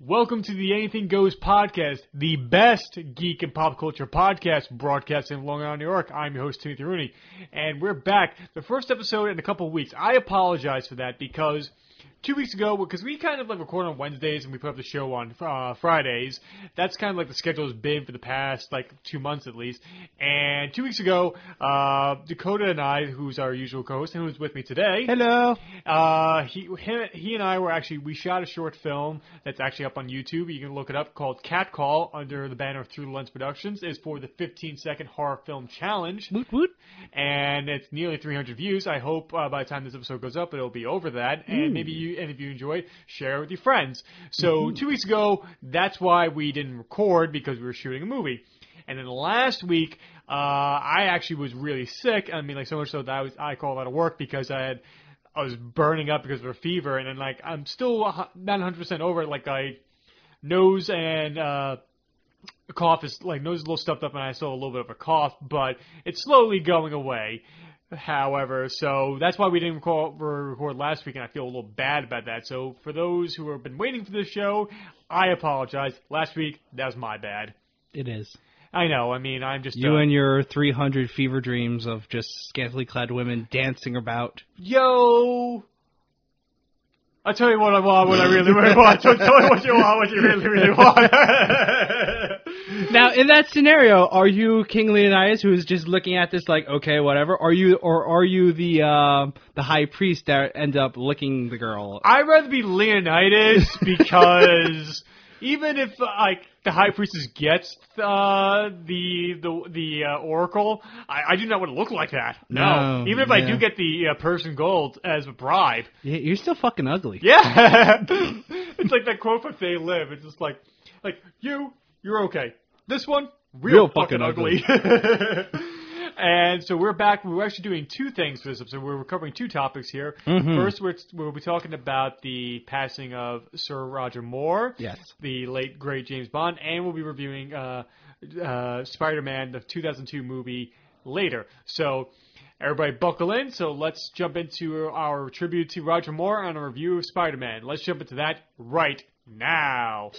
Welcome to the Anything Goes podcast, the best geek and pop culture podcast broadcast in Long Island, New York. I'm your host, Timothy Rooney, and we're back. The first episode in a couple of weeks. I apologize for that because two weeks ago, because we kind of like record on Wednesdays and we put up the show on uh, Fridays. That's kind of like the schedule has been for the past like two months at least. And two weeks ago, uh, Dakota and I, who's our usual co-host and who's with me today, Hello. uh, he, him, he and I were actually we shot a short film that's actually up on YouTube. You can look it up called Cat Call under the banner of Through the Lens Productions. It's for the 15 second horror film challenge, Woot woot. and it's nearly 300 views. I hope uh, by the time this episode goes up, it'll be over that. And maybe you, and if you enjoyed, share it with your friends. So two weeks ago, that's why we didn't record because we were shooting a movie. And then last week, uh, I actually was really sick. I mean, like so much so that I was I called out of work because I had I was burning up because of a fever, and then like I'm still hu- not 100 percent over it. Like I nose and uh, cough is like nose is a little stuffed up, and I still have a little bit of a cough, but it's slowly going away. However, so that's why we didn't record, record last week, and I feel a little bad about that. So for those who have been waiting for this show, I apologize. Last week that was my bad. It is. I know. I mean, I'm just You uh, and your 300 fever dreams of just scantily clad women dancing about. Yo. I'll tell you what I want, what I really, really want. So tell me what you want, what you really, really want. Now, in that scenario, are you King Leonidas who is just looking at this like, okay, whatever? Are you, or are you the uh, the high priest that end up licking the girl? I'd rather be Leonidas because even if like the high priestess gets uh, the the the uh, oracle, I, I do not want to look like that. No, No, even if I do yeah. get the uh, Persian gold as a bribe, Yeah, You're still fucking ugly. Yeah, it's like that quote from They Live. It's just like, like you, you're okay. This one, real, Real fucking, fucking ugly. and so we're back. We're actually doing two things for this episode. We're covering two topics here. First, we're, we'll be talking about the passing of Sir Roger Moore, Yes. the late great James Bond, and we'll be reviewing uh, uh, Spider-Man, the 2002 movie, later. So. Everybody buckle in, so let's jump into our tribute to Roger Moore and a review of Spider Man. Let's jump into that right now.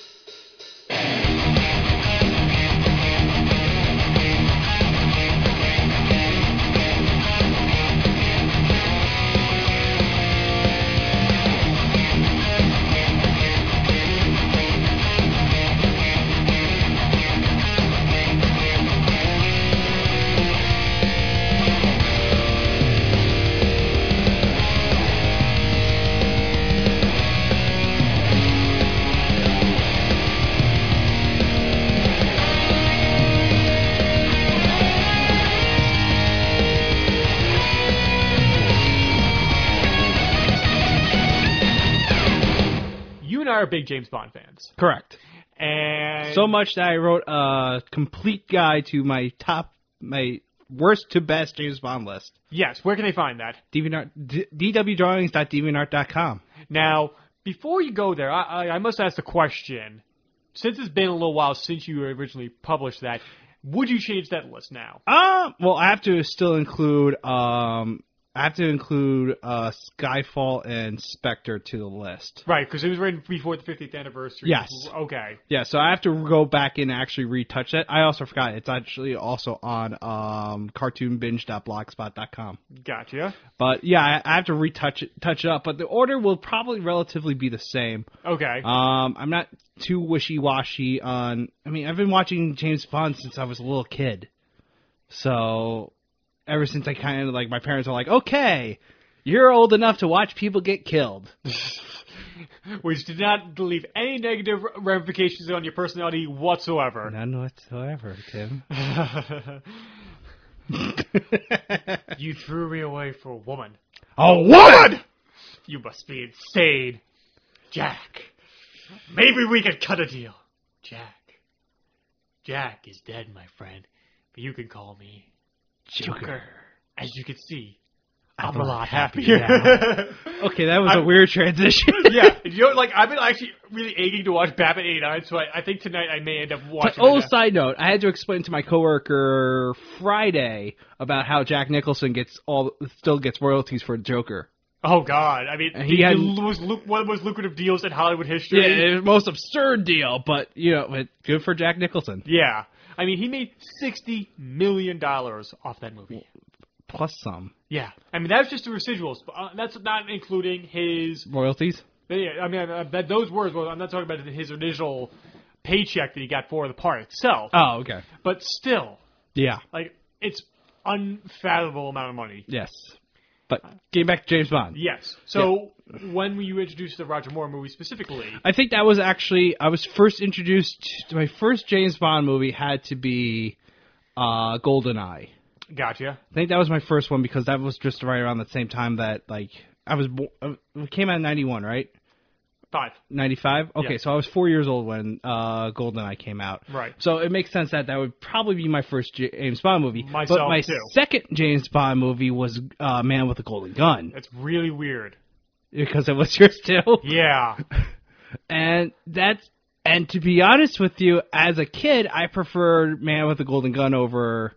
You and I are big James Bond fans. Correct. And So much that I wrote a complete guide to my top, my worst to best James Bond list. yes, where can they find that? DeviantArt, d- dwdrawings.deviantart.com. Now, before you go there, I, I, I must ask the question. Since it's been a little while since you originally published that, would you change that list now? Um, well, I have to still include um, I have to include uh, Skyfall and Spectre to the list. Right, because it was written before the 50th anniversary. Yes. Okay. Yeah, so I have to go back and actually retouch that. I also forgot it's actually also on um, cartoonbinge.blogspot.com. Gotcha. But yeah, I, I have to retouch it, touch it up. But the order will probably relatively be the same. Okay. Um, I'm not too wishy washy on. I mean, I've been watching James Bond since I was a little kid, so ever since I kind of like my parents are like, okay, you're old enough to watch people get killed. which did not leave any negative ramifications on your personality whatsoever. None whatsoever, Tim. you threw me away for a woman. a woman. You must be insane. Jack. Maybe we could cut a deal. Jack. Jack is dead, my friend. But you can call me Joker. As you can see, I'm, a lot happier. Okay, that was a I- weird transition. yeah, you know, like I've been actually really aching to watch Batman 89, so I, I think tonight I may end up But, watching. oh, it. side note, I had to explain to my coworker Friday about how Jack Nicholson gets all still gets royalties for Joker. Oh God! I mean, And he he had- was lu- one of the most lucrative deals in Hollywood history. Yeah, it was the most absurd deal, but you know, but good for Jack Nicholson. Yeah. I mean, he made sixty million dollars off that movie. Plus some Yeah, I mean that's just the residuals. Uh, that's not including his. royalties. yeah, I mean, uh, that those words. Well, I'm not talking about his initial paycheck that he got for the part itself. Oh, okay. but still, Yeah. like it's unfathomable amount of money. Yes. But getting back to James Bond. Yes. So when were you introduced to the Roger Moore movie specifically? I think that was actually I was first introduced to my first James Bond movie had to be uh Goldeneye. Gotcha. I think that was my first one because that was just right around the same time that like I was bo- uh, it came out in 91, right? Five. 95? Okay, Yeah. so I was 4 years old when uh Goldeneye came out. Right. So it makes sense that that would probably be my first J- James Bond movie. Myself, but my too. second James Bond movie was uh Man with a Golden Gun That's really weird. because it was yours too. Yeah. and that's and to be honest with you, as a kid, I preferred Man with a Golden Gun over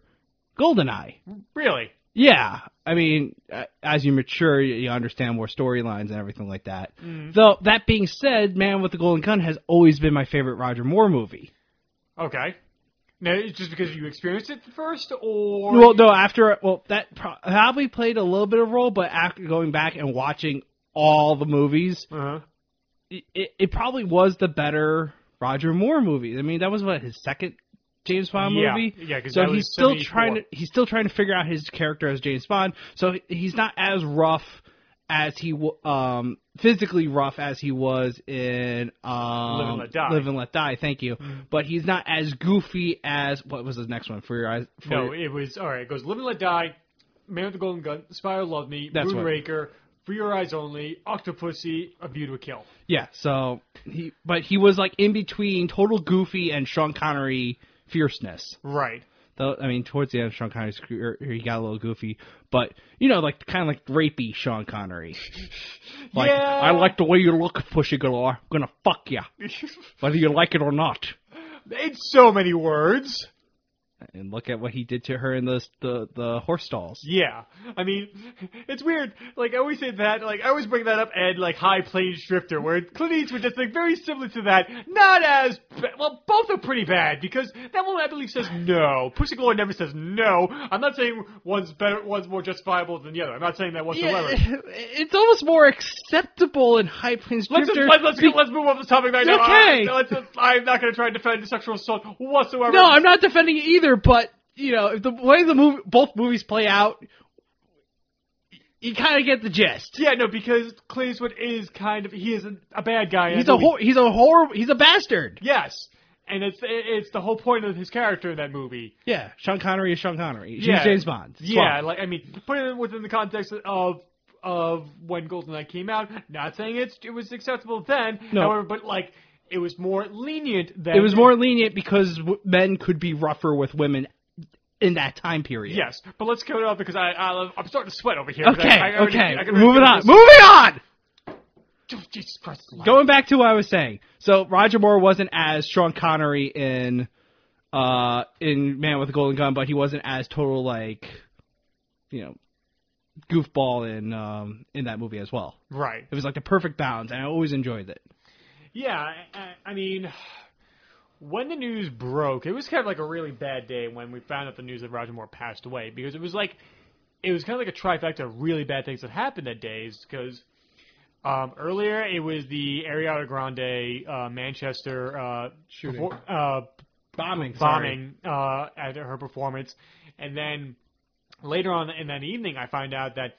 Goldeneye. really. Yeah, I mean, uh, as you mature, you you understand more storylines and everything like that. Mm. Though that being said, Man with the Golden Gun has always been my favorite Roger Moore movie. Okay. Now, it's just because you experienced it first, or Well, no, after well, that pro- probably played a little bit of a role, but after going back and watching all the movies, Uh-huh. it, it, it probably was the better Roger Moore movie. I mean, that was what his second James Bond Yeah. movie. Yeah, 'cause so that he's was still 74. trying to he's still trying to figure out his character as James Bond. So he- he's not as rough as he w- um physically rough as he was in um Live and Let Die. Mm-hmm. Live and Let Die. Thank you. But he's not as goofy as what was his next one for your eyes? For No, Your- it was all right. It goes "Live and Let Die," "Man with the Golden Gun," "Spy Who Loved Me," That's what- "Moonraker," "For Your Eyes Only," "Octopussy," "A View to a Kill." yeah. So he but he was like in between total goofy and Sean Connery fierceness. Right. Though I mean, towards the end of Sean Connery's career, er, he got a little goofy, but you know, like kind of like rapey Sean Connery. like, Yeah. I like the way you look, Pussy Galore. I'm gonna fuck ya, whether you like it or not. it's so many words. And look at what he did to her in the the, the horse stalls. Yeah, I mean, it's weird. Like I always say that. Like I always bring that up. Ed, like High Plains Drifter, where Clint Eastwood does like very similar to that. Not as ba- well. Both are pretty bad because that one I believe says no. Pussy Galore never says no. I'm not saying one's better, one's more justifiable than the other. I'm not saying that whatsoever. it's almost more acceptable in High Plains Let's, just, Drifter. let's, let's, let's move on this topic right now. Okay. Uh, let's, let's, I'm not going to try and defend sexual assault whatsoever. no, I'm not defending it either, but you know, if the way the movie, both movies play out, you kind of get the gist. Yeah, no, because Clint Eastwood is kind of he is a, a bad guy. in He's that a movie. hor- he's a horror he's a bastard. Yes, and it's it's the whole point of his character in that movie. Yeah, Sean Connery is Sean Connery. She's Yeah. James Bond. It's Yeah, fine. like I mean, put it within the context of of when Goldeneye came out. Not saying it's it was acceptable then, No. however, but like it was more lenient than it was more lenient because w- men could be rougher with women in that time period. Yes, but let's cut it off because I, I I'm starting to sweat over here. Okay. I, I already- okay. I can already Moving feel on. this- Moving on. Oh, Jesus Christ. alive. Going back to what I was saying. So Roger Moore wasn't as Sean Connery in uh in Man with a Golden Gun, but he wasn't as total like you know goofball in um in that movie as well. right. It was like the perfect balance, and I always enjoyed it. Yeah, I- I, I mean, when the news broke, it was kind of like a really bad day when we found out the news that Roger Moore passed away because it was like it was kind of like a trifecta of really bad things that happened that day. Because um, earlier it was the Ariana Grande uh, Manchester uh, Shooting. perfor- uh, Bombing. bombing uh, at her performance, and then later on in that evening, I find out that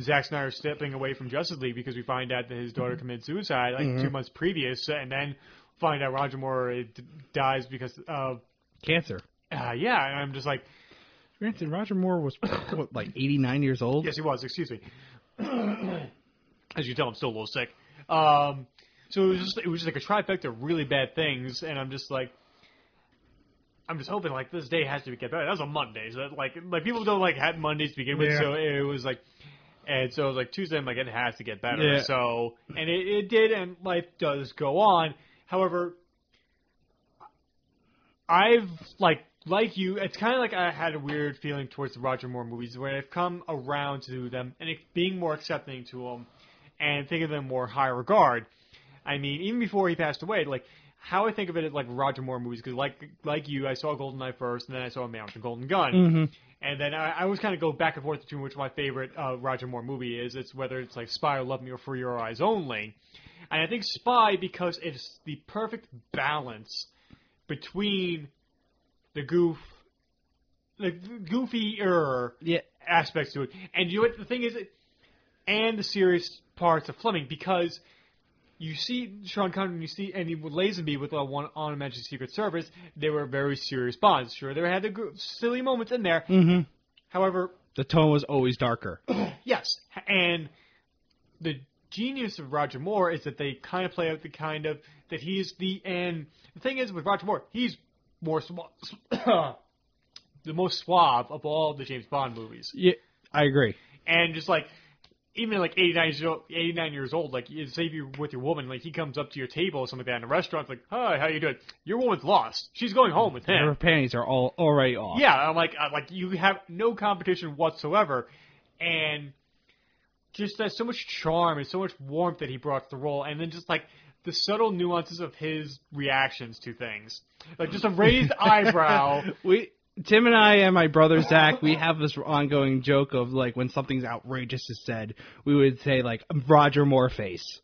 Zack Snyder is stepping away from Justice League because we find out that his daughter committed suicide like two months previous, and then find out Roger Moore uh, d- dies because of Cancer. uh, yeah, and I'm just like, Granted, Roger Moore was what, like 89 years old. yes, he was. Excuse me. As you can tell, I'm still a little sick. Um, so it was just it was just like a trifecta of really bad things, and I'm just like. I'm just hoping like this day has to get better. That was a Monday, so that, like like people don't like have Mondays to begin with, Yeah. so it was like, and so it was like Tuesday. I'm like it has to get better. Yeah. So and it, it did, and life does go on. However, I've like like you, it's kind of like I had a weird feeling towards the Roger Moore movies where I've come around to them and it, being more accepting to them and think of them more high regard. I mean, even before he passed away, like how I think of it is like Roger Moore movies because like like you, I saw GoldenEye first and then I saw Man with the Golden Gun. Mm-hmm. And then I, I always kind of go back and forth between which my favorite uh, Roger Moore movie is. It's whether it's like Spy or Love Me or For Your Eyes Only. And I think Spy because it's the perfect balance between the goof, the goofy error Yeah. aspects to it. And you know what the thing is, and the serious parts of Fleming because you see Sean Connery, and you see and he with Lazenby with uh, one on Imagine Secret Service. They were very serious bonds. Sure, they had the gr- silly moments in there. Mm-hmm. However, The tone was always darker. Yes, and the genius of Roger Moore is that they kind of play out the kind of that he's the and the thing is with Roger Moore, he's more swa- the most suave of all the James Bond movies, Yeah, I agree. and just like. Even like 89 years old, 89 years old, like you- say you're with your woman, like he comes up to your table or something like that in a restaurant, like, hi, how you doing? Your woman's lost. She's going home with him. Her panties are all already off. Yeah, I'm like, i like you have no competition whatsoever, and just that so much charm and so much warmth that he brought to the role, and then just like the subtle nuances of his reactions to things, like just a raised eyebrow. we Tim and I and my brother Zach, we have this ongoing joke of like when something's outrageous is said, we would say like Roger Moore face,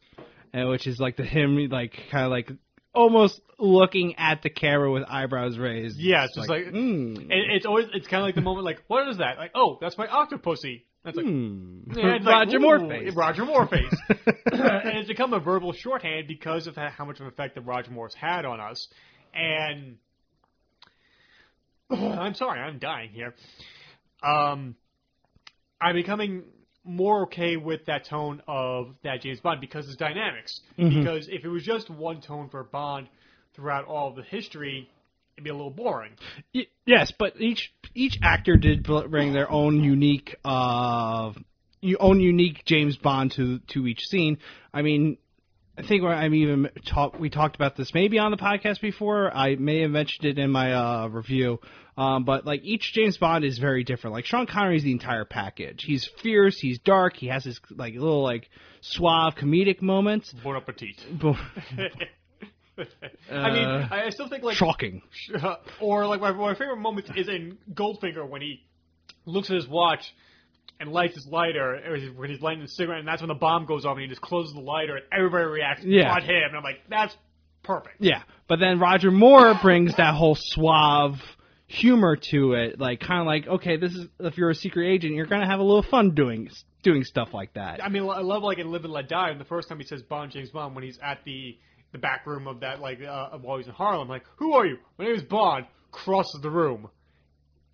and which is like the him like kind of like almost looking at the camera with eyebrows raised. Yeah, it's just like- mm, And it's always it's kind of like the moment, like what is that? Like oh, that's my octopussy. That's like. mm. yeah, it's like, Roger ooh, Moore face. Roger Moore face. and it's become a verbal shorthand because of how much of an effect that Roger Moore's had on us. And I'm sorry, I'm dying here. Um, I'm becoming more okay with that tone of that James Bond because of dynamics. Mhm. Because if it was just one tone for Bond throughout all of the history, it'd be a little boring. Y- yes, but each each actor did bl- bring their own unique uh you own unique James Bond to to each scene. I mean, I think where I'm even talk we talked about this maybe on the podcast before. I may have mentioned it in my uh review. Um, but like each James Bond is very different. Like Sean Connery's the entire package. He's fierce, he's dark, he has his like little like suave comedic moments. Bon appetit. But, I mean, Uh, I I still think like shocking. or like my, my favorite moment is in Goldfinger when he looks at his watch and lights his lighter or his- when he's lighting the cigarette, and that's when the bomb goes off, and he just closes the lighter, and everybody reacts Yeah. but him. And I'm like, that's perfect. Yeah, but then Roger Moore brings that whole suave humor to it, like kind of like, okay, this is if you're a secret agent, you're gonna have a little fun doing doing stuff like that. I mean, I love like in Live and Let Die, and the first time he says Bond, James Bond, when he's at the the back room of that like uh, while he's in Harlem, like, who are you? My name is Bond. Crosses the room,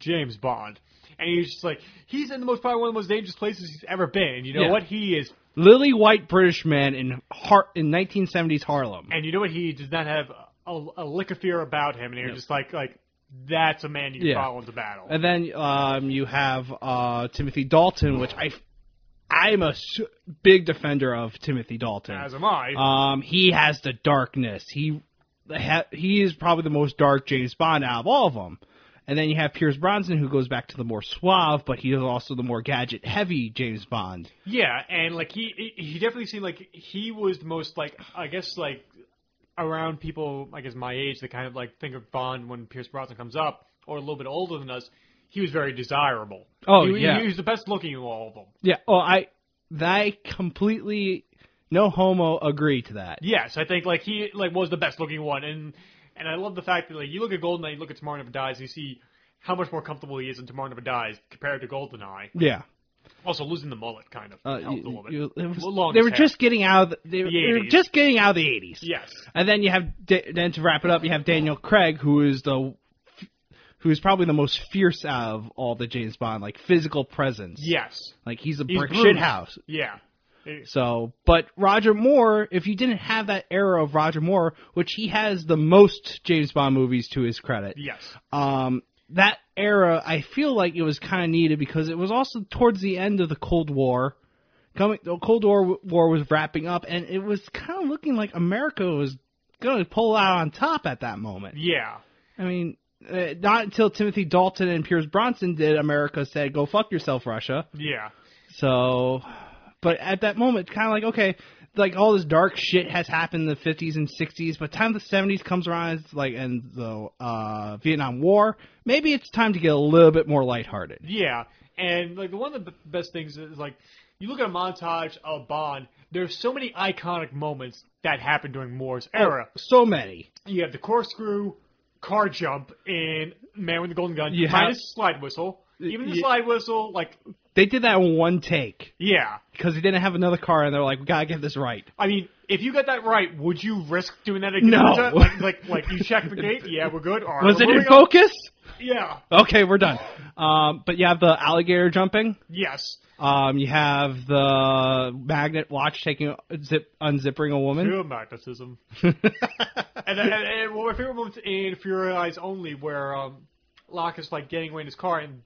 James Bond, and he's just like, he's in the most probably one of the most dangerous places he's ever been. And you know Yeah. what? He is Lily white British man in har- in 1970s Harlem. And you know what? He does not have a, a lick of fear about him, and you're No. just like, like that's a man you can Yeah. follow into battle. And then um, you have uh, Timothy Dalton, which I I'm a s- big defender of Timothy Dalton. As am I. Um, he has the darkness. He ha- he is probably the most dark James Bond out of all of them. And then you have Pierce Bronson, who goes back to the more suave, but he is also the more gadget heavy James Bond. yeah, and like he, he- he definitely seemed like he was the most like I guess like around people I guess my age that kind of like think of Bond when Pierce Brosnan comes up, or a little bit older than us. He was very desirable. Oh, he, yeah. he was the best looking of all of them. Yeah. Oh, I I completely no homo agree to that. Yes, I think like he like was the best looking one, and and I love the fact that like you look at Goldeneye, you look at Tomorrow Never Dies, and you see how much more comfortable he is in Tomorrow Never Dies compared to Goldeneye. Yeah. Also losing the mullet kind of Uh, helped a you- little bit. you- it was- Longest they were hair. just getting out. Of the, they, they were 80s. just getting out of the eighties. yes, And then you have da- then to wrap it up, you have Daniel Craig, who is the who is probably the most fierce out of all the James Bond, like physical presence. yes, like he's a He's brick Bruce. shit house. yeah. It- So, but Roger Moore, if you didn't have that era of Roger Moore, which he has the most James Bond movies to his credit, Yes, um, that era I feel like it was kind of needed because it was also towards the end of the Cold War. Coming, the Cold War war was wrapping up, and it was kind of looking like America was going to pull out on top at that moment. yeah. I mean, uh, not until Timothy Dalton and Pierce Bronson did, America said, "Go fuck yourself, Russia." Yeah. So, but at that moment, kind of like okay, like all this dark shit has happened in the fifties and sixties, but time the seventies comes around, it's like and the uh, Vietnam War. Maybe it's time to get a little bit more lighthearted. Yeah, and like one of the b- best things is like you look at a montage of Bond. There's so many iconic moments that happened during Moore's era. So many. You have the corkscrew, car jump in Man with the Golden Gun, You have- minus slide whistle. Even the Yeah. slide whistle, like They did that in one take yeah. because they didn't have another car, and they're like, "We gotta get this right." I mean, if you got that right, would you risk doing that again? No. Like, like, like you check the gate. Yeah, we're good. All right, Was we're it in moving on. focus? Yeah. Okay, we're done. Um, but you have the alligator jumping. Yes. Um, you have the magnet watch taking zip unzipping a woman. Pure magnetism. and, and, and one of my favorite moments in Fury Eyes Only, where um, Locke is like getting away in his car and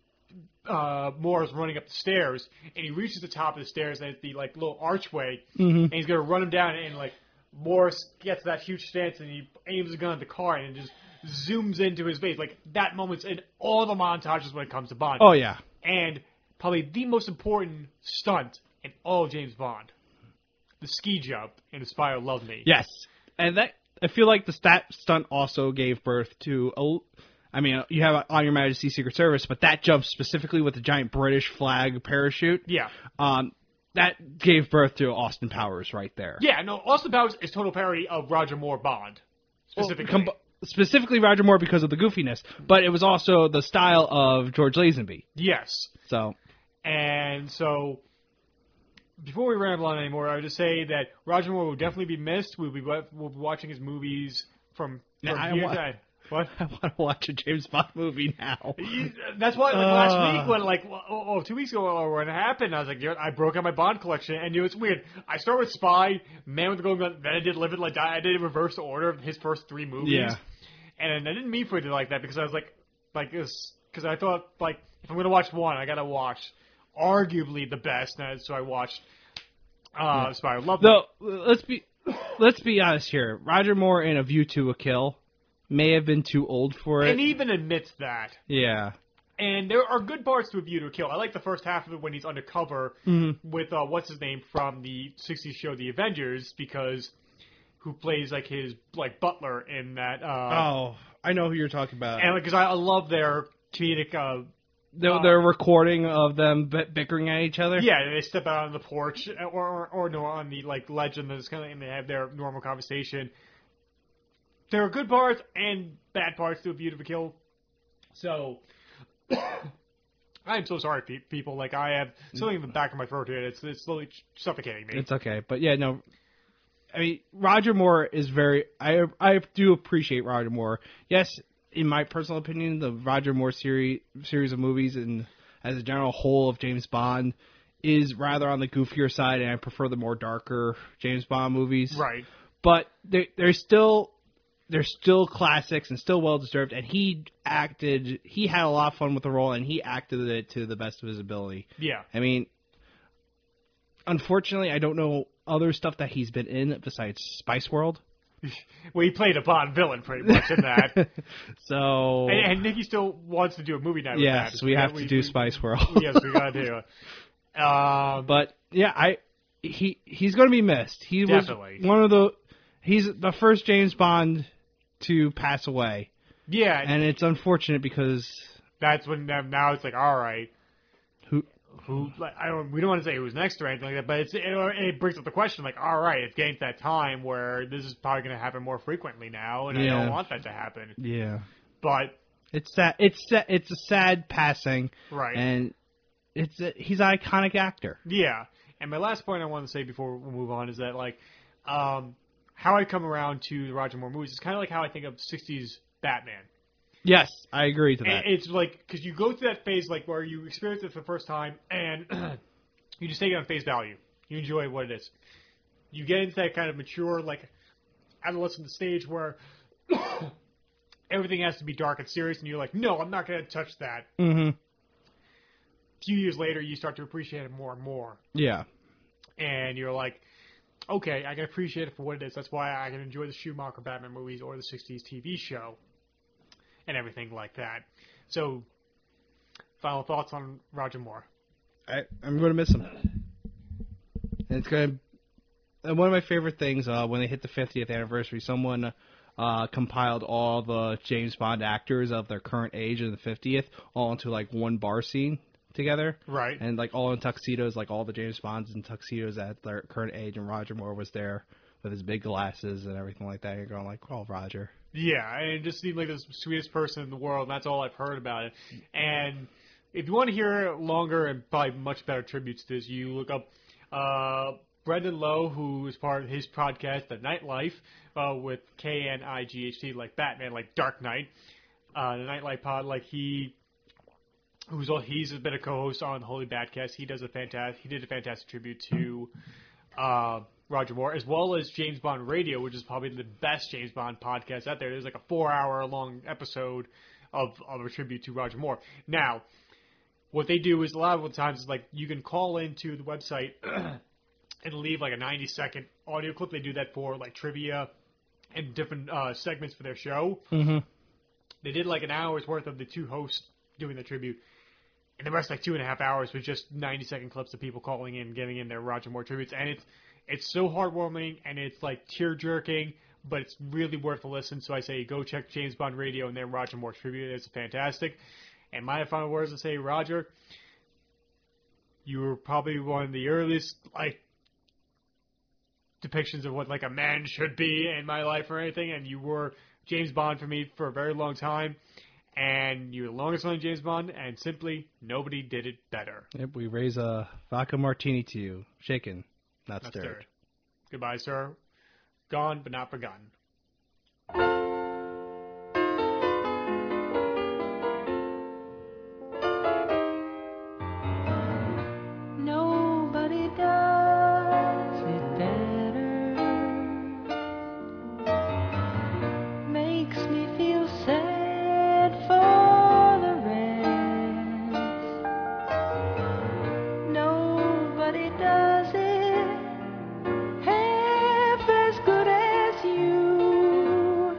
uh, Moore is running up the stairs, and he reaches the top of the stairs and it's the like little archway, and he's gonna run him down, and like Morris gets that huge stance and he aims the gun at the car and it just zooms into his face. Like that moment's in all the montages when it comes to Bond, Oh yeah, and probably the most important stunt in all of James Bond. The ski jump in Aspire Love Me. yes, and that I feel like the stat stunt also gave birth to a. I mean, you have on your Majesty's Secret Service, but that jump specifically with the giant British flag parachute. Yeah. Um, that gave birth to Austin Powers right there. Yeah, no, Austin Powers is total parody of Roger Moore Bond. Specifically. Com- specifically Roger Moore because of the goofiness, but it was also the style of George Lazenby. yes. So And so, before we ramble on anymore, I would just say that Roger Moore will definitely be missed. We'll be, wa- we'll be watching his movies from, from Yeah, I here wa- to- What? I want to watch a James Bond movie now. That's why, like, last Ugh. week, when, like, oh, oh, two weeks ago, or when it happened, I was like, you know, I broke out my Bond collection, and you know, it's weird. I started with Spy, Man with the Golden Gun, then I did Live It Like Die. I did it in reverse order of his first three movies. Yeah. And I didn't mean for it to be like that because I was like, like this, because I thought, like, if I'm going to watch one, I got to watch arguably the best, and so I watched uh, Spy. I love Though let's be let's be honest here. Roger Moore in A View to a Kill may have been too old for And it. he even admits that. yeah. And there are good parts to A View to a Kill. I like the first half of it when he's undercover Mm-hmm. with uh, what's his name from the '60s show The Avengers, because who plays like his like butler in that. Uh, Oh, I know who you're talking about. And because I, I love their comedic. Uh, the, the recording of them b- bickering at each other. yeah, they step out on the porch, uh, or or, or no, on the like legend that's kind of, and they have their normal conversation. There are good parts and bad parts to A View to a Kill. So. I am so sorry, pe- people. Like I have something in the back of my throat here. It's it's slowly ch- suffocating me. It's okay, but yeah, no. I mean, Roger Moore is very. I I do appreciate Roger Moore. Yes, in my personal opinion, the Roger Moore series series of movies and as a general whole of James Bond is rather on the goofier side, and I prefer the more darker James Bond movies. right. but they they're still they're still classics and still well deserved. And he acted. He had a lot of fun with the role, and he acted it to the best of his ability. Yeah. I mean, unfortunately, I don't know other stuff that he's been in besides Spice World. Well, he played a Bond villain pretty much in that, and, So and Nikki still wants to do a movie night. with yes, that. we have to do we- Spice World. Yes, we gotta do it. Um, but yeah, I he he's going to be missed. He Definitely. was one of the he's the first James Bond to pass away, yeah, and it's unfortunate because that's when now- now it's like, all right, who who? Like, I don't. We don't want to say who's next or anything like that, but it's it, it brings up the question, like, all right, it's getting to that time where this is probably going to happen more frequently now, and I Yeah. don't want that to happen. yeah. But It's sad. It's sad. It's a sad passing, right, and it's a, he's an iconic actor. Yeah. And my last point I want to say before we move on is that like um, how I come around to the Roger Moore movies is kind of like how I think of '60s Batman. Yes, I agree to that. And it's like because you go through that phase like where you experience it for the first time and you just take it on face value. You enjoy what it is. You get into that kind of mature like adolescent stage where everything has to be dark and serious, and you're like, no, I'm not going to touch that. hmm A few years later, you start to appreciate it more and more. Yeah. and you're like, okay, I can appreciate it for what it is. That's why I can enjoy the Schumacher Batman movies or the '60s TV show. and everything like that. So, final thoughts on Roger Moore? I, I'm going to miss him. And it's going to. And one of my favorite things uh, when they hit the 50th anniversary, someone uh, compiled all the James Bond actors of their current age and the 50th all into like one bar scene together. Right. And like all in tuxedos, like all the James Bonds in tuxedos at their current age, and Roger Moore was there with his big glasses and everything like that. You're going like, oh, Roger. Yeah, and it just seemed like the sweetest person in the world. And that's all I've heard about it. And if you want to hear longer and probably much better tributes to this, you look up uh, Brendan Lowe, who is part of his podcast, The Nightlife, uh, with K N I G H T, like Batman, like Dark Knight, uh, The Nightlife Pod. Like he who's all, he's been a co-host on the Holy Batcast. He does a fantastic he did a fantastic tribute to uh, Roger Moore as well as James Bond Radio, which is probably the best James Bond podcast out there. There's like a four-hour long episode of of a tribute to Roger Moore. Now, what they do is a lot of the times is like you can call into the website and leave like a 90-second audio clip. They do that for like trivia and different uh, segments for their show. Mm-hmm. They did like an hour's worth of the two hosts doing the tribute and the rest like two and a half hours was just ninety second clips of people calling in, giving in their Roger Moore tributes, and it's it's so heartwarming and it's like tear jerking, but it's really worth a listen. So I say go check James Bond Radio and then Roger Moore tribute. It's fantastic. And my final words to say, Roger, you were probably one of the earliest like depictions of what like a man should be in my life or anything, and you were James Bond for me for a very long time and you're the longest running James Bond, and simply nobody did it better. Yep, we raise a vodka martini to you, shaken, not, Not stirred. stirred. Goodbye, sir. Gone but not forgotten. Nobody does it better. Makes me feel sad for the rest. Nobody does it half as good as you.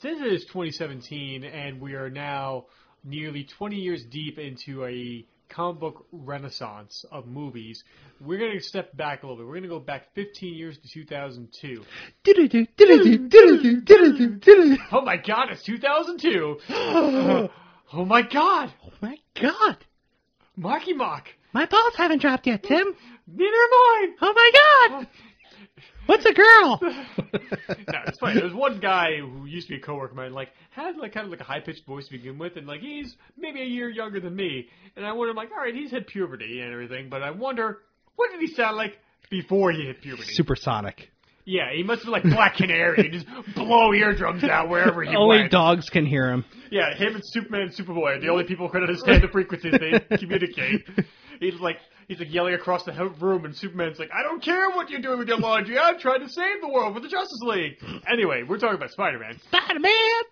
since it is 2017 and we are now nearly 20 years deep into a comic book renaissance of movies, we're going to step back a little bit. We're going to go back 15 years to 2002. Oh Oh my god, it's 2002! oh my god! my god! Marky Mock! My balls haven't dropped yet, Tim. Neither am I! Oh my god! What's a girl? no, it's funny. There's one guy who used to be a coworker of mine, like had like kind of like a high pitched voice to begin with, and like he's maybe a year younger than me. And I wonder, I'm like, all right, he's hit puberty and everything, but I wonder what did he sound like before he hit puberty? Supersonic. Yeah, he must have been like Black Canary and just blow eardrums out wherever he Only went. dogs can hear him. Yeah, him and Superman and Superboy are the only people who can understand the frequencies they communicate. He's like he's like yelling across the he- room, and Superman's like, "I don't care what you're doing with your laundry. I'm trying to save the world with the Justice League." Anyway, we're talking about Spider-Man. Spider-Man.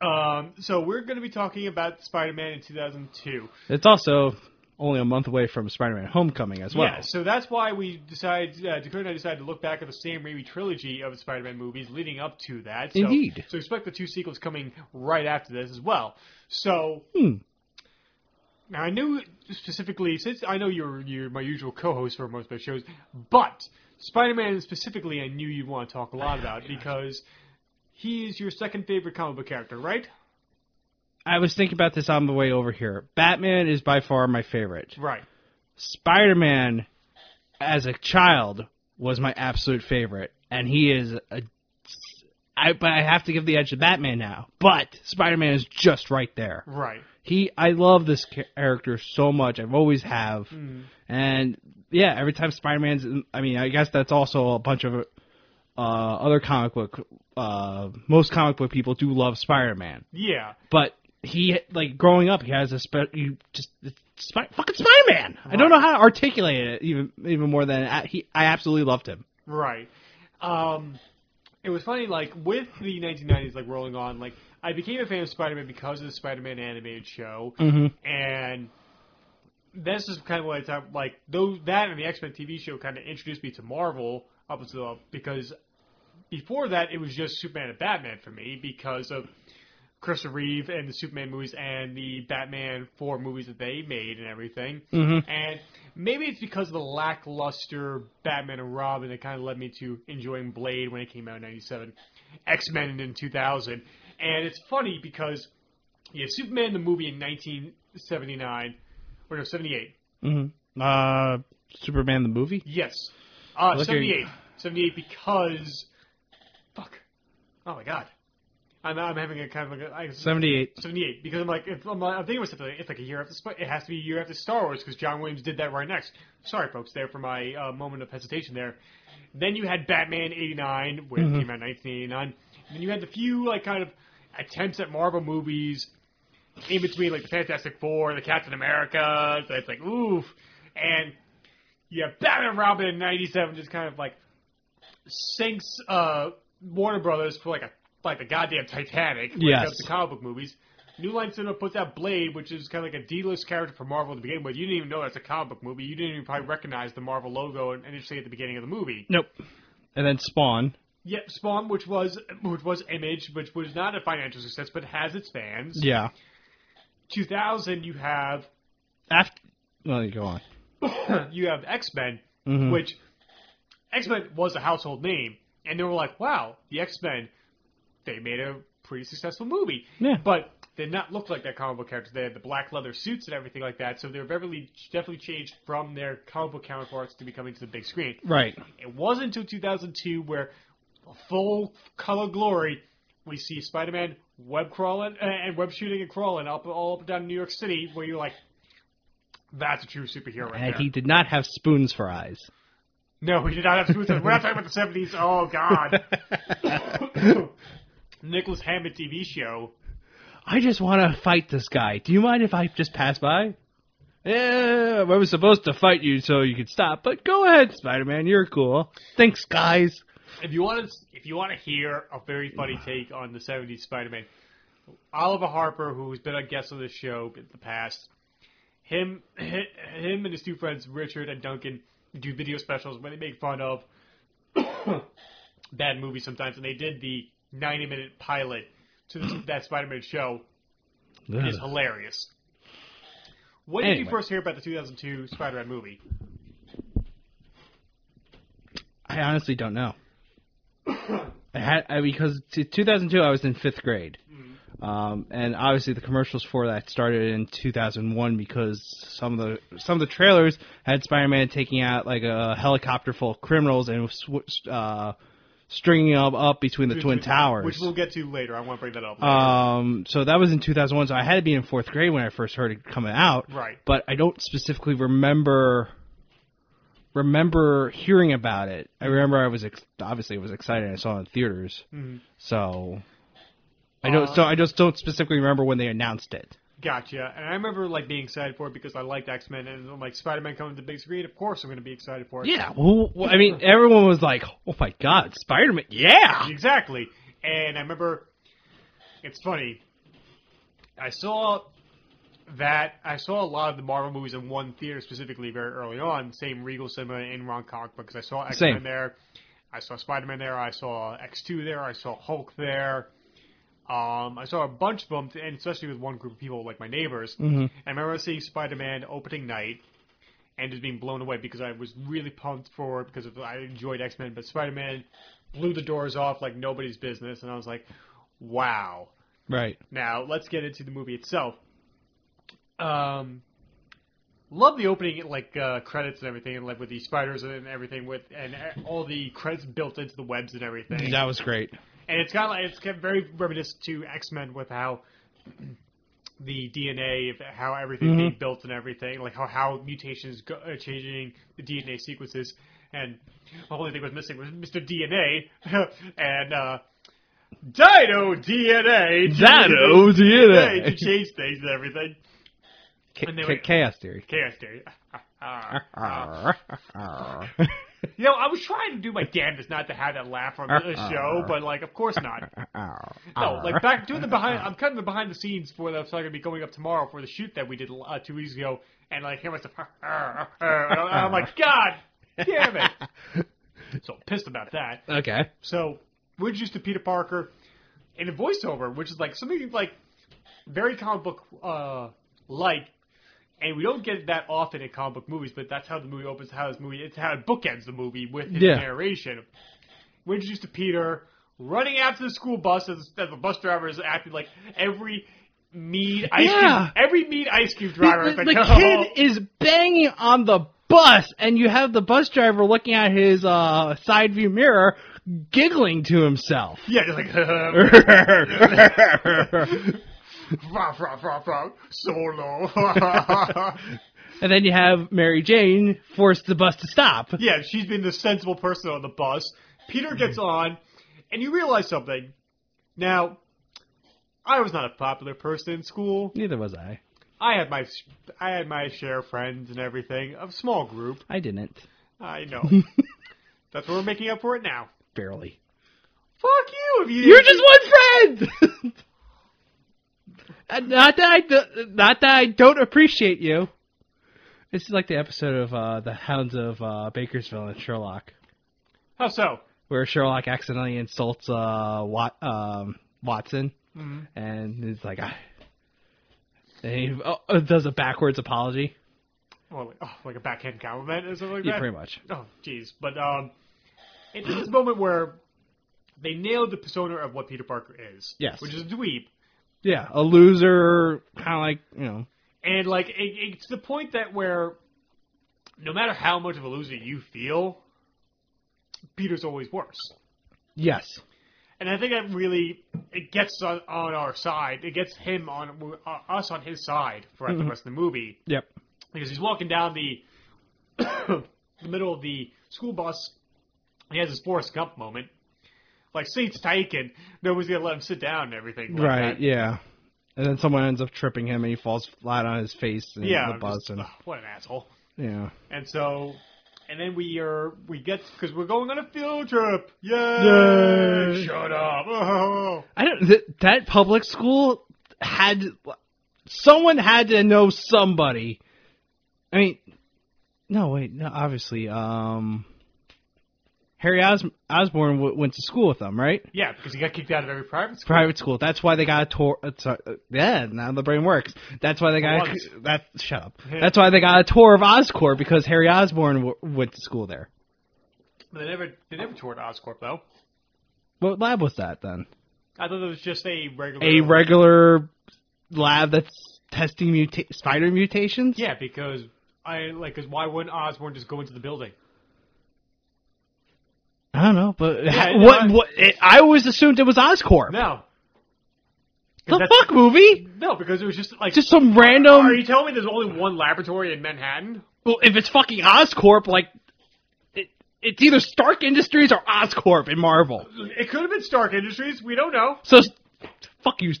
Um, so we're going to be talking about Spider-Man in 2002. It's also only a month away from Spider-Man: Homecoming as well. Yeah, so that's why we decided, uh, Dakota and I decided to look back at the Sam Raimi trilogy of Spider-Man movies leading up to that. So, Indeed. So expect the two sequels coming right after this as well. So Hmm. now I knew specifically, since I know you're you're my usual co-host for most of my shows, but Spider-Man specifically, I knew you'd want to talk a lot about because he is your second favorite comic book character, right? I was thinking about this on the way over here. Batman is by far my favorite. Right. Spider-Man, as a child, was my absolute favorite, and he is a. I, but I have to give the edge to Batman now. But Spider-Man is just right there. Right. He, I love this cha- character so much. I've always have, and yeah, every time Spider-Man's. in- I mean, I guess that's also a bunch of uh, other comic book. Uh, most comic book people do love Spider-Man, Yeah. but he like growing up, he has a spe- you just it's Spi- fucking Spider-Man. I don't know how to articulate it even even more than I, he. I absolutely loved him. Right. Um, it was funny, like with the 1990s, like rolling on, like I became a fan of Spider-Man because of the Spider-Man animated show, and this is kind of what I thought. Like those that and the X-Men TV show kind of introduced me to Marvel up until because before that it was just Superman and Batman for me because of Christopher Reeve and the Superman movies and the Batman four movies that they made and everything. Mhm. And maybe it's because of the lackluster Batman and Robin that kind of led me to enjoying Blade when it came out in '97, X Men in 2000. And it's funny because you have Superman the movie in 1979 or no 78. Mm-hmm. Uh, Superman the movie. Yes. Uh, Look at- 78. 78 because. Fuck. Oh my god. I'm, I'm having a kind of like a. I, Seventy-eight. 78. Because I'm like, if, I'm, I'm thinking about something. It's like a year after. Sp- It has to be a year after Star Wars because John Williams did that right next. Sorry, folks, there for my uh, moment of hesitation there. Then you had Batman 89, which came out in 1989. Then you had the few, like, kind of attempts at Marvel movies in between, like the Fantastic Four, the Captain America. So it's like, oof. And yeah, Batman and Robin in '97 just kind of like sinks uh, Warner Brothers for like a like the goddamn Titanic when Yes. it comes to comic book movies. New Line Cinema puts out Blade, which is kind of like a D-list character for Marvel to begin with. You didn't even know that's a comic book movie. You didn't even probably recognize the Marvel logo and initially at the beginning of the movie. Nope. And then Spawn. Yep, Spawn, which was which was Image, which was not a financial success but has its fans. Yeah. 2000, you have After. Well, you go on. you have X Men, Mhm. which X Men was a household name, and they were like, "Wow, the X Men, they made a pretty successful movie." Yeah. But they did not look like their comic book characters. They had the black leather suits and everything like that, so they were definitely definitely changed from their comic book counterparts to be coming to the big screen. Right. It wasn't until 2002 where full color glory we see Spider-Man web crawling uh, and web shooting and crawling up all up and down New York City, where you're like. That's a true superhero. Right And there. he did not have spoons for eyes. No, we did not have smooth. We're not talking about the seventies. Oh God. Nicholas Hammond TV show. I just want to fight this guy. Do you mind if I just pass by? Yeah, I was supposed to fight you so you could stop, but go ahead, Spider-Man. You're cool. Thanks, guys. If you want to, if you want to hear a very funny take on the seventies Spider-Man, Oliver Harper, who's been a guest on this show in the past, him, him and his two friends Richard and Duncan do video specials where they make fun of bad movies sometimes, and they did the ninety-minute pilot to this, that Spider-Man show is Ugh. hilarious. When did you Anyway. first hear about the 2002 Spider-Man movie? I honestly don't know. I had I, because t- 2002 I was in fifth grade, Mm-hmm. um, and obviously the commercials for that started in 2001 because some of the some of the trailers had Spider-Man taking out like a helicopter full of criminals and sw- uh, stringing them up between the twin towers. which we'll get to later. I want to bring that up. Later. Um, so that was in 2001. So I had to be in fourth grade when I first heard it coming out. Right. But I don't specifically remember remember hearing about it. I remember I was ex- obviously I was excited. and I saw it in theaters. Mm-hmm. So I don't. so I just don't specifically remember when they announced it. Gotcha. And I remember like being excited for it because I liked X Men and I'm like Spider Man coming to the big screen. Of course, I'm going to be excited for it. Yeah. Well, well, I mean, everyone was like, "Oh my God, Spider Man!" Yeah. exactly. And I remember it's funny. I saw that I saw a lot of the Marvel movies in one theater specifically very early on. Same Regal Cinema in Ron Comic Book because I saw X Men Same. there, I saw Spider Man there, I saw X Two there, I saw Hulk there. Um, I saw a bunch of them, and especially with one group of people like my neighbors. And I remember seeing Spider Man opening night and just being blown away because I was really pumped for it because of, I enjoyed X Men, but Spider Man blew the doors off like nobody's business, and I was like, wow. Right. Now let's get into the movie itself. Um, love the opening like uh, credits and everything, and like with the spiders and everything, with and uh, all the credits built into the webs and everything. That was great. And it's kind of like, it's kind of very reminiscent to X Men with how the DNA of how everything being built and everything, like how how mutations go, uh, changing the DNA sequences. And the only thing was missing was Mr. DNA and uh, Dino DNA. to- Dino DNA. to change things and everything. Ca- And they ca- were- chaos theory. Chaos theory. you know, I was trying to do my damnedest not to have that laugh on the show, but like, of course not. No, like back doing the behind. I'm cutting the behind the scenes for that. So I'm gonna be going up tomorrow for the shoot that we did uh, two weeks ago, and like hear myself. and I'm like, God damn it! So pissed about that. Okay. So we're introduced to Peter Parker in a voiceover, which is like something like very comic book uh, like, and we don't get it that often in comic book movies. But that's how the movie opens. How this movie it's how it bookends the movie with his Yeah. narration. We're introduced to Peter running after the school bus as, as the bus driver is acting like every mean ice Yeah. cream, every mean ice cream driver. is The, like, the "Oh." kid is banging on the bus, and you have the bus driver looking at his uh, side view mirror, giggling to himself. Yeah, just like Er. and "Rah, rah, rah, rah, solo. then you have Mary Jane force the bus to stop. Yeah, she's been the sensible person on the bus. Peter gets Mm-hmm. on, and you realize something. Now, I was not a popular person in school. Neither was I. I had my I had my share of friends and everything, a small group. I didn't. I know. That's what we're making up for it now. Barely. Fuck you if you You're just one friend! Uh, not, that I do- not that I don't appreciate you. This is like the episode of uh, The Hounds of uh, Bakersville and Sherlock. How Oh, so? where Sherlock accidentally insults uh, Wat, um, Watson, mm-hmm. and it's like, I, and he oh, does a backwards apology. Well, like, oh, like a backhand compliment or something like Yeah, that. pretty much. Oh, jeez. But um, it's this moment where they nailed the persona of what Peter Parker is. Yes. Which is a dweeb. Yeah, a loser, kind of like you know. And like it, it's the point that where no matter how much of a loser you feel, Peter's always worse. Yes, And I think that really it gets on, on our side. It gets him on uh, us on his side for Mm-hmm. the rest of the movie yep, because he's walking down the the middle of the school bus. He has his Forrest Gump moment. Like seats taken, nobody's gonna let him sit down and everything. Like right, that. yeah. And then someone ends up tripping him, and he falls flat on his face in Yeah. the bus, just- and ugh, what an asshole. yeah, And so, and then we are we get because we're going on a field trip. Yay! Yay. Shut up. Oh. I don't. Th- that public school had someone had to know somebody. I mean, no, wait, no. Obviously, um, Harry Os- Osborne w- went to school with them, right? Yeah, because he got kicked out of every private school. Private school. That's why they got a tor- uh, sorry, uh, yeah. Now the brain works. That's why they got Once. a, that. Shut up. That's why they got a tour of Oscorp because Harry Osborne w- went to school there. But they never they never toured Oscorp though. What lab was that then? I thought it was just a regular. A regular lab that's testing muta- spider mutations. Yeah, because I like because why wouldn't Osborne just go into the building? I don't know, but Yeah, ha- no, what? I- what? It, I always assumed it was Oscorp. No, 'Cause the that's- fuck movie? no, because it was just like Just um, some random. Are you telling me there's only one laboratory in Manhattan? Well, if it's fucking Oscorp, like it, it's either Stark Industries or Oscorp in Marvel. It could have been Stark Industries. We don't know. So s- fuck you.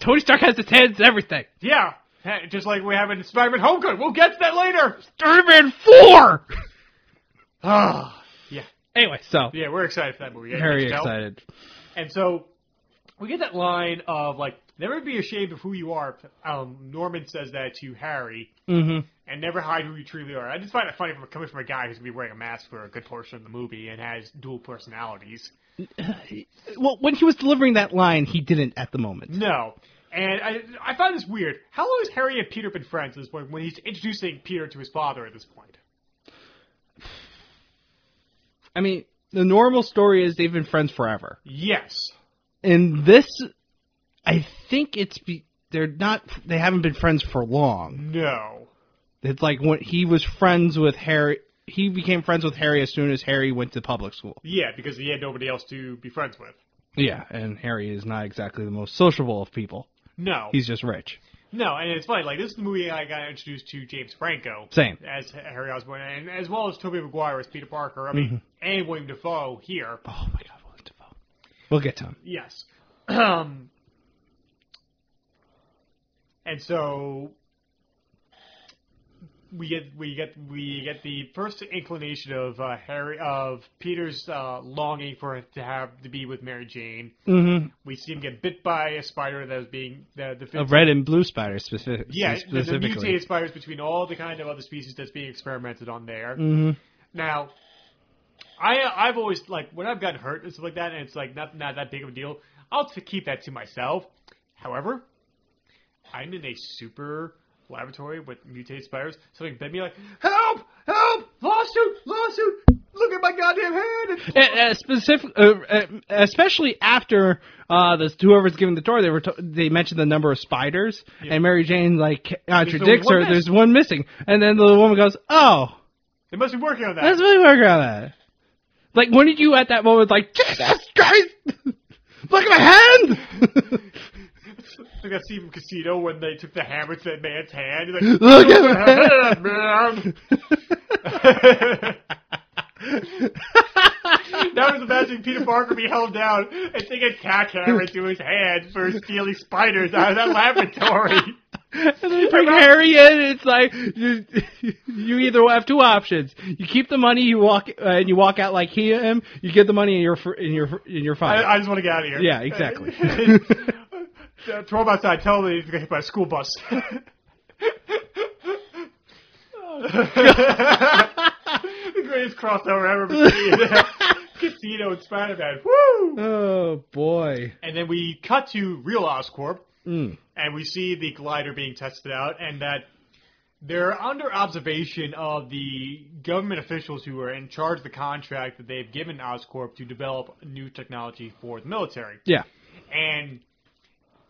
Tony Stark has his hands in everything. Yeah, Hey, just like we have in Spider-Man: Homecoming. We'll get to that later. Iron Man four. Ah, yeah, Anyway, so yeah, we're excited for that movie. yeah, very you can tell. excited. And so we get that line of like, "Never be ashamed of who you are." Um, Norman says that to Harry, Mm-hmm. and never hide who you truly are. I just find it funny from coming from a guy who's gonna be wearing a mask for a good portion of the movie and has dual personalities. Well, when he was delivering that line, he didn't at the moment. No. And I, I found this weird. How long has Harry and Peter been friends at this point when he's introducing Peter to his father at this point? I mean, the normal story is they've been friends forever. Yes. And this, I think it's be, they're not. They haven't been friends for long. No. It's like when he was friends with Harry. He became friends with Harry as soon as Harry went to public school. Yeah, because he had nobody else to be friends with. Yeah, and Harry is not exactly the most sociable of people. No. He's just rich. no, and it's funny. Like, this is the movie I got introduced to James Franco. Same. As Harry Osborn, and as well as Tobey Maguire as Peter Parker. I mean, Mm-hmm. and William Defoe here. Oh my God, Willem Dafoe. We'll get to him. Yes. Um, and so we get we get we get the first inclination of uh, Harry of Peter's uh, longing for to have to be with Mary Jane. Mm-hmm. We see him get bit by a spider that was being the the A red and blue spider specific, yeah the, the specifically. mutated spiders between all the kind of other species that's being experimented on there. mm-hmm. Now, I I've always like when I've gotten hurt and stuff like that, and it's like not not that big of a deal. I'll t- keep that to myself. However, I'm in a super laboratory with mutated spiders. Something bit me like help, help, lawsuit, lawsuit. Look at my goddamn hand. It's- Uh, uh, specific, uh, uh, especially after uh, the whoever's giving the tour, they were t- they mentioned the number of spiders, and Mary Jane like contradicts one her. missing. There's one missing, and then the woman goes, "Oh, They must be working on Let's that. really work on that. Like, when did you at that moment, like, Jesus Christ! Look at my hand! Look at Steve Casino when they took the hammer to that man's hand. He's like, Look at "Hand, man. Now I was imagining Peter Parker be held down and take a tack hammer into his hand for stealing spiders out of that laboratory. and then bring Harry in, and it's like, you, you either have two options. You keep the money, you walk, uh, and you walk out like he and him, you get the money, and you're, fr- and you're, fr- and you're I, fine. I just want to get out of here. Yeah, exactly. Uh, Throw him outside. Tell him he's going to hit by a school bus. the greatest crossover I've ever seen. Casino and Spider-Man. Woo! oh, boy. And then we cut to real Oscorp, Mm. and we see the glider being tested out, and that they're under observation of the government officials who are in charge of the contract that they've given Oscorp to develop new technology for the military. Yeah. And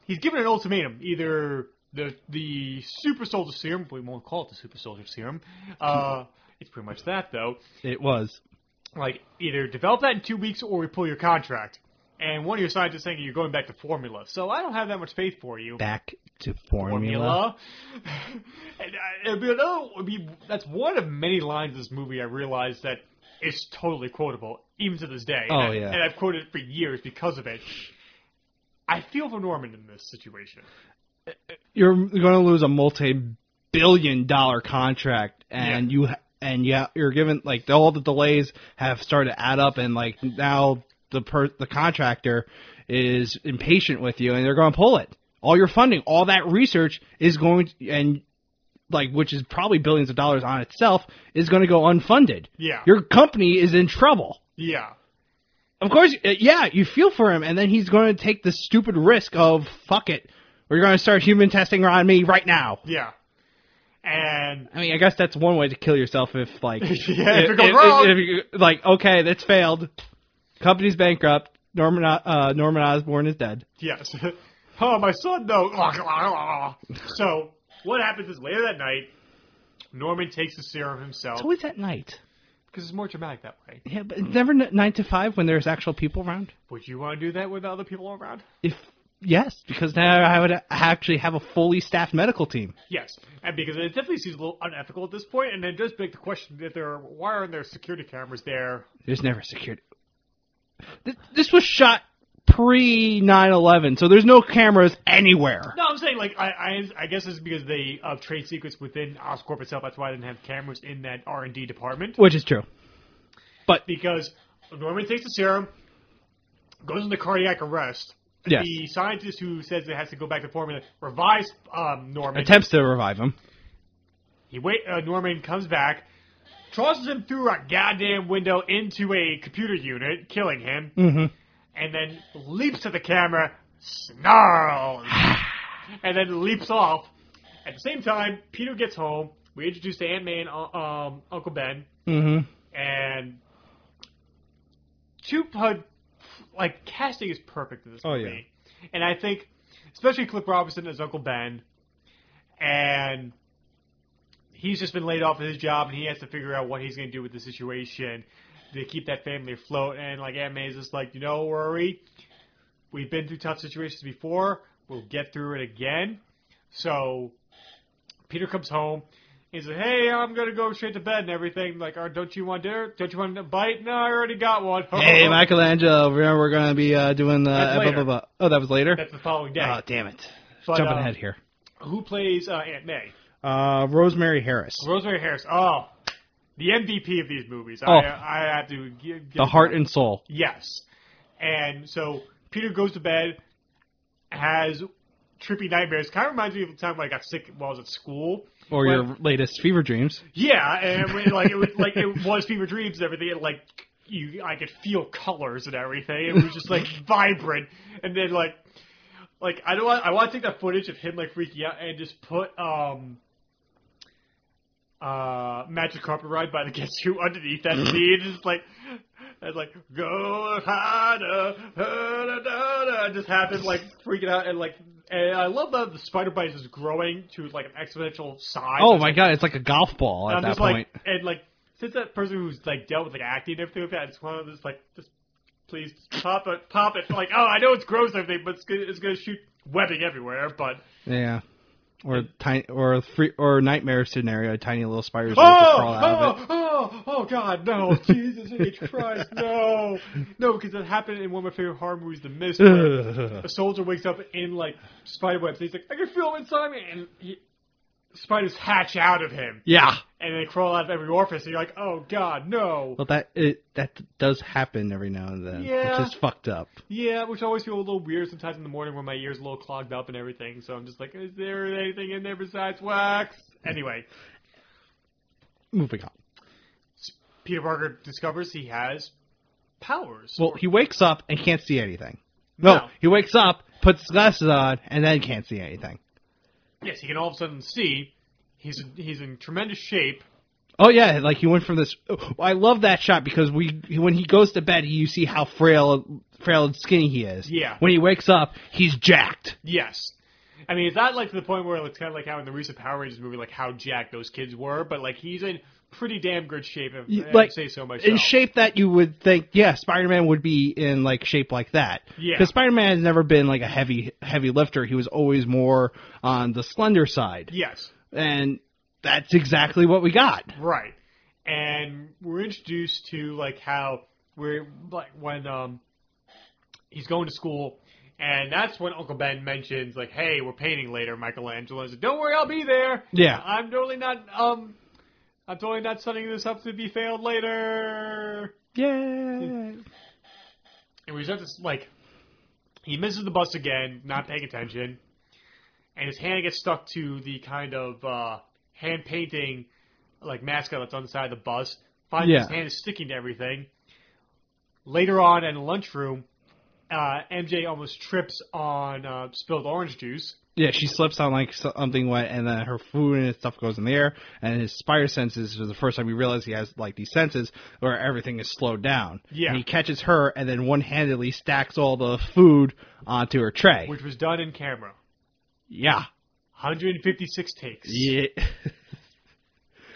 he's given an ultimatum: either the the super soldier serum, we won't call it the super soldier serum. Uh, it's pretty much that though It was. like either develop that in two weeks or we pull your contract. And one of your scientists saying you're going back to formula, so I don't have that much faith for you. Back to Formula. formula. and I, it'd be another. It'd be, that's one of many lines in this movie I realized that is totally quotable, even to this day. Oh, and, I- yeah. and I've quoted it for years because of it. I feel for Norman in this situation. You're going to lose a multi-billion dollar contract, and you you and yeah, you're given like all the delays have started to add up, and like now the per, the contractor is impatient with you, and they're going to pull it. All your funding, all that research is going to, and like which is probably billions of dollars on itself is going to go unfunded. Yeah. Your company is in trouble. Yeah. Of course, uh, yeah, you feel for him, and then he's going to take the stupid risk of fuck it. We're going to start human testing on me right now. Yeah. And I mean, I guess that's one way to kill yourself if like, Yeah, if it goes wrong. if you- like, okay, that's failed. Company's bankrupt. Norman, O- uh, Norman Osborn is dead. Yes. oh, my son, though. so, what happens is later that night, Norman takes the serum himself It's always at night. because it's more dramatic that way. Yeah, but it's never n- nine to five when there's actual people around. Would you want to do that with other people around? If yes, because now I would actually have a fully staffed medical team. Yes, and because it definitely seems a little unethical at this point, and it does beg the question that there why aren't there security cameras there? There's never security. Th- this was shot pre 9/11, so there's no cameras anywhere. No, I'm saying like I I, I guess it's because they of trade secrets within Oscorp itself. That's why they didn't have cameras in that R and D department Which is true. But because Norman takes the serum, goes into cardiac arrest. Yes. The scientist who says it has to go back to formula revives um, Norman. attempts to revive him. He wait. Uh, Norman comes back, tosses him through a goddamn window into a computer unit, killing him, Mm-hmm. and then leaps at the camera, snarls, and then leaps off. At the same time, Peter gets home. We introduce to Aunt May and uh, um, Uncle Ben, Mhm. Mm-hmm. and two uh, like casting is perfect in this Oh, movie, and I think especially Cliff Robinson as Uncle Ben, and he's just been laid off of his job and he has to figure out what he's going to do with the situation to keep that family afloat. And like Aunt May's just like, you know, worry, we've been through tough situations before. We'll get through it again. So Peter comes home. He's like, "Hey, I'm gonna go straight to bed and everything." Like, oh, "Don't you want dinner? Don't you want a bite?" No, I already got one. Hey, Michelangelo, remember we're going to be uh, doing the. That's later. blah, blah, blah. Oh, that was later? That's the following day. Oh, damn it. But, Jumping uh, ahead here. Who plays uh, Aunt May? Uh, Rosemary Harris. Rosemary Harris. Oh, the MVP of these movies. Oh. I, I have to give, give the heart and soul. Yes. And so Peter goes to bed, has trippy nightmares. Kind of reminds me of the time when I got sick while I was at school. Or Well- your latest fever dreams. Yeah, and it, like it was like it was fever dreams and everything. And, like you, I could feel colors and everything. It was just like vibrant. And then like, like I don't want I want to take that footage of him like freaking out and just put um. Uh, magic carpet ride by the Guess Who underneath that Mm-hmm. scene, It's just like, it's like go harder, harder, harder. It just happens like freaking out and like, and I love that the spider bite is growing to like an exponential size. Oh It's my god, it's like a golf ball at I'm that just point. like, and like, since that person who's like dealt with like acting and everything like that, I just want to just like, just please just pop it, pop it. Like, oh, I know it's gross and everything, but it's gonna, it's gonna shoot webbing everywhere. But yeah. Or tiny, or free, or nightmare scenario, tiny little spiders that just crawl oh, out of it. oh, oh, oh, God, no, Jesus H. Christ, no, no, because that happened in one of my favorite horror movies, The Mist. where Ugh. a soldier wakes up in like spider webs. He's like, I can feel them inside me, and he, spiders hatch out of him, yeah. and they crawl out of every orifice. And you're like, oh God, no. Well, that it, that does happen every now and then, Yeah. which is fucked up. Yeah, which I always feel a little weird sometimes in the morning when my ears a little clogged up and everything. So I'm just like, is there anything in there besides wax? Anyway, Moving on. Peter Parker discovers he has powers. Well, he wakes up and can't see anything. No, No. he wakes up, puts his glasses on, and then can't see anything. yes, he can all of a sudden see. He's he's in tremendous shape. Oh yeah, like he went from this. oh, I love that shot because we when he goes to bed, you see how frail, frail and skinny he is. Yeah. When he wakes up, he's jacked. Yes. I mean, it's not like to the point where it's kind of like how in the recent Power Rangers movie, like how jacked those kids were, but like he's in pretty damn good shape. If, You- I like, say so myself. in shape that you would think, yeah, Spider Man would be in like shape like that. Yeah. Because Spider Man has never been like a heavy heavy lifter. He was always more on the slender side. Yes. And that's exactly what we got. Right. And we're introduced to like how we're like when um he's going to school and that's when Uncle Ben mentions like, Hey, we're painting later, Michelangelo and said, Don't worry, I'll be there. Yeah. I'm totally not um I'm totally not setting this up to be failed later. Yeah. And we start to like he misses the bus again, not paying attention, and his hand gets stuck to the kind of uh, hand painting like mascot that's on the side of the bus. Finds Yeah. his hand is sticking to everything. Later on in the lunchroom, uh, MJ almost trips on uh, spilled orange juice. Yeah, she slips on like something wet, and then her food and stuff goes in the air. And his spider senses is the first time we realize he has like these senses where everything is slowed down. Yeah. and he catches her, and then one-handedly stacks all the food onto her tray. which was done in camera. yeah, 156 takes. yeah.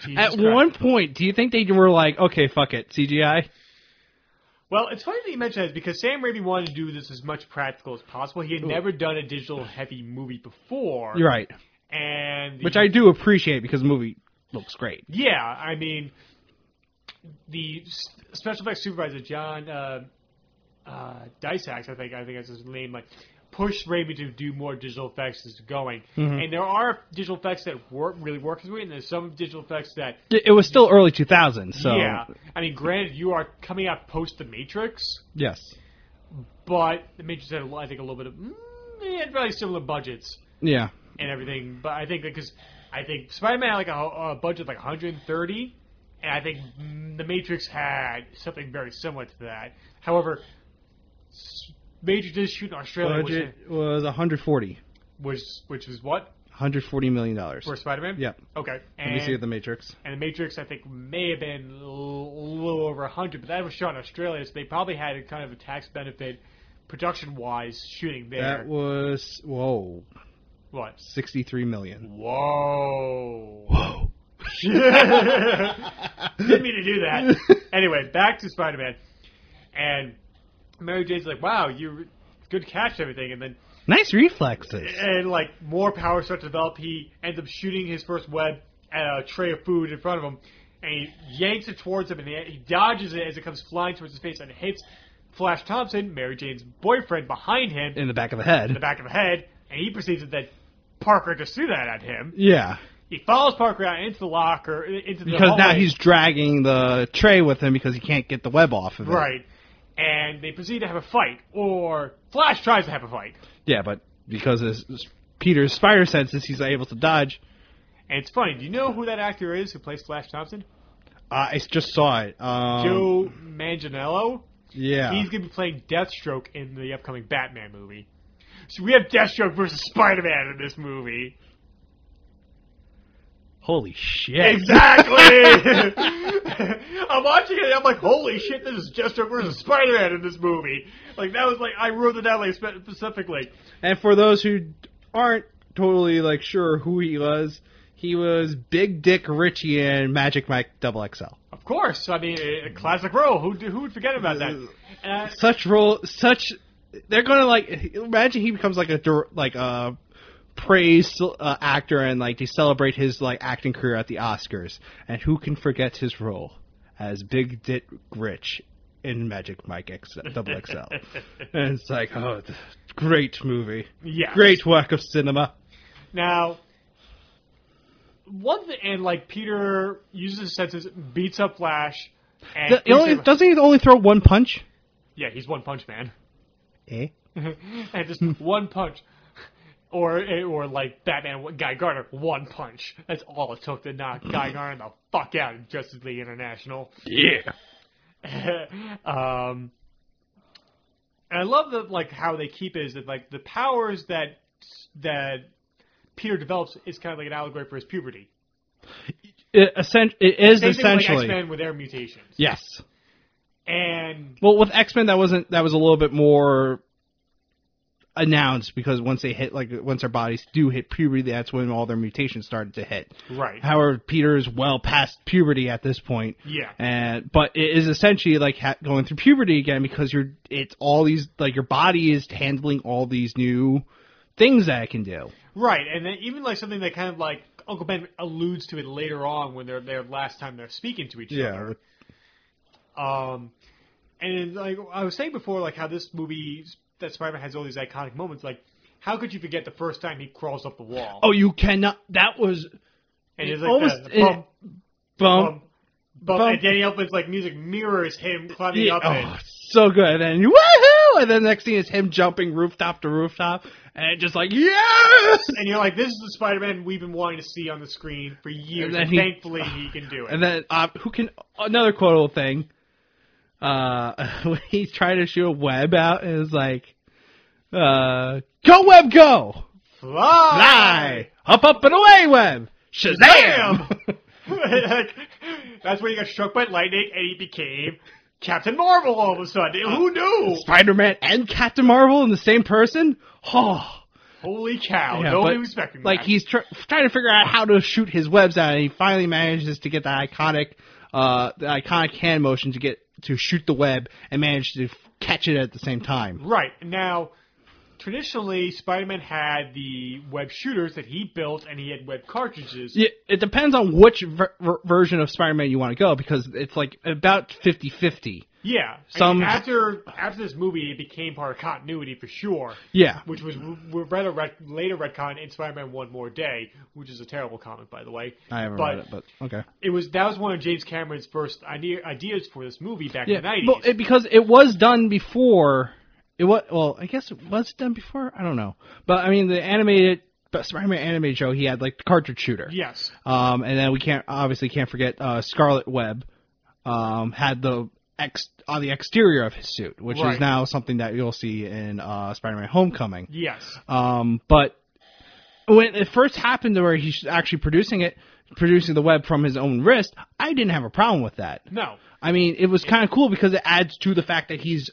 Jesus At Christ. one point, do you think they were like, "Okay, fuck it, CGI"? Well, it's funny that you mention that because Sam Raimi wanted to do this as much practical as possible. He had never done a digital heavy movie before. You're right, And the- which I do appreciate because the movie looks great. Yeah, I mean, the s- special effects supervisor John uh, uh, Dysax, I think, I think that's his name, like pushed Raimi to do more digital effects as going. Mm-hmm. And there are digital effects that work really work as we, and there's some digital effects that It it was still early 2000, so yeah. I mean, granted, you are coming out post the Matrix, yes, but the Matrix had, a lot- I think, a little bit of mm, it had probably similar budgets yeah, and everything. But I think because I think Spider-Man had like a, a budget of like 130, and I think mm, the Matrix had something very similar to that. However, s- Matrix did shoot in Australia, budget was 140, which was which was what 140 million dollars. for Spider-Man? Yep. Okay. Let me see and- the Matrix. and the Matrix I think may have been a little over 100, but that was shot in Australia, so they probably had a kind of a tax benefit production wise shooting there. That was whoa, what? 63 million. Whoa. Whoa. Didn't mean to do that. Anyway, back to Spider Man. And Mary Jane's like, wow, you good catch and everything. And then, Nice reflexes. and like, more power starts to develop. He ends up shooting his first web at a tray of food in front of him. And he yanks it towards him and he he dodges it as it comes flying towards his face and hits Flash Thompson, Mary Jane's boyfriend, behind him in In the back of the the head. back of the head. And he perceives that Parker just threw that at him. Yeah, He follows Parker out into the locker, into the because now hallway. he's dragging the tray with him because he can't get the web off of it. right, and they proceed to have a fight, or Flash tries to have a fight. Yeah, but because of s- Peter's spider senses, he's able to dodge. And it's funny. Do you know who that actor is who plays Flash Thompson? Uh, I just saw it. Um, Joe Manganiello. Yeah. He's going to be playing Deathstroke in the upcoming Batman movie. So we have Deathstroke versus Spider-Man in this movie. Holy shit. Exactly. I'm watching it. and I'm like, holy shit! This is Deathstroke versus Spider-Man in this movie. Like that was like I wrote it down like spe- specifically. And for those who aren't totally like sure who he was, he was Big Dick Richie and Magic Mike Double XL. Of course, I mean a classic role. Who who would forget about that? Uh, And Such role, such they're gonna like imagine he becomes like a dir- like a praised uh, actor and like they celebrate his like acting career at the Oscars. And who can forget his role as Big Dick Rich in Magic Mike X- Double XL? and it's like, oh, th- great movie, Yes. great work of cinema. now, one thing, and like Peter uses his senses, beats up Flash, and The, the only, Peter- doesn't he only throw one punch? yeah, he's One Punch Man, Eh? and just one punch, or or like Batman Guy Gardner, one punch. That's all it took to knock Guy Gardner the fuck out in Justice League International. Yeah. um, and I love that like how they keep it is that like the powers that that Peter develops is kind of like an allegory for his puberty. It, essen- it is Same thing essentially with like, X Men with their mutations. yes. And Well, with X Men, that wasn't that was a little bit more announced because once they hit like once our bodies do hit puberty, that's when all their mutations started to hit. right, However, Peter is well past puberty at this point. Yeah. And but it is essentially like ha- going through puberty again because you're it's all these like your body is handling all these new things that it can do. right, and then even like something that kind of like Uncle Ben alludes to it later on when they're their last time they're speaking to each other. Um, and like I was saying before, like how this movie that Spider-Man has all these iconic moments. Like, how could you forget the first time he crawls up the wall? Oh, you cannot. That was and it it's like almost- the, the bump, bump. bump, bump, bump. and Danny Elfman's like music mirrors him climbing Yeah, up oh, it. so good. And then woohoo! And then next thing is him jumping rooftop to rooftop, and it just like yes. And you're like, this is the Spider-Man we've been wanting to see on the screen for years. And, And then um, he- thankfully, he can do it. And then uh, who can another quotable thing? uh, when he's trying to shoot a web out, and it's like, uh, go web, go, fly, up, up and away, web, shazam. Like, That's when he got struck by lightning and he became Captain Marvel all of a sudden. Uh, Who knew? Spider-Man and Captain Marvel in the same person? Oh. Holy cow! Yeah, no but, one Oh, was expecting Like that. he's tr- trying to figure out how to shoot his webs out, and he finally manages to get that iconic, uh, the iconic hand motion to get to shoot the web and manage to f- catch it at the same time. Right. Now, traditionally, Spider Man had the web shooters that he built and he had web cartridges. Yeah, it depends on which ver- ver- version of Spider-Man you want to go because it's like about 50-50. Yeah. Some- I mean, after after this movie, it became part of continuity for sure. Yeah. Which was we read a ret- later retcon in Spider Man One More Day, which is a terrible comic, by the way. I haven't but read it, but okay. it was that was one of James Cameron's first idea, ideas for this movie back in the nineties. well, it, because it was done before. It was well, I guess it was done before. I don't know, but I mean the animated, but Spider-Man animated show he had like the cartridge shooter. yes. Um, and then we can't obviously can't forget uh, Scarlet Web um, had the ex on the exterior of his suit, which Right. is now something that you'll see in uh, Spider-Man: Homecoming. Yes. Um, but when it first happened, to where he's actually producing it, producing the web from his own wrist, I didn't have a problem with that. No. I mean, it was kind of cool because it adds to the fact that he's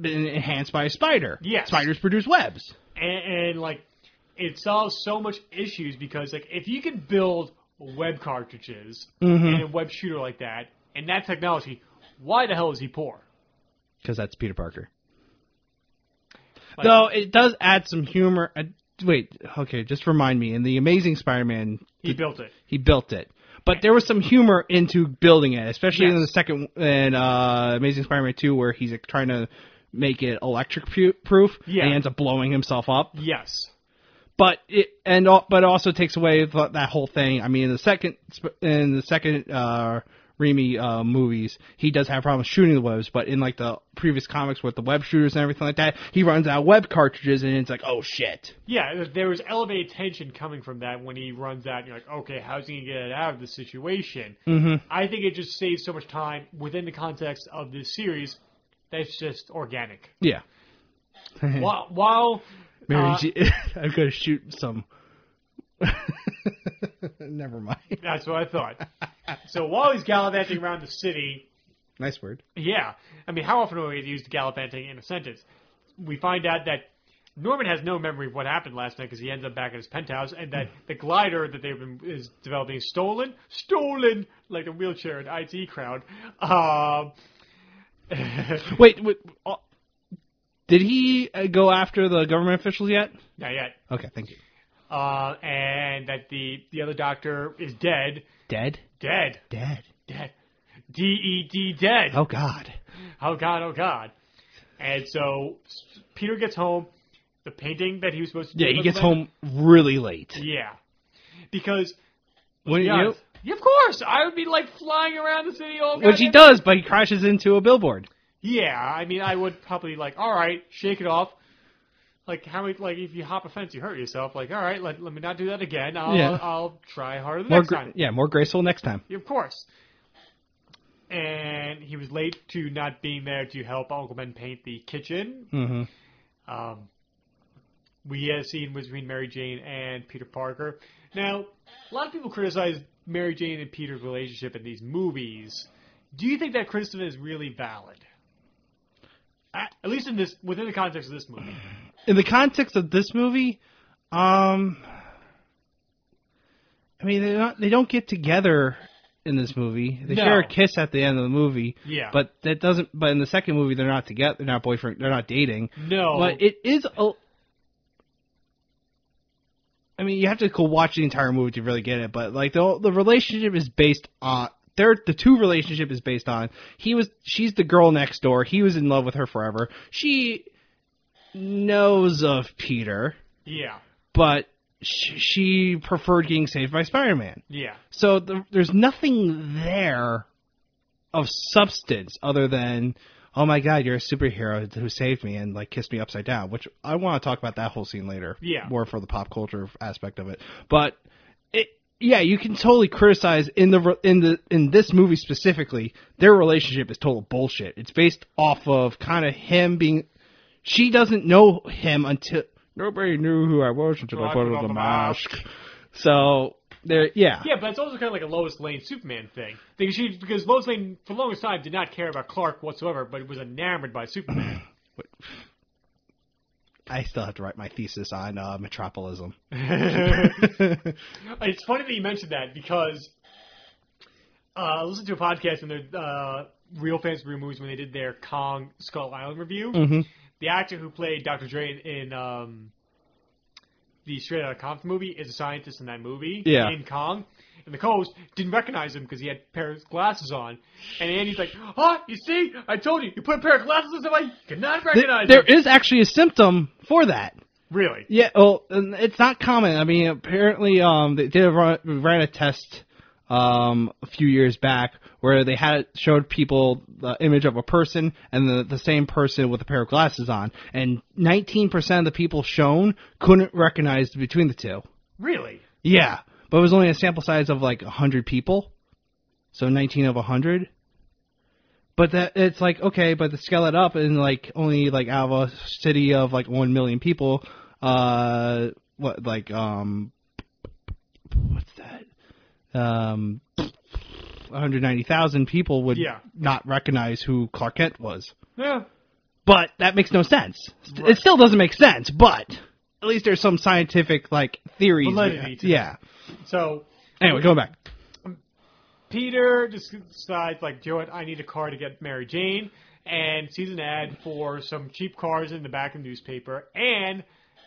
been enhanced by a spider. Yes. spiders produce webs. and, and like it solves so much issues because like if you can build web cartridges and a web shooter like that and that technology, why the hell is he poor? because that's Peter Parker. Like- Though it does add some humor. Uh, wait, okay, just remind me. In the Amazing Spider-Man, He built it. he built it, but there was some humor into building it, especially in Yes. the second in uh, Amazing Spider-Man two, where he's like, trying to make it electric pu- proof. Yeah. and he ends up blowing himself up. Yes. But it and al- but it also takes away th- that whole thing. I mean, in the second sp- in the second uh, Raimi uh, movies, he does have problems shooting the webs. But in like the previous comics with the web shooters and everything like that, he runs out of web cartridges, and it's like, oh shit. Yeah, there- there was elevated tension coming from that when he runs out. And you're like, okay, how's he gonna get it out of this situation? Mm-hmm. I think it just saves so much time within the context of this series. That's just organic. Yeah, while, while Mary, uh, J- I'm gonna shoot some. Never mind. that's what I thought. so while he's gallivanting around the city, Nice word. Yeah. I mean, how often are we used gallivanting in a sentence? We find out that Norman has no memory of what happened last night because he ends up back at his penthouse, and that the glider that they've been is developing is stolen, stolen like a wheelchair in IT crowd. Um, Wait, wait uh, did he uh, go after the government officials yet? not yet. Okay, thank you. Uh, and that the the other doctor is dead, Dead. dead, Dead. dead, D E D dead. Oh God. oh god, oh god. And so Peter gets home. The painting that he was supposed to Yeah, do he for gets the- home really late. Yeah. Because Wouldn't yeah, you? yeah, of course, I would be like flying around the city all. Which he goddamn- does, but he crashes into a billboard. Yeah, I mean, I would probably like, all right, shake it off. Like how many? Like if you hop a fence, you hurt yourself. Like all right, let, let me not do that again. I'll Yeah. I'll try harder the More next gra- time. yeah, more graceful next time. Of course. And he was late to not being there to help Uncle Ben paint the kitchen. hmm Um, we had a scene between Mary Jane and Peter Parker. Now, a lot of people criticize Mary Jane and Peter's relationship in these movies. Do you think that criticism is really valid? At at least in this, within the context of this movie. In the context of this movie, um, I mean they not they don't get together in this movie. They No. share a kiss at the end of the movie, Yeah, but that doesn't. But in the second movie, they're not together. They're not boyfriend. They're not dating. no, But it is a. I mean, you have to go watch the entire movie to really get it. But like the the relationship is based on their the two relationship is based on he was she's the girl next door. He was in love with her forever. She knows of Peter, yeah, but sh- she preferred getting saved by Spider Man. yeah, So th there's nothing there of substance other than, oh my god, you're a superhero who saved me and like kissed me upside down, which I want to talk about that whole scene later. Yeah. More for the pop culture aspect of it. But it yeah, you can totally criticize in the re- in the in this movie specifically. Their relationship is total bullshit. It's based off of kind of him being. She doesn't know him until nobody knew who I was until I put on the mask. So there, yeah, Yeah, but it's also kind of like a Lois Lane Superman thing because she because Lois Lane for the longest time did not care about Clark whatsoever, but was enamored by Superman. I still have to write my thesis on uh, metropolism. Mm-hmm. It's funny that you mentioned that because uh, I listened to a podcast and their uh, Real Fans of Real Movies when they did their Kong Skull Island review. Mm-hmm. The actor who played Dr. Dre in, in um, the Straight Outta Compton movie is a scientist in that movie. Yeah. In Kong. And the co-host didn't recognize him because he had a pair of glasses on. And Andy's like, "Huh? You see? I told you. You put a pair of glasses on somebody, you cannot There- recognize there him." is actually a symptom for that. Really? Yeah, well, and it's not common. I mean, apparently, um, they did a run, ran a test, um, a few years back where they had showed people the image of a person and the, the same person with a pair of glasses on, and 19% of the people shown couldn't recognize between the two. Really? Yeah, but it was only a sample size of like 100 people, so 19 of 100. But that it's like okay, but to scale it up and like only like out of a city of like 1 million people, uh, what like um, what's that? Um, 190,000 people would Yeah. not recognize who Clark Kent was. Yeah. But that makes no sense. St- It still doesn't make sense, but at least there's some scientific like theories. Validity to yeah. So Anyway, going back. Peter just decides, like, you know what, I need a car to get Mary Jane, and sees an ad for some cheap cars in the back of the newspaper, and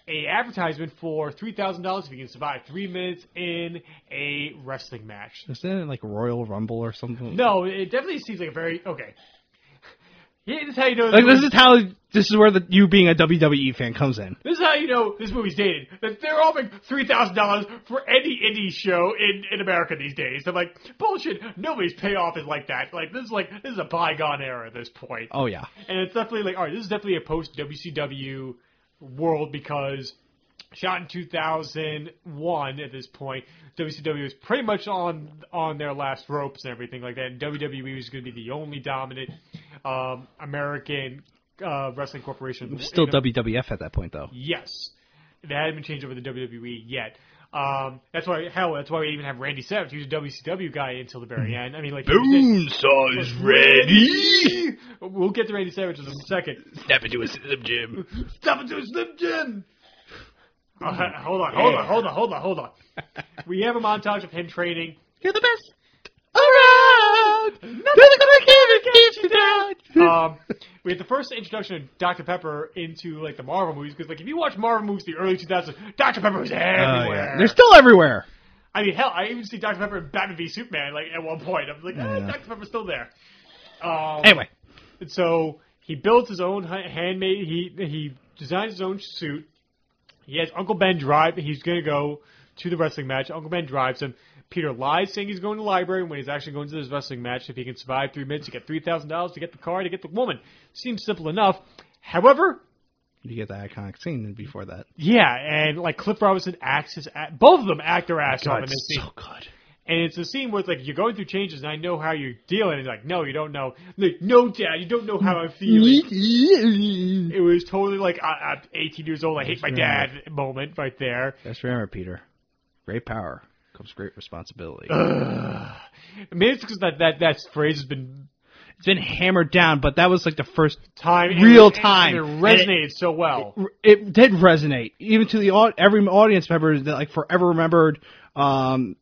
a advertisement for three thousand dollars if you can survive three minutes in a wrestling match. Is that like Royal Rumble or something? No, it definitely seems like a very okay. Here's how you know Like this is how this is where the you being a WWE fan comes in. This is how you know this movie's dated. That they're offering three thousand dollars for any indie show in, in America these days. I'm like, bullshit. Nobody's payoff is like that. Like this is like this is a bygone era at this point. Oh yeah. And it's definitely like, all right, this is definitely a post WCW world because shot in 2001 at this point, WCW is pretty much on on their last ropes and everything like that. And WWE is going to be the only dominant um, American uh, wrestling corporation. Still in- WWF at that point though. Yes. That hadn't been changed over the WWE E yet. Um, that's why, hell, that's why we even have Randy Savage. He was a WCW guy until the very Mm. end. I mean, like, he was in- size ready. we'll get to Randy Savage in a second. Snap into a slim Jim. Stop into a Slim Jim. Uh, hold on, hold on, hold on, hold on, hold on. we have a montage of him training. You're the best around. Nothing gonna keep you down. Um, we had the first introduction of Dr. Pepper into like the Marvel movies because like if you watch Marvel movies the early 2000s, Dr. Pepper was everywhere. Oh, They're still everywhere. I mean, hell, I even see Dr. Pepper in Batman v Superman like at one point. I'm like, ah, Dr. Pepper's still there. Um, Anyway, And so he builds his own ha- handmade. He he designs his own suit. He has Uncle Ben drive. He's gonna go to the wrestling match. Uncle Ben drives him. Peter lies saying he's going to the library when he's actually going to this wrestling match. If he can survive three minutes, you get three thousand dollars to get the car to get the woman. Seems simple enough. However, you get that iconic scene before that. yeah, and like Cliff Robinson acts his a both of them act their ass off in this Oh it's scene. so good. And it's a scene where it's like you're going through changes, and I know how you're dealing. And like, no, you don't know. Like, no, Dad, you don't know how I'm feeling. It was totally like I, I'm 18 years old. I hate my dad moment right there. Just remember, Peter. Great power comes great responsibility. I mean, it's because that, that that phrase has been it's been hammered down, but that was like the first time and- Real and- time. And it resonated so well. it did resonate even to the au- every audience member that like forever remembered um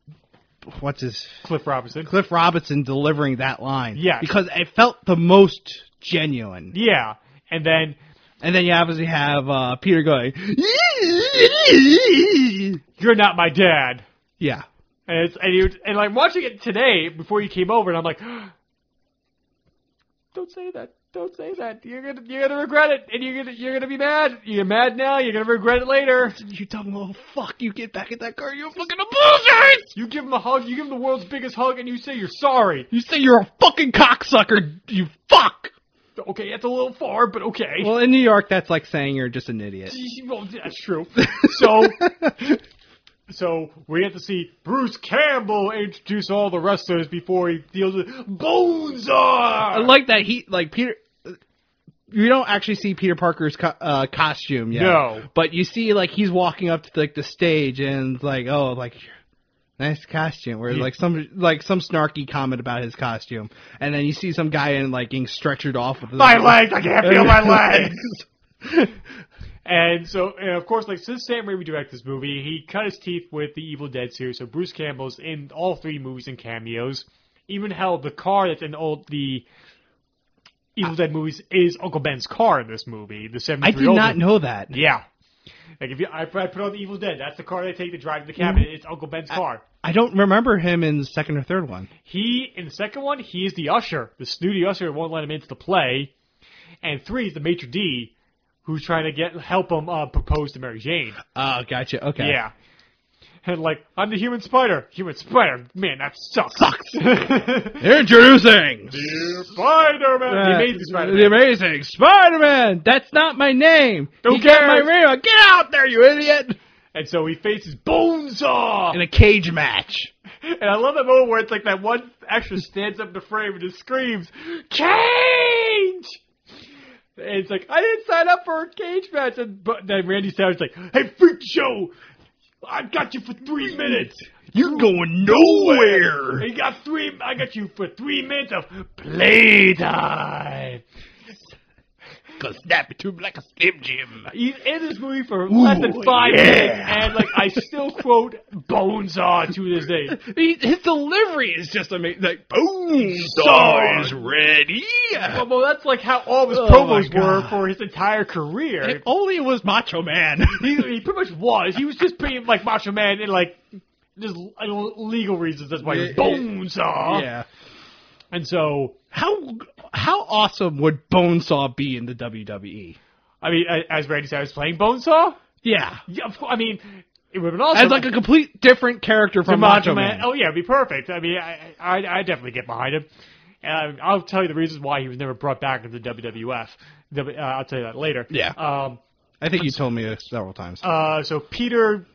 what's his Cliff Robinson. Cliff Robinson delivering that line Yes. because it felt the most genuine Yeah, and then and then you obviously have uh Peter going you're not my dad. yeah And it's and you and like watching it today before you came over, and I'm like, don't say that, don't say that. You're gonna you're gonna regret it, and you're gonna you're gonna be mad. You're mad now. You're gonna regret it later. you dumb little fuck you get back in that car you fucking abusers You give him a hug. You give him the world's biggest hug, and you say you're sorry. you say you're a fucking cocksucker you fuck Okay, that's a little far, but okay. well in New York that's like saying you're just an idiot Well, that's true. So So we have to see Bruce Campbell introduce all the wrestlers before he deals with Bones are. I like that he like Peter. You don't actually see Peter Parker's co- uh, costume yet. No. but you see like he's walking up to like the stage and it's like oh like nice costume or Yeah. like some like some snarky comment about his costume and then you see some guy in like getting stretchered off with my legs. I can't feel my legs. And so, and of course, like since Sam Raimi directed this movie, he cut his teeth with the Evil Dead series. So Bruce Campbell's in all three movies and cameos. Even hell, the car that's in all the Evil Dead movies is Uncle Ben's car in this movie. The I seventy-three. did not know that. Yeah. Like if you, I, I put on the Evil Dead, that's the car they take to drive to the cabin. It's Uncle Ben's car. Mm-hmm. I don't remember him in the second or third one. He in the second one, he is the usher, the snooty usher who won't let him into the play, and three is the maitre d, who's trying to get help him uh, propose to Mary Jane. Oh, gotcha. Okay. Yeah, and like I'm the human spider, human spider, man, that sucks. Sucks. Introducing Spider Man, the amazing Spider The Man. amazing Spider-Man. That's not my name. Who You got cares? my name. Get out there, you idiot! And so he faces Bonesaw, In a cage match. and I love that moment where it's like that one extra stands up in the frame and just screams, "Cage!" And it's like, I didn't sign up for a cage match. And but then Randy Savage's like, hey, freak show, I've got you for three minutes. You're going nowhere. I got three. I got you for three minutes of playtime. Cause snap it to him like a slim jim. He's in this movie for less than Ooh, five yeah. minutes, and like I still quote Bones on to this day. He, his delivery is just amazing. Like boom, Saw is ready. Well, well, that's like how all his Oh, promos my were God. for his entire career. If only it was Macho Man. he, he pretty much was. He was just being like Macho Man and like just I don't know, legal reasons. That's why he was Yeah. Bonesaw. yeah. And so How how awesome would Bonesaw be in the E? WWE? I mean, a- as Randy said, I was playing Bonesaw. Yeah. Yeah, of course. I mean, it would have been awesome. As like a complete different character to from Macho Man. Oh yeah, it'd be perfect. I mean, I I I definitely get behind him. And I- I'll tell you the reasons why he was never brought back into WWF. W- uh, I'll tell you that later. Yeah. Um. I think you told me this several times. Uh. So Peter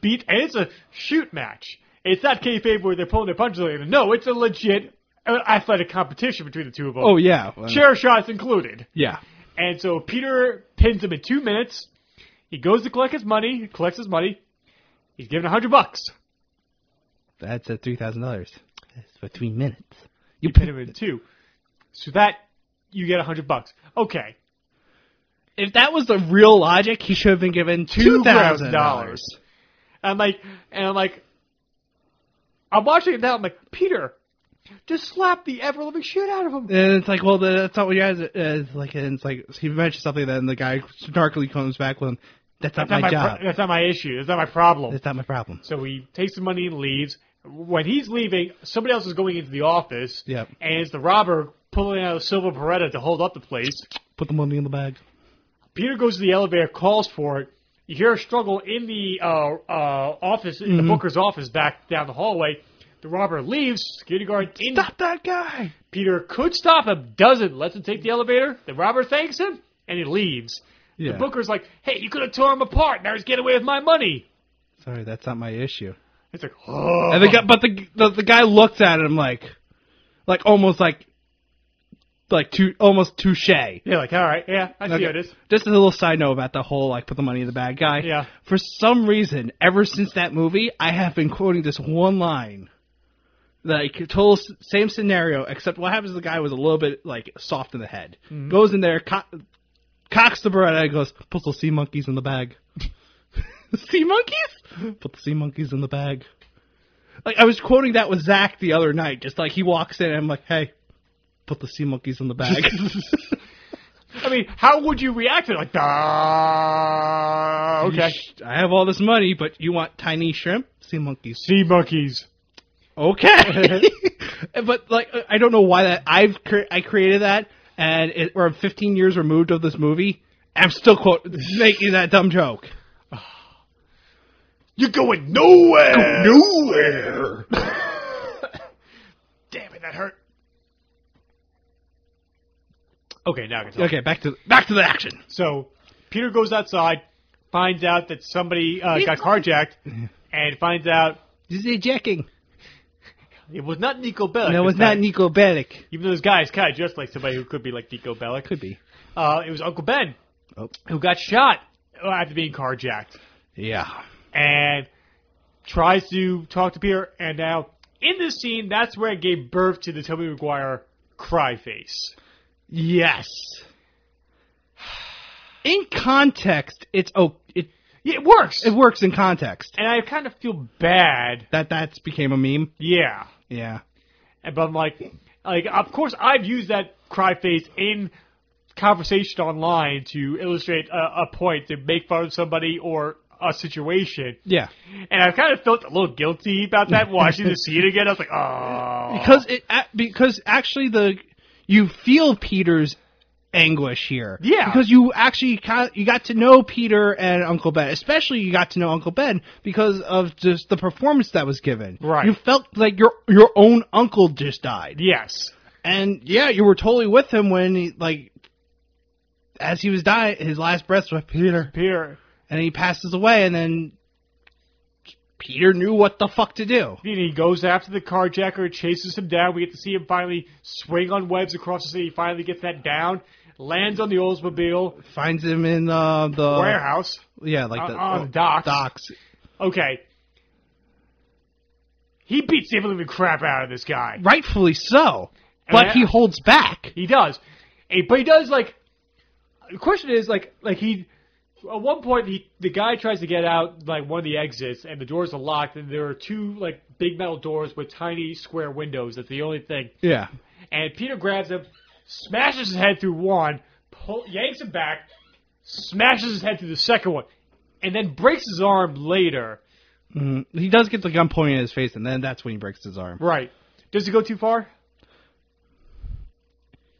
beat, and it's a shoot match. It's not kayfabe where they're pulling their punches. Later. No, it's a legit uh, athletic competition between the two of them. oh yeah. chair shots included. Yeah. And so Peter pins him in two minutes. He goes to collect his money. He collects his money. He's given a hundred bucks. That's at three thousand dollars. That's for three minutes. You pin him in two. So that you get a hundred bucks. Okay, If that was the real logic, he should have been given two thousand dollars. $2,000. And I'm like, and I'm like, I'm watching it now. I'm like, Peter, just slap the ever living shit out of him. And it's like, well, that's not what you guys. It's like, and it's like he mentioned something, then the guy snarkily comes back with, him, "That's not That's not my, my pro- job. that's not my issue. That's not my problem. that's not my problem." So he takes the money and leaves. When he's leaving, somebody else is going into the office. Yep. And it's the robber pulling out a silver Beretta to hold up the place. Put the money in the bag. Peter goes to the elevator, calls for it. You hear a struggle in the uh, uh, office, in Mm-hmm. the Booker's office, back down the hallway. The robber leaves. Security guard in. Stop that guy. Peter could stop him, doesn't. Lets him take the elevator. The robber thanks him, and he leaves. Yeah. The Booker's like, "Hey, you could have torn him apart. Now he's getting away with my money." Sorry, that's not my issue. It's like, oh. And the guy, but the, the the guy looks at him like, like almost like, like too almost touche. yeah, like, all right, yeah, I see Okay. how it is. Just a little side note about the whole like put the money in the bag guy. Yeah. For some reason, ever since that movie, I have been quoting this one line. Like total s- same scenario, except what happens is the guy was a little bit like soft in the head. Mm-hmm. Goes in there, co- cocks the Beretta, and goes, "Put the sea monkeys in the bag." sea monkeys? Put the sea monkeys in the bag. Like I was quoting that with Zach the other night. Just like he walks in, and I'm like, "Hey, put the sea monkeys in the bag." I mean, how would you react to it? Like, ah, okay. Sh- I have all this money, but you want tiny shrimp? Sea monkeys. Sea monkeys. Okay. but like, I don't know why that I've cre- I created that, and it, we're 15 years removed of this movie. I'm still quote making that dumb joke. You're going nowhere. Nowhere. Damn it, that hurt. Okay, now I can talk. Okay, back to back to the action. So Peter goes outside, finds out that somebody uh, got carjacked, and and finds out This is jacking. it was not Nico Bellic. No, this it's not time. Nico Bellic. Even though this guy is kind of dressed like somebody who could be like Nico Bellic. Could be. Uh, it was Uncle Ben Oh. who got shot after being carjacked Yeah. and tries to talk to Peter. And now in this scene, that's where it gave birth to the Toby Maguire cry face. Yes. In context, it's oh, it Yeah, it works. it works in context. and I kind of feel bad. That that's became a meme. Yeah. Yeah. And- But I'm like, like of course I've used that cry face in conversation online to illustrate a, a point, to make fun of somebody or a situation. Yeah. And I kind of felt a little guilty about that watching the scene again. I was like, oh. Because it a- because actually the you feel Peter's anguish here. Yeah. Because you actually kind you got to know Peter and Uncle Ben. Especially you got to know Uncle Ben because of just the performance that was given. Right. You felt like your your own uncle just died. Yes. And yeah, you were totally with him when he like as he was dying, his last breath was Peter, Peter, and he passes away, and then Peter knew what the fuck to do. then he goes after the carjacker, chases him down. We get to see him finally swing on webs across the city. He finally gets that down, lands on the Oldsmobile Finds him in uh, the warehouse. yeah, like the uh, On- on the docks. docks. Okay. He beats the living crap out of this guy. rightfully so, And but I- he holds back. He does. Eh, But he does like. The question is like like he. At one point, he, the guy tries to get out like one of the exits, and the doors are locked, and there are two like big metal doors with tiny square windows. That's the only thing. Yeah, And Peter grabs him, smashes his head through one, pull, yanks him back, smashes his head through the second one, and then breaks his arm later. Mhm. he does get the gun pointed at his face, and then that's when he breaks his arm. Right? Does he go too far?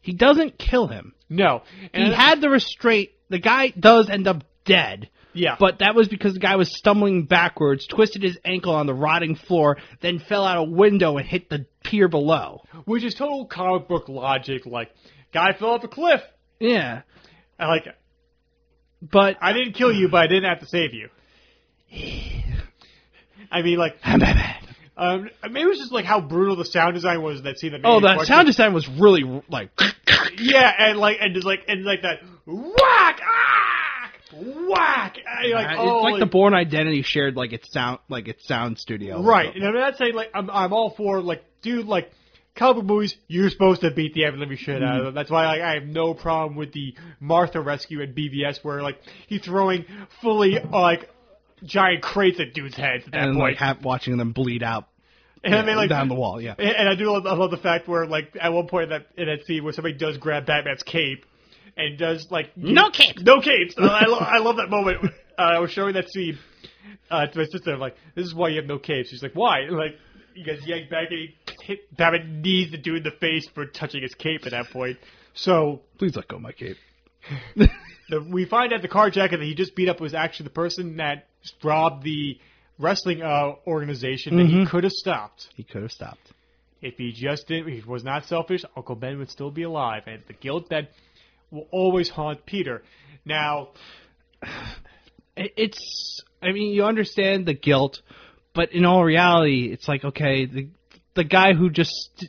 He doesn't kill him. No. he had the restraint. The guy does end up dead. Yeah. But that was because the guy was stumbling backwards, twisted his ankle on the rotting floor, then fell out a window and hit the pier below. which is total comic book logic. Like, guy fell off a cliff. Yeah. I like, But I didn't kill you, but I didn't have to save you. I mean, like, um, maybe it was just like how brutal the sound design was in that scene. That made oh, me that question- sound design was really like yeah, and like, and just like, and like that whack, ah, whack. I, like, it's oh, like the Born Identity shared like its sound like its sound studio. right. And I'm not saying like I'm, I'm all for like, dude, like. Comic book movies, you're supposed to beat the ever living shit Mm. out of them. That's why like, I have no problem with the Martha rescue at BVS, where like he's throwing fully like giant crates at dudes' heads at that And point. like ha- watching them bleed out and I mean, like down the wall, yeah. And, and I do love, I love the fact where, like, at one point in that, in that scene where somebody does grab Batman's cape and does, like... No capes! No capes! Uh, I, lo- I love that moment. Uh, I was showing that scene uh, to my sister. I'm like, this is why you have no capes. She's like, why? And, like, he gets yanked back and he hit, Batman knees the dude in the face for touching his cape at that point. So... Please let go of my cape. The, we find out the carjacker that he just beat up was actually the person that robbed the wrestling uh, organization that he could have stopped. He could have stopped. If he just didn't, if he was not selfish, Uncle Ben would still be alive, and it's the guilt that will always haunt Peter. Now, It- It's I mean, you understand the guilt, but in all reality, it's like okay, the the guy who just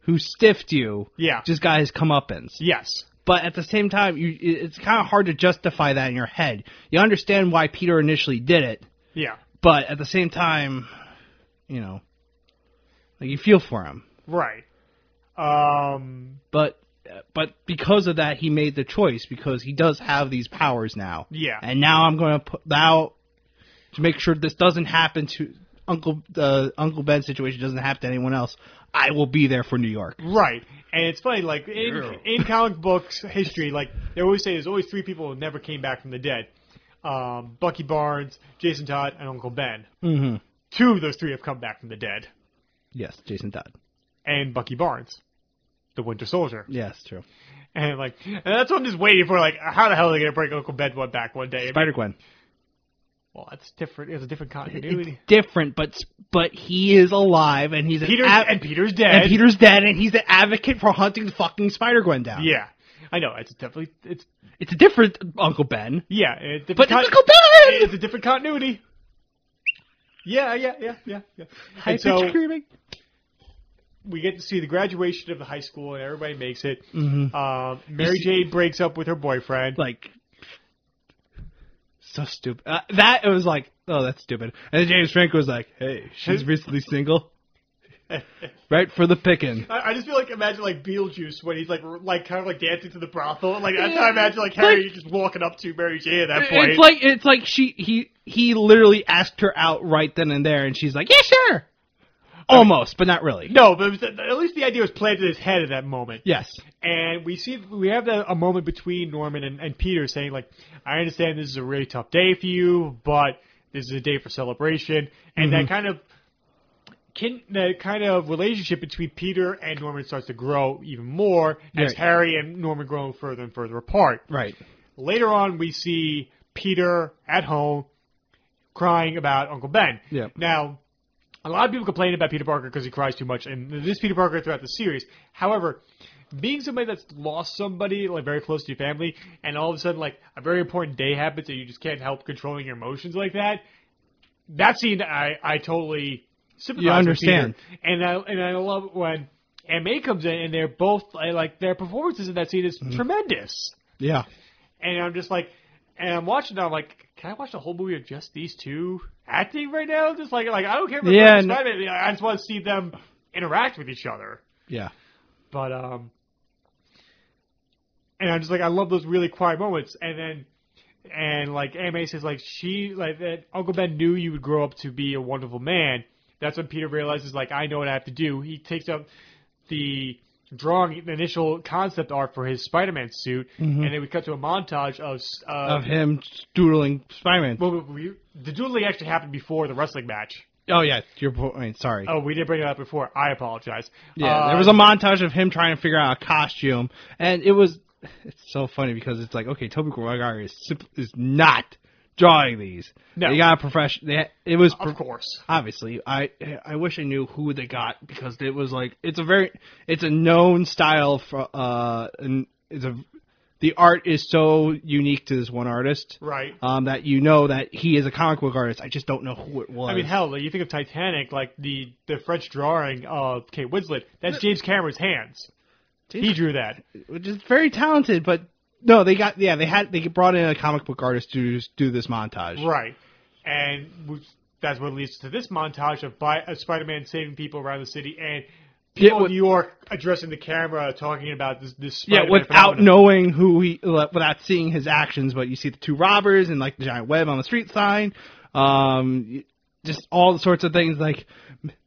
who stiffed you yeah, just got his comeuppance. yes, But at the same time, you, it- it's kind of hard to justify that in your head. You understand why Peter initially did it, yeah, but at the same time, you know, like you feel for him. right. Um, But but because of that, he made the choice because he does have these powers now. Yeah. And now I'm going to put now to make sure this doesn't happen to Uncle uh, Uncle Ben's situation doesn't happen to anyone else. I will be there for New York. right. And it's funny, like in, in comic books history, like they always say, there's always three people who never came back from the dead: um, Bucky Barnes, Jason Todd, and Uncle Ben. Mm-hmm. Two of those three have come back from the dead, Yes, Jason Todd. and Bucky Barnes, the Winter Soldier. Yes, true. And like, and that's what I'm just waiting for. Like, how the hell are they gonna break Uncle Ben one back one day? I mean, Spider Gwen. well, that's different. It's a different It's continuity. different, but but he is alive and he's an Peter's av- and Peter's dead. and Peter's dead and he's an advocate for hunting fucking Spider Gwen down. yeah, I know. It's definitely it's It's a different Uncle Ben. yeah. It's different But con- it's Uncle Ben! It's a different continuity. Yeah, yeah, yeah, yeah, yeah. High And so pitch screaming. we get to see the graduation of the high school, and everybody makes it. Mhm. Um, Mary see- Jane breaks up with her boyfriend. Like so stupid. Uh, that it was like, oh, that's stupid. And then James Franco was like, hey, she's recently single, right for the picking. I, I just feel like imagine like Beetlejuice when he's like r- like kind of like dancing to the brothel. Like that's how I imagine like Harry just walking up to Mary Jane at that point. It's like it's like she he he literally asked her out right then and there, and she's like, yeah, sure, almost, but not really. no, but it was, at least the idea was planted in his head at that moment. Yes. And we see we have that, a moment between Norman and, and Peter saying like, "I understand this is a really tough day for you, but this is a day for celebration." And that kind of kin, that kind of relationship between Peter and Norman starts to grow even more as Right. Harry and Norman grow further and further apart. Right. Later on, we see Peter at home crying about Uncle Ben. Yeah. Now, a lot of people complain about Peter Parker because he cries too much, and this Peter Parker throughout the series. However, being somebody that's lost somebody like very close to your family, and all of a sudden like a very important day happens, and you just can't help controlling your emotions like that. That scene, I I totally sympathize. You with understand. Peter. and I and I love when. MA comes in and they're both I like their performances in that scene is Mm-hmm. tremendous Yeah. and I'm just like, and I'm watching. now I'm like, can I watch the whole movie of just these two acting right now? Just like, like I don't care. If yeah, Yeah, no- it. I just want to see them interact with each other. Yeah. But um, and I'm just like, I love those really quiet moments. And then, and like Amy says, like she, like that Uncle Ben knew you would grow up to be a wonderful man. That's when Peter realizes, like, I know what I have to do. He takes up the drawing, the initial concept art for his Spider-Man suit, and then we cut to a montage of s- uh, Mm-hmm. Of him doodling Spider-Man. well, we, we- the dueling actually happened before the wrestling match. oh yeah, your point. Sorry. Oh, we did bring it up before. I apologize. Yeah, Uh, there was a montage of him trying to figure out a costume, and it was it's so funny because it's like okay, Toby Maguire is simp- is not drawing these. No. they got a profession. They, it was of course. obviously. I I wish I knew who they got because it was like it's a very it's a known style for uh and it's a the art is so unique to this one artist Right. um that you know that he is a comic book artist. I just don't know who it was. I mean, hell, like, you think of Titanic, like the the French drawing of Kate Winslet. That's James Cameron's hands. He drew that. which is very talented, but no, they got yeah, they had they brought in a comic book artist to do this montage. Right. And we- that's what leads to this montage of, Bi- of Spider-Man saving people around the city and Yeah, people with- in New York addressing the camera, talking about this. this Yeah, Spider-Man without phenomenon. knowing who he, without seeing his actions, but you see the two robbers and like the giant web on the street sign, um, y- just all the sorts of things like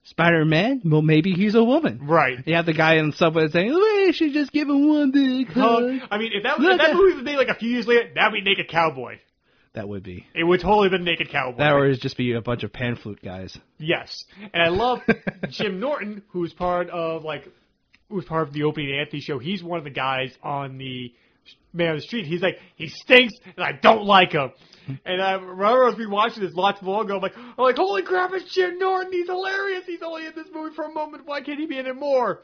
Spider Man. Well, maybe he's a woman. Right. You have the guy in the subway saying, "Oh, "We should just give him one big hug." Um, I mean, if that, Look if that at- movie was made like a few years later, that'd be Naked Cowboy. That would be It would totally have been Naked Cowboy. that, or it'd just be a bunch of pan flute guys. Yes, and I love Jim Norton, who's part of like, who's part of the opening of Anthony show. He's one of the guys on the man on the street. He's like, he stinks, and I don't like him. And I remember I was rewatching this lots long ago. I'm like, I'm like, holy crap, it's Jim Norton. He's hilarious. He's only in this movie for a moment. Why can't he be in it more?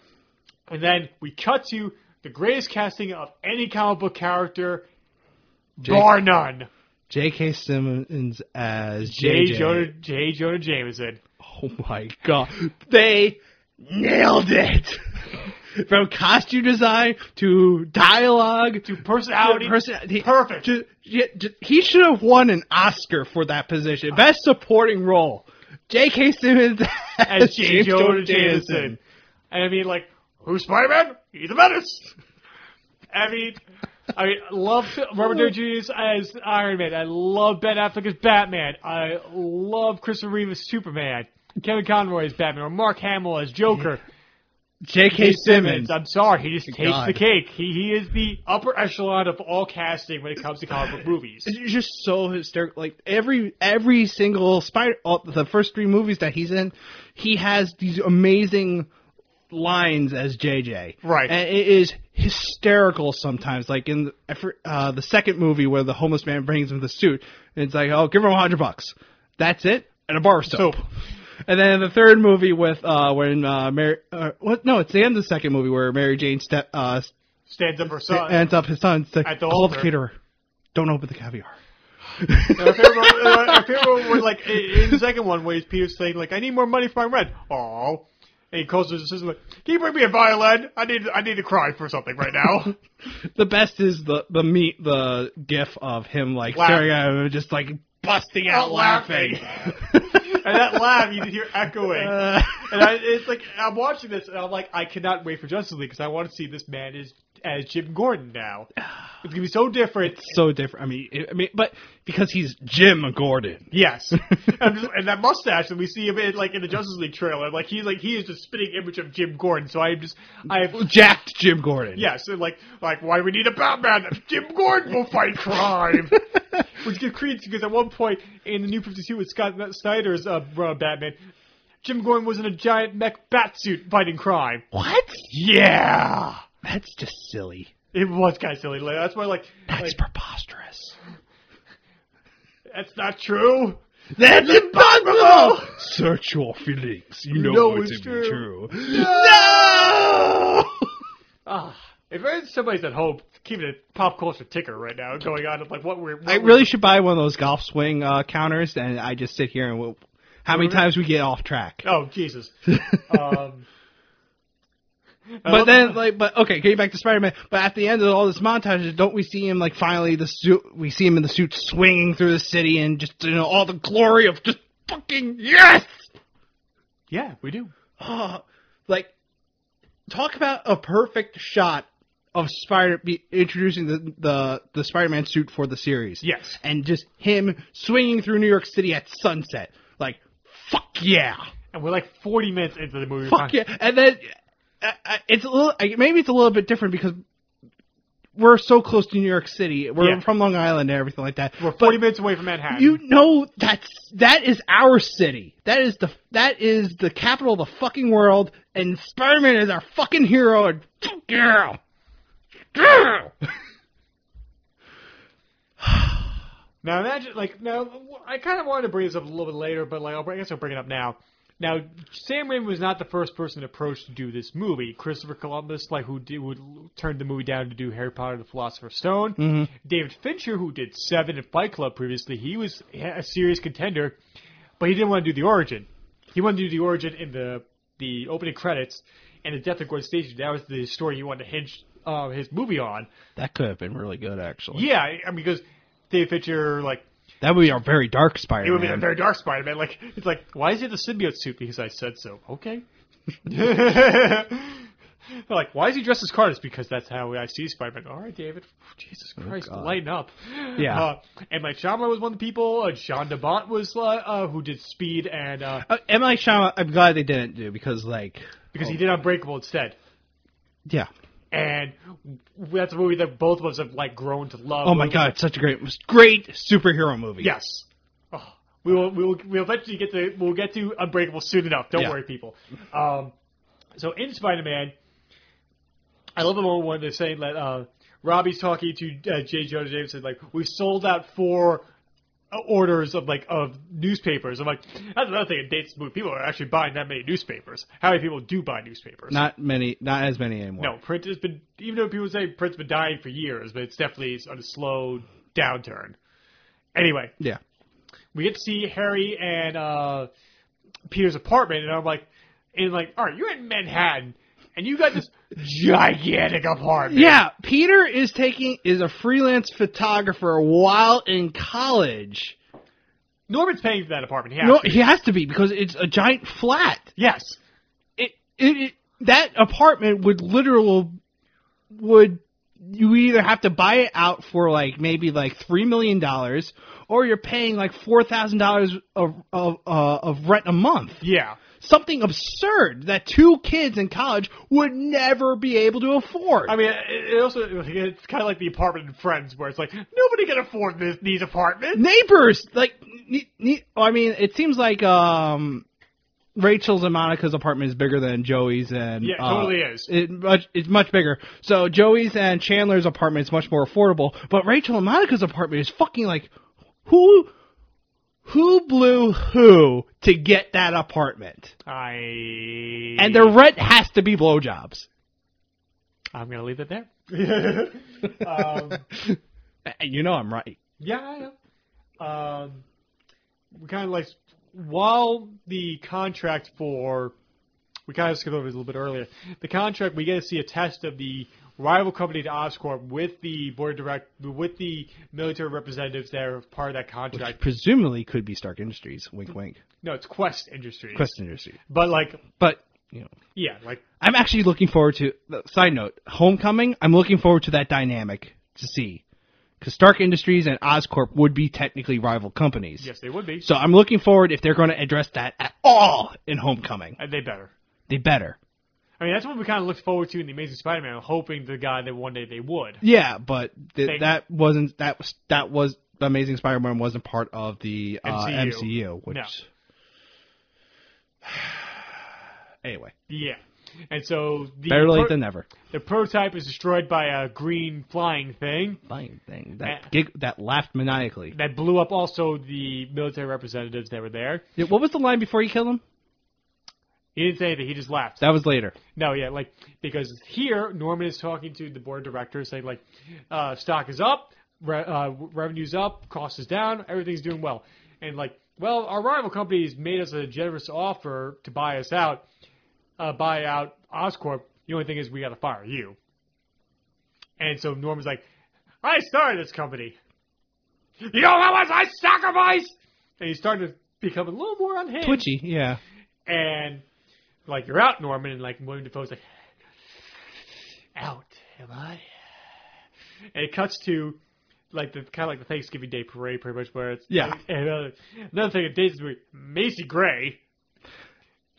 And then we cut to the greatest casting of any comic book character, bar none. J.K. Simmons as J. JJ. Jonah, J. Jonah Jameson. Oh my god. They nailed it. From costume design to dialogue to Personality, person- he- perfect. to- yeah, to- he should have won an Oscar for that position. Best supporting role. J.K. Simmons as, as J. James Jonah Jordan Jameson. And I mean, like, who's Spider Man? He's a menace. I mean, I mean, love Robert Downey Jr. as Iron Man. I love Ben Affleck as Batman. I love Christopher Reeve as Superman. Kevin Conroy as Batman, or Mark Hamill as Joker. J.K. Simmons. I'm sorry, he just takes God. the cake. He he is the upper echelon of all casting when it comes to comic book movies. It's just so hysterical. Like every every single spider, all, the first three movies that he's in, he has these amazing lines as JJ. Right. and it is hysterical sometimes. Like in the, I for- uh, the second movie where the homeless man brings him the suit, and it's like, oh, give him a hundred bucks. That's it, and a bar of soap. Soap. And then the third movie with uh when uh Mary uh, what no it's the end of the second movie where Mary Jane step uh Stands up for son. ends up his son's like, At the call the altar. caterer, don't open the caviar. Our favorite, moment- uh, our favorite moment was like i- in the second one, where Peter's saying like, "I need more money for my rent." Oh, and he calls his assistant like, "Can you bring me a violin? I need I need to cry for something right now." The best is the the meet the gif of him like Laugh. staring at him, and just like busting out Out laughing. laughing. and that laugh you can hear echoing. Uh, and I, it's like I'm watching this, and I'm like, I cannot wait for Justice League because I want to see this man as as Jim Gordon now. It's gonna be so different. so different. I mean, it- I mean, but because he's Jim Gordon. Yes, and, just- and that mustache that we see him in, like in the Justice League trailer, like he's like he is just spitting image of Jim Gordon. So I'm just I've Jacked Jim Gordon. yes, and like like why we need a Batman? Jim Gordon will fight crime. Which gets creeps because at one point in the New Fifty Two with Scott Snyder's uh, run of Batman, Jim Gordon was in a giant mech bat suit fighting crime. What? Yeah. That's just silly. It was kind of silly. Like, that's why, like, That's like, preposterous. that's not true. That's impossible! Search your feelings. You know, know it it's to be true. true. No. Ah, if there's somebody's at home keeping a pop culture ticker right now going on, of, like what we're. What I we're- really should buy one of those golf swing uh, counters, and I just sit here and we'll, how many times we get off track. Oh Jesus. um, But then, like, but okay, getting back to Spider Man. But at the end of all this montage, don't we see him like finally the suit? We see him in the suit swinging through the city and just you know all the glory of just fucking yes. yeah, we do. Oh, like talk about a perfect shot of Spider be introducing the the, the Spider Man suit for the series. Yes. and just him swinging through New York City at sunset. Like fuck yeah, And we're like 40 minutes into the movie. fuck yeah, and then uh, uh, it's a little I- maybe it's a little bit different because. We're so close to New York City. We're Yeah. from Long Island and everything like that. We're But 40 minutes away from Manhattan. you know that's that is our city. That is the that is the capital of the fucking world, and Spider-Man is our fucking hero. And girl, girl. Now imagine, like, now I kind of wanted to bring this up a little bit later, but like, I'll, I guess I'll bring it up now. Now, Sam Raimi was not the first person approached to do this movie. Christopher Columbus, like, who did, would turned the movie down to do Harry Potter and the Philosopher's Stone. David Fincher, who did Seven and Fight Club previously, he was a serious contender, but he didn't want to do the origin. He wanted to do the origin in the the opening credits and the death of Gwen Stacy. That was the story he wanted to hinge uh, his movie on. That could have been really good, actually. Yeah, I mean, because David Fincher, like, That would be our very it dark would be a Spider-Man. very dark Spider-Man. Like it's like, why is it the symbiote suit? Because I said so. Okay. like, why is he dressed as Carnage? Because that's how I see Spider-Man. All right, David. Jesus Christ, Oh, God. lighten up. Yeah. Uh, and like Shyamalan was one of the people. Uh, John DeBont was uh, uh, who did Speed and uh, Uh, Emily Shama, I'm glad they didn't do because, like, because he did Unbreakable instead. yeah. And that's a movie that both of us have like grown to love. Oh my We- god, it's such a great, great superhero movie. Yes. Oh, we will. We will. We'll eventually get to. We'll get to Unbreakable soon enough. Don't Yeah. worry, people. Um, so in Spider Man, I love the moment when they're saying that uh, Robbie's talking to uh, J. Jonah Jameson, like we sold out four uh, orders of like of newspapers. I'm like, that's another thing. It dates the movie. People are actually buying that many newspapers. How many people do buy newspapers? Not many, not as many anymore. no, print has been. Even though people say print's been dying for years, but it's definitely on a slow downturn. Anyway, Yeah. we get to see Harry and uh, Peter's apartment, and I'm like, and like, all right, you're in Manhattan, and you got this gigantic apartment. Yeah, Peter is taking is a freelance photographer while in college. Norman's paying for that apartment. Yeah. No, he has to be because it's a giant flat. yes. It, it, it that apartment would literal would you either have to buy it out for like maybe like three million dollars, or you're paying like four thousand dollars of of uh, of rent a month. Yeah. Something absurd that two kids in college would never be able to afford. I mean, it it also it's kind of like the apartment in Friends, where it's like nobody can afford this these apartments. neighbors like ne- ne- oh, i mean it seems like um rachel's and monica's apartment is bigger than joey's and Yeah, it uh, totally is. it much, it's much bigger so joey's and chandler's apartment is much more affordable but rachel and monica's apartment is fucking like who who blew who to get that apartment I and their rent has to be blowjobs I'm gonna leave it there. And you know i'm right Yeah, I know. um, we kind of like while the contract for we kind of skipped over this a little bit earlier. The contract we get to see a test of the rival company to Oscorp with the board of direct with the military representatives that are part of that Which contract. presumably could be Stark Industries. Wink, wink. no, it's Quest Industries. Quest Industries. But like, But you know, yeah, like I'm actually looking forward to. Side note: Homecoming. I'm looking forward to that dynamic to see, because Stark Industries and Oscorp would be technically rival companies. yes, they would be. So I'm looking forward if they're going to address that at all in Homecoming. And they better. They better. I mean, that's what we kind of looked forward to in the Amazing Spider-Man, hoping to God that one day they would. Yeah, but th- They- that wasn't that was that was The Amazing Spider-Man wasn't part of the uh, MCU. MCU. which. No. Anyway, Yeah. And so the better late pro- than never. the prototype is destroyed by a green flying thing Fine thing Eh. that gig that laughed maniacally. that blew up also the military representatives that were there. Yeah, What was the line before you killed him? He didn't say anything. He just laughed. That was later. No, yeah, like because here Norman is talking to the board of directors, saying like, uh, stock is up, re- uh, revenue's up, cost is down, everything's doing well, and like, well, our rival companies made us a generous offer to buy us out, uh, buy out Oscorp. The only thing is we got to fire you. And so Norman's like, I started this company. You know how much I sacrificed? And he's starting to become a little more unhinged Twitchy, yeah. and like you're out, Norman, and like William Defoe's like, out, am I? And it cuts to like the kind of like the Thanksgiving Day parade, pretty much where it's Yeah. And uh, another thing, it dates me, Macy Gray.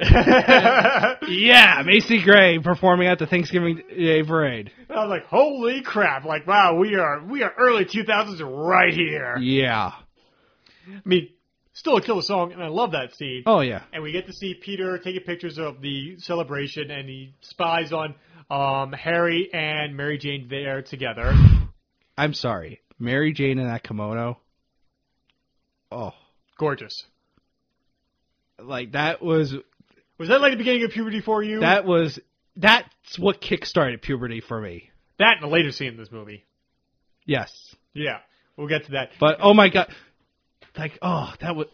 Yeah, Macy Gray performing at the Thanksgiving Day parade. I was like, holy crap! Like, wow, we are we are early two thousands right here. Yeah. I mean, still a killer song, and I love that scene. Oh yeah. and we get to see Peter taking pictures of the celebration, and he spies on um, Harry and Mary Jane there together. I'm sorry. Mary Jane in that kimono. Oh, Gorgeous. like that was Was that like the beginning of puberty for you? that was that's what kickstarted puberty for me. that and a later scene in this movie. Yes. Yeah, we'll get to that. But oh my god. Like oh, that was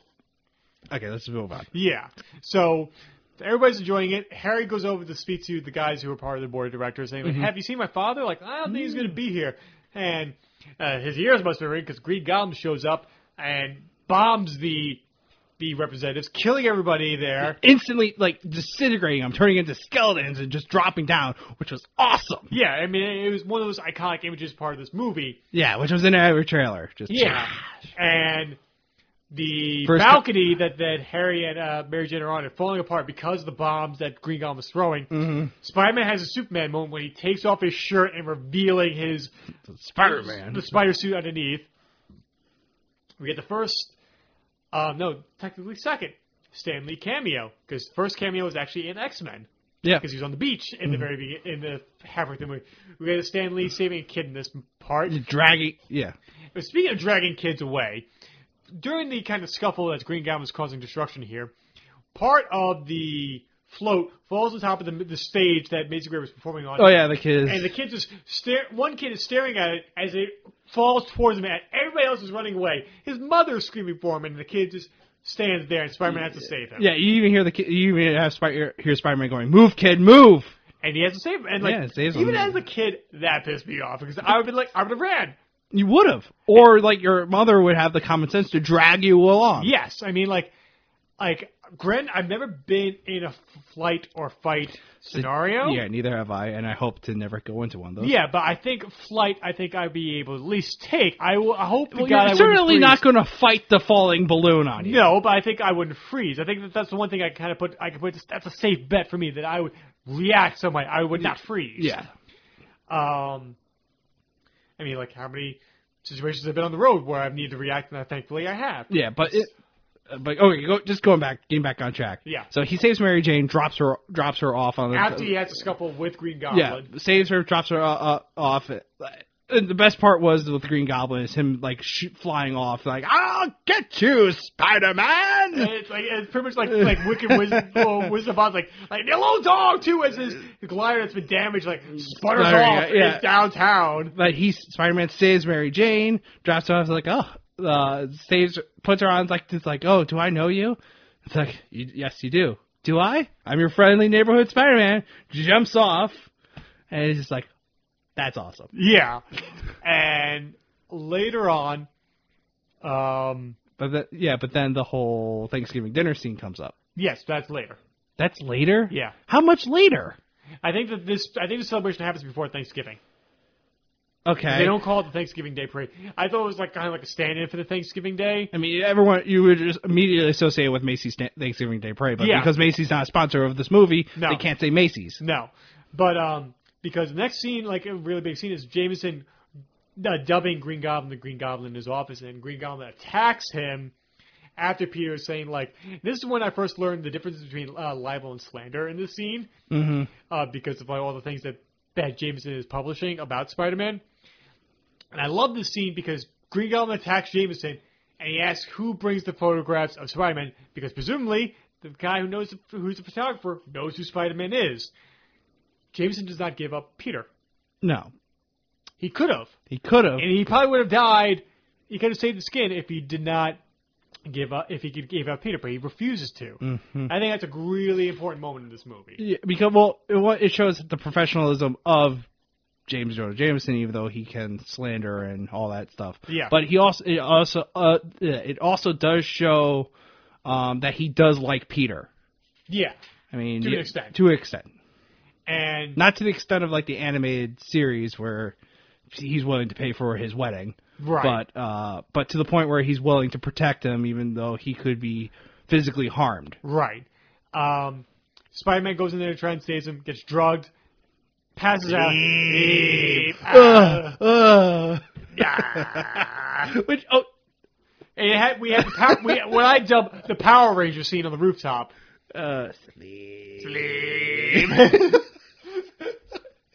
Okay, let's move on. Yeah. So everybody's enjoying it. Harry goes over to speak to the guys who are part of the board of directors. And like, have you seen my father? Like, I don't think he's going to be here. And uh, his ears must be ringing because Green Goblin shows up and bombs the the representatives, killing everybody there. Instantly like disintegrating, I'm turning into skeletons and just dropping down, which was awesome. Yeah, I mean, it was one of those iconic images part of this movie. Yeah, which was in every trailer. Just Yeah. And the First- balcony that, that Harry and uh, Mary Jane are on are falling apart because of the bombs that Green Goblin was throwing. Mm. Mm-hmm. Spider Man has a Superman moment when he takes off his shirt and revealing his Spider-Man. the spider suit underneath. We get the first, uh, no, technically second Stanley cameo because the first cameo was actually in X Men Yeah. because he was on the beach Mm. in the very begin- in the halfway through the movie. We get Stan Lee saving a kid in this part. Dragging yeah. But speaking of dragging kids away, during the kind of scuffle that Green Goblin was causing destruction here, part of the float falls on top of the, the stage that Macy Gray was performing on. Oh yeah, the kids. And the kid just stare. One kid is staring at it as it falls towards him, and everybody else is running away. His mother is screaming for him, and the kid just stands there, and Spider-Man has to save him. Yeah, you even hear the ki- you even have Spider hear Spider Man going, "Move, kid, move!" and he has to save him. And like, Yeah, it saves him. even as a kid, that pissed me off because I would be like, I would have ran. You would have, or like your mother would have the common sense to drag you along. Yes, I mean like like Gren. I've never been in a f- flight or fight scenario. Yeah, neither have I, and I hope to never go into one of those. Yeah, but I think flight. I think I'd be able to at least take. I, will, I hope. to well, God I you're wouldn't certainly not freeze. going to fight the falling balloon on you. No, but I think I wouldn't freeze. I think that that's the one thing I kind of put. I could put. That's a safe bet for me that I would react some way. I would not freeze. Yeah, Um. I mean, like how many situations I've been on the road where I've needed to react, and I thankfully I have. yeah, but it, but okay, go, just going back, getting back on track. Yeah. So he saves Mary Jane, drops her, drops her off on the After he has a scuffle with Green yeah, Goblin. saves her, drops her uh, uh, off. And the best part was with the Green Goblin is him like sh- flying off, like "I'll get you, Spider Man." It's like it's pretty much like like Wicked Wizard, well, Wizard of Oz, like like the little dog too, as his glider that's been damaged, like sputters Sputtering, off yeah. in downtown. Like he, Spider Man saves Mary Jane, drops her off, like oh, uh, saves, puts her on. Like it's like, oh, do I know you? It's like, you, yes, you do. Do I? I'm your friendly neighborhood Spider-Man. Jumps off, and it's just like, that's awesome. Yeah. And later on, um, But the, yeah, but then the whole Thanksgiving dinner scene comes up. yes, that's later. That's later. Yeah. How much later? I think that this, I think the celebration happens before Thanksgiving. Okay. They don't call it the Thanksgiving Day parade. I thought it was like kind of like a stand-in for the Thanksgiving Day. I mean, everyone you would just immediately associate it with Macy's Th- Thanksgiving Day Parade, but Yeah. because Macy's not a sponsor of this movie, No. they can't say Macy's. No, but um, because the next scene, like a really big scene, is Jameson uh, dubbing Green Goblin the Green Goblin in his office, and Green Goblin attacks him after Peter is saying like, "This is when I first learned the difference between uh, libel and slander in this scene, Mhm. uh, because of like, all the things that that Jameson is publishing about Spider-Man." And I love this scene because Green Goblin attacks Jameson, and he asks who brings the photographs of Spider-Man because presumably. The guy who knows who's the photographer knows who Spider-Man is. Jameson does not give up Peter. No, He could have, he could have. and he probably would have died. He could have saved the skin if he did not give up. If he could give up Peter, but he refuses to. I think that's a really important moment in this movie. Yeah, because well, it, what- it shows the professionalism of James Jonah Jameson, even though he can slander and all that stuff. Yeah. but he also it also uh, it also does show um, that he does like Peter. Yeah, I mean, To an yeah, extent. to an extent, and not to the extent of like the animated series where he's willing to pay for his wedding. right, but uh, but to the point where he's willing to protect him, even though he could be physically harmed. right. Um, Spider-Man goes in there to try and save him, gets drugged, passes out. Ah, Ugh. yeah. Which oh And it had, we had the pow- we, what I dub the Power Ranger scene on the rooftop. uh,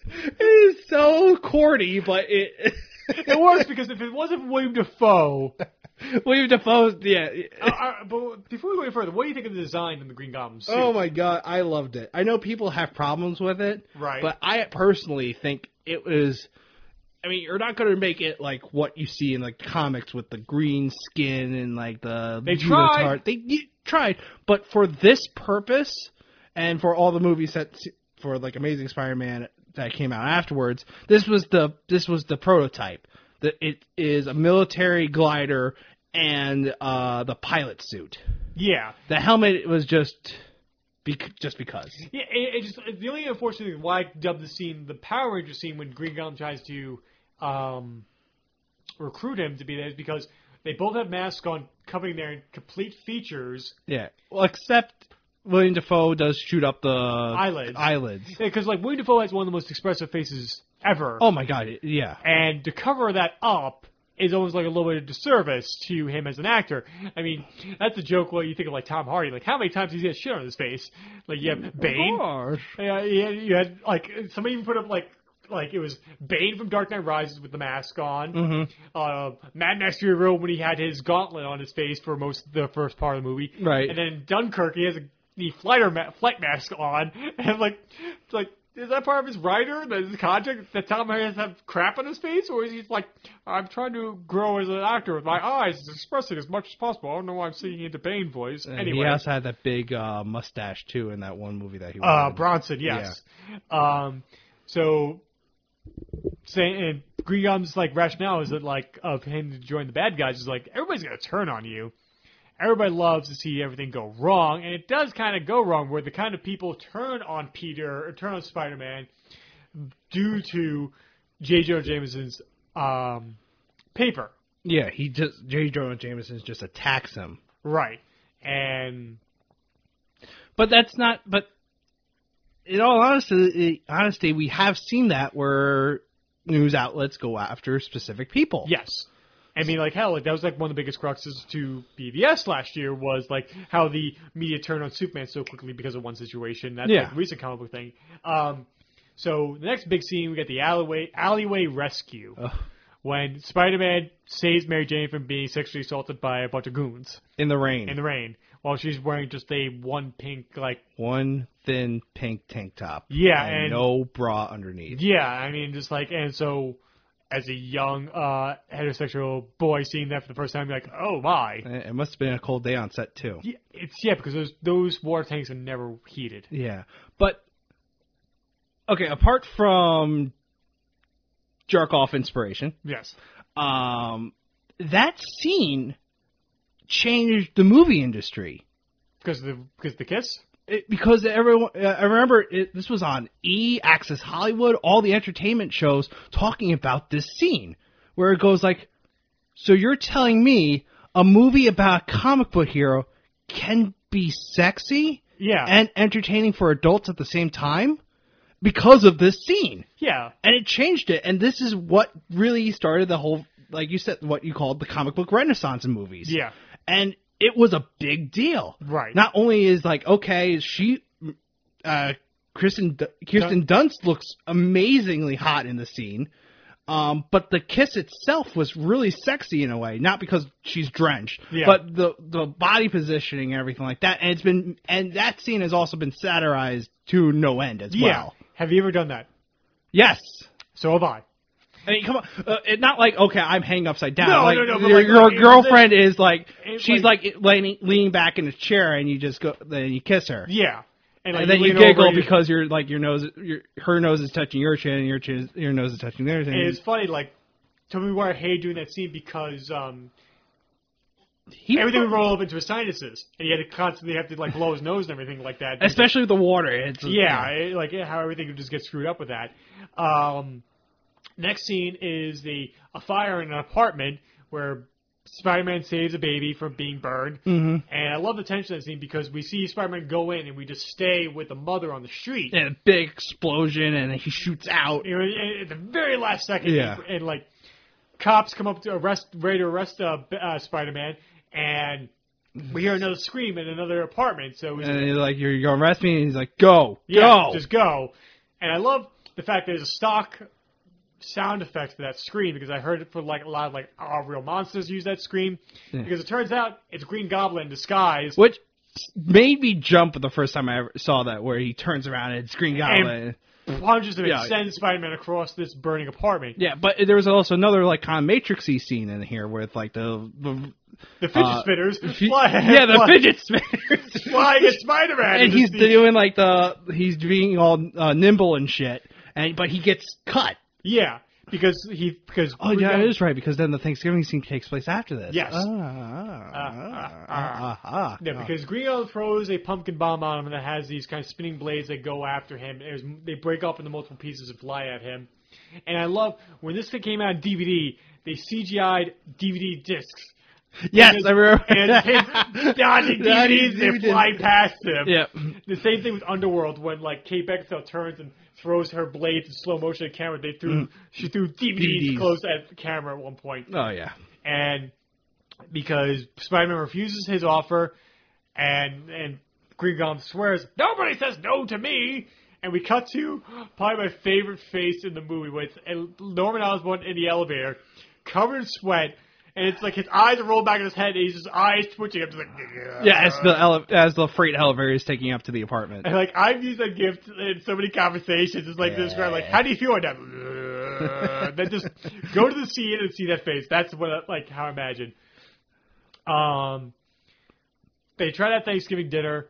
it is so corny, but it It works because if it wasn't William Defoe, William Defoe's yeah. uh, uh, but before we go any further, what do you think of the design in the Green Goblin suit? Oh my god, I loved it. I know people have problems with it, Right. But I personally think it was. I mean, you're not going to make it like what you see in like comics with the green skin and like the They leotard. tried. They you, tried, but for this purpose and for all the movies that for like Amazing Spider-Man that came out afterwards, this was the this was the prototype. That it is a military glider and uh, the pilot suit. yeah, The helmet was just bec- just because. yeah. It, it just it's the only unfortunate thing why I dubbed the scene the Power Ranger scene when Green Goblin tries to um, recruit him to be there is because they both have masks on, covering their complete features. Yeah. Well, except William Defoe does shoot up the Eyelids. Eyelids. Because like William Defoe has one of the most expressive faces ever, Oh my god! it- Yeah. and to cover that up. Is almost like a little bit of disservice to him as an actor. I mean, that's a joke. What you think of like Tom Hardy? Like how many times has he had shit on his face? Like you have Bane, Yeah, you had, you had like somebody even put up like like it was Bane from Dark Knight Rises with the mask on. Mhm. Uh, Mad Max Fury Road when he had his gauntlet on his face for most of the first part of the movie. Right. And then Dunkirk, he has a the flighter ma- flight mask on, and like it's like. Is that part of his rider, that his contract, that Tom Hardy has to have crap on his face, or is he like, I'm trying to grow as an actor with my eyes, expressing as much as possible. I don't know why I'm singing into Bane voice. And anyway, Uh, he also had that big uh, mustache too in that one movie that he. was uh, in. Bronson, yes. Um, so, say, and Green Goblin's like rationale is that like of him to join the bad guys is like everybody's gonna turn on you. Everybody loves to see everything go wrong, and it does kind of go wrong where the kind of people turn on Peter or turn on Spider Man due to J. Jonah Jameson's um, paper, Yeah, he just J. Jonah Jameson just attacks him, right? And but that's not. But in all honesty, honesty, we have seen that where news outlets go after specific people. Yes. I mean, like hell, like, that was like one of the biggest cruxes to BVS last year was like how the media turned on Superman so quickly because of one situation. That's Yeah. like, a recent comic book thing. Um, so the next big scene, we got the alleyway alleyway rescue Ugh. when Spider-Man saves Mary Jane from being sexually assaulted by a bunch of goons in the rain, in the rain while she's wearing just a one pink like one thin pink tank top. Yeah, and, and- no bra underneath. yeah. I mean, just like and so as a young uh, heterosexual boy seeing that for the first time, you're like, oh my. It it must have been a cold day on set too. Yeah, It's yeah, because those those water tanks are never heated. Yeah, but okay. Apart from jerk off inspiration, Yes. um, that scene changed the movie industry Because of the because of the kiss? It- because everyone. Uh, I remember it, this was on E Access Hollywood, all the entertainment shows talking about this scene where it goes like, "So you're telling me a movie about a comic book hero can be sexy?" Yeah. and entertaining for adults at the same time because of this scene. yeah. And it changed it. And this is what really started the whole, like you said, what you called the comic book renaissance in movies. Yeah. And it was a big deal. Right. Not only is like, okay, she, uh, Kristen, D- Kirsten Dunst looks amazingly hot in the scene. Um, but the kiss itself was really sexy in a way, not because she's drenched, Yeah. but the the body positioning and everything like that. And it's been and that scene has also been satirized to no end as Yeah. well. Have you ever done that? Yes. So have I. I mean, come on. Uh, it, not like okay, I'm hanging upside down. No, like, no, no, but Your, like, your like, it's- girlfriend is like it's she's like- like, leaning, leaning back in a chair, and you just go, then you kiss her, Yeah. like, and then you lean over, giggle you- because your like your nose, your her nose is touching your chin, and your chin, your nose is touching theirs. And and it's funny, like Toby Maguire hated doing that scene because um, he, everything would roll up into his sinuses, and he had to constantly have to like blow his nose and everything like that. especially with the water. It's yeah, it- like yeah, how everything would just get screwed up with that. Um, next scene is the a fire in an apartment where Spider-Man saves a baby from being burned, mm-hmm. and I love the tension in that scene because we see Spider-Man go in and we just stay with the mother on the street. and a big explosion, and he shoots out. You know, and at the very last second, Yeah. and like cops come up to arrest, ready to arrest uh, B- uh, Spider-Man, and we hear another scream in another apartment. So he's And he's like, "You're gonna arrest me?" And he's like, "Go, Yeah, go." just go. And I love the fact there's a stock sound effect to that scream because I heard it for like a lot of like our real monsters use that scream because it turns out it's Green Goblin in disguise. Which made me jump the first time I ever saw that, where he turns around and it's Green Goblin. Plunges him Yeah. and sends Spider-Man across this burning apartment. Yeah, but there was also another like kind of matrixy scene in here with like the, the The fidget Uh, spinners, fi- fly, yeah the fly- fidget spinners, flying at Spider-Man, and he's Just- doing like the he's being all uh, nimble and shit, and but he gets cut. yeah because he because Oh yeah, that is right because then the Thanksgiving scene takes place after this. Yes. Ah, ah, ah, ah, ah, Yeah, ah. because Green Goblin throws a pumpkin bomb on him that has these kind of spinning blades that go after him. There's, they break up into multiple pieces and fly at him. And I love when this thing came out on DVD, they CGI'd DVD discs. yes, I remember. And it's him dodging Dodging DVDs and DVDs. flying past him. yeah, The same thing with Underworld when like Kate Beckinsale turns and throws her blades in slow motion at the camera. They threw she threw DVDs, DVDs. close at the camera at one point oh yeah, and because Spider-Man refuses his offer, and and Green Goblin swears nobody says no to me. And we cut to probably my favorite face in the movie, when it's El- Norman Osborn in the elevator, covered in sweat, and it's like his eyes are rolled back in his head, and he's just eyes twitching. I'm just like, yeah. As Uh, the ele- as the freight elevator is taking up to the apartment. And like I've used that gift in so many conversations. It's like to describe like how do you feel right now? then just go to the scene and see that face. That's what like how I imagine. Um, they try that Thanksgiving dinner.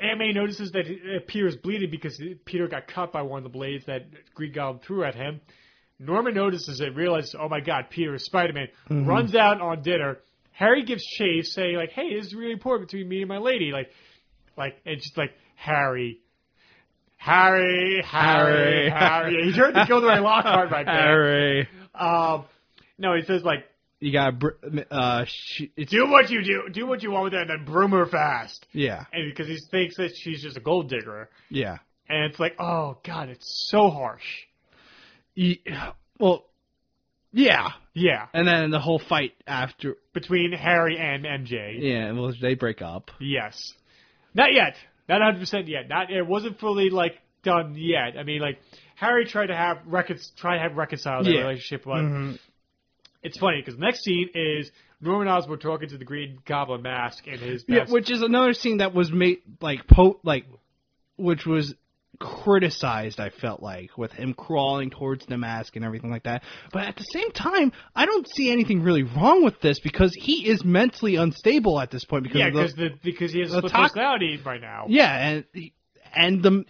Aunt May notices that uh, Peter's bleeding because Peter got cut by one of the blades that Green Goblin threw at him. Norman notices it, realizes, oh my god, Peter is Spider Man, Mm-hmm. runs out on dinner. Harry gives chase, saying like, "Hey, this is really important between me and my lady." Like, like it's just like Harry, Harry, Harry, Harry. Harry. He's heard the Gilderoy Lockhart right there. Harry, Um, no, he says like, you got br- uh, she, it's "Do what you do, do what you want with that, and then broom her fast," yeah, and because he thinks that she's just a gold digger, yeah. and it's like, oh god, it's so harsh. Ye- well, yeah. Yeah, And then the whole fight after, between Harry and MJ. yeah, well, they break up. Yes. Not yet. Not 100% yet. Not it wasn't fully like done yet. I mean like Harry tried to have recon- try to have reconciled their Yeah. Mm-hmm. relationship but it's funny cuz next scene is Norman Osborn talking to the Green Goblin mask and his Yeah, mask. which is another scene that was made like po like, which was criticized. I felt like with him crawling towards the mask and everything like that. But at the same time, I don't see anything really wrong with this because he is mentally unstable at this point because Yeah, of the- because the because he has the split tox- personality right now. yeah, and and the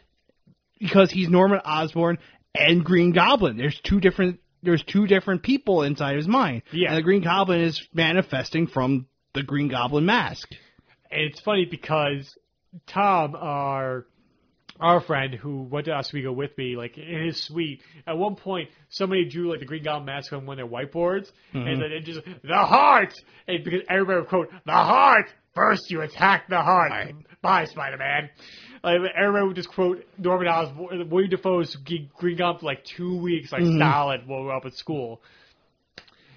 because he's Norman Osborn and Green Goblin. There's two different there's two different people inside his mind. Yeah. and the Green Goblin is manifesting from the Green Goblin mask. And it's funny because Tom, our our friend who went to Oswego with me, like in his suite, at one point somebody drew like the Green Goblin mask on one of their whiteboards, and then it just the heart, and because everybody would quote the heart. First, you attack the heart. Bye, Spider Man. Like, everybody would just quote Norman Osborn, William Defoe's Green Goblin for like two weeks, like solid, while we were up at school.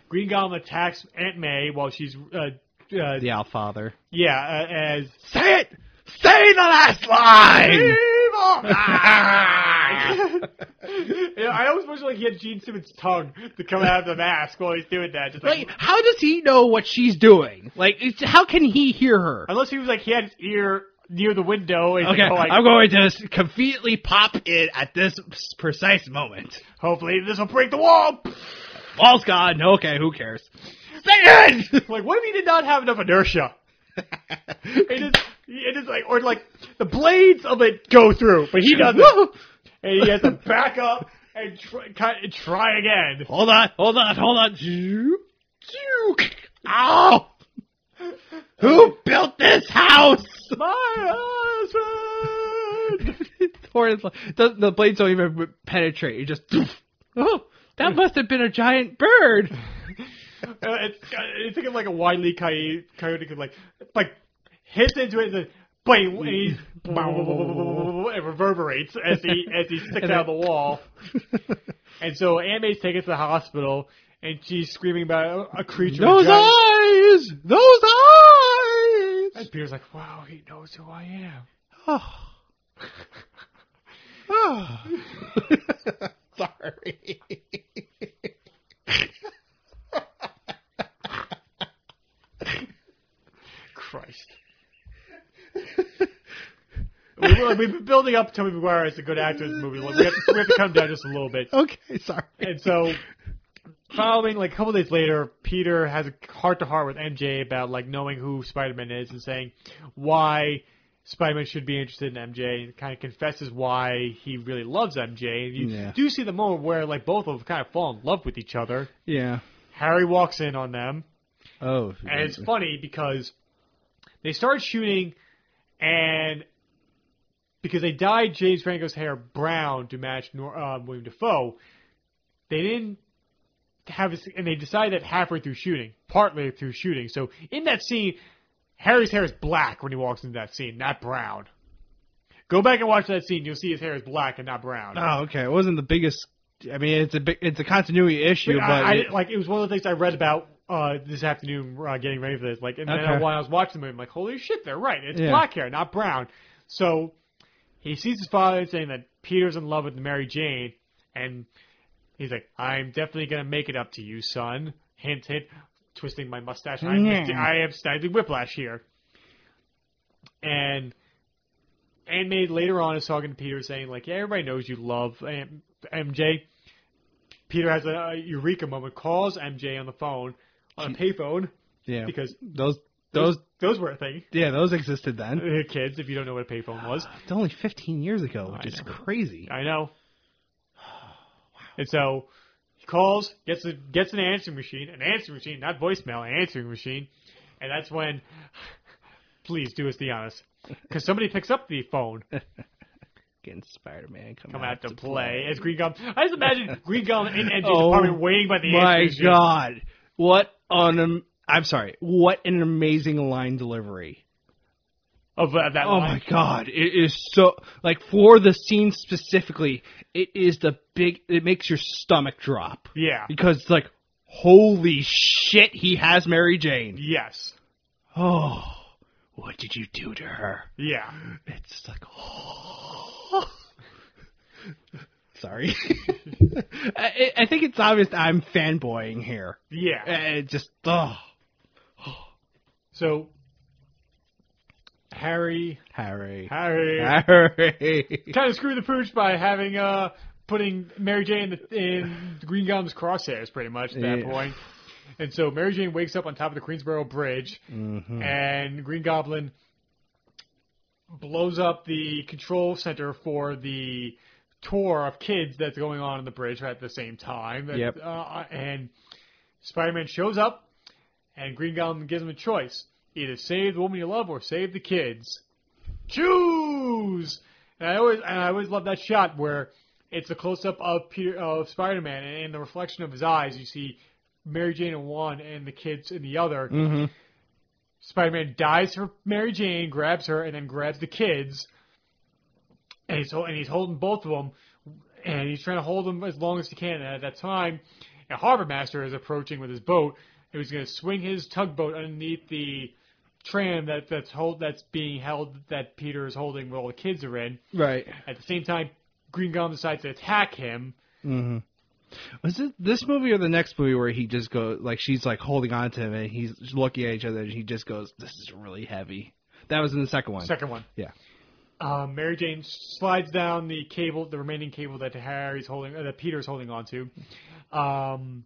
Green Goblin attacks Aunt May while she's uh, uh, The Owl Father. yeah, uh, as Say it. Say the last line. evil. yeah, I always wish like he had Gene Simmons' tongue to come out of the mask while he's doing that. Just like, Like, how does he know what she's doing? Like, it's, how can he hear her? unless he was like he had his ear near the window. And Okay, okay, like, I'm going to s- conveniently pop in at this s- precise moment. hopefully this will break the wall. All's gone. Okay, who cares? Say it. like, what if he did not have enough inertia? It is, it is like, or like the blades of it go through, but he doesn't, Woo! and he has to back up and try, kind of try again. Hold on, hold on, hold on. Zoop, zook. Ow! Who built this house? My husband. Torrance, the, the blades don't even penetrate. You just. Doof. Oh, that must have been a giant bird. Uh, it's it's thinking like a wily coyote, coyote could like like hits into it and then bang, and he's, it reverberates as he as he sticks out of the wall. And so Anime's taken to the hospital and she's screaming about a, a creature. with Those giant- eyes! Those eyes! And Peter's like, wow, he knows who I am. Oh. Oh. Sorry. Christ. we, have been building up Tommy McGuire as a good actor in this movie. Like, we, have to, we have to come down just a little bit. Okay, sorry. And so, following like a couple days later, Peter has a heart to heart with MJ about like knowing who Spider Man is and saying why Spider Man should be interested in MJ and kind of confesses why he really loves MJ. And you Yeah. do see the moment where like both of them kind of fall in love with each other. Yeah. Harry walks in on them, Oh. and it's funny because they start shooting and. Because they dyed James Franco's hair brown to match Nor- uh, William Defoe, they didn't have his, and they decided that halfway through shooting, partly through shooting. So in that scene, Harry's hair is black when he walks into that scene, not brown. Go back and watch that scene. You'll see his hair is black and not brown. Oh, okay. It wasn't the biggest. I mean, it's a big, it's a continuity issue, but I, I didn't- like it was one of the things I read about uh, this afternoon uh, getting ready for this. Like, and then Okay. while I was watching the movie, I'm like, holy shit, they're right. It's Yeah. black hair, not brown. So he sees his father saying that Peter's in love with Mary Jane, and he's like, I'm definitely gonna make it up to you, son. Hint, hint. Twisting my mustache. I'm, Yeah. I am snidely whiplash here. And Aunt May later on is talking to Peter, saying like, "Yeah, everybody knows you love Aunt MJ." Peter has a, a eureka moment, calls MJ on the phone on a payphone yeah, because those, those, those were a thing. yeah, those existed then. Uh, Kids, if you don't know what a payphone was, It's only 15 years ago, which I is know. crazy. I know. And so he calls, gets a, gets an answering machine, an answering machine, not voicemail, an answering machine, and that's when, please do us the honest, because somebody picks up the phone, Getting Spider-Man come, come out to play as Green Goblin. I just imagine Green Goblin in MJ's Oh, apartment waiting by the answering My machine. God, what an am- I'm sorry, what an amazing line delivery. Of uh, that Oh line. my god, it is so like for the scene specifically, it is the big. It makes your stomach drop Yeah. because it's like, holy shit, he has Mary Jane. Yes. Oh, what did you do to her? Yeah. It's like, oh. sorry. I, I think it's obvious I'm fanboying here. Eh. Uh, Yeah. It just, oh, So Harry, Harry. Harry, Harry. kind of screw the pooch by having uh putting Mary Jane in the, in the Green Goblin's crosshairs, pretty much at that Yeah. point. And so Mary Jane wakes up on top of the Queensboro Bridge, Mm-hmm. Mm. and Green Goblin blows up the control center for the tour of kids that's going on on the bridge at the same time. And, Yep. uh, and Spider-Man shows up, and Green Goblin gives him a choice: either save the woman you love or save the kids choose. And I always and I always love that shot where it's a close up of Peter of Spider Man and in the reflection of his eyes you see Mary Jane in one and the kids in the other. Mm-hmm. Spider Man dives for Mary Jane, grabs her, and then grabs the kids. And he's hol- and he's holding both of them, and he's trying to hold them as long as he can. And at that time, a harbor master is approaching with his boat. He was going to swing his tugboat underneath the tram that that's hold that's being held that Peter is holding while the kids are in. Right. At the same time, Green Goblin decides to attack him. hmm Was it this movie or the next movie where he just goes like she's like holding on to him and he's looking at each other and he just goes, "This is really heavy." That was in the second one. Second one. Yeah. Uh, Mary Jane slides down the cable, the remaining cable that Harry's holding, uh, that Peter's holding onto. Um,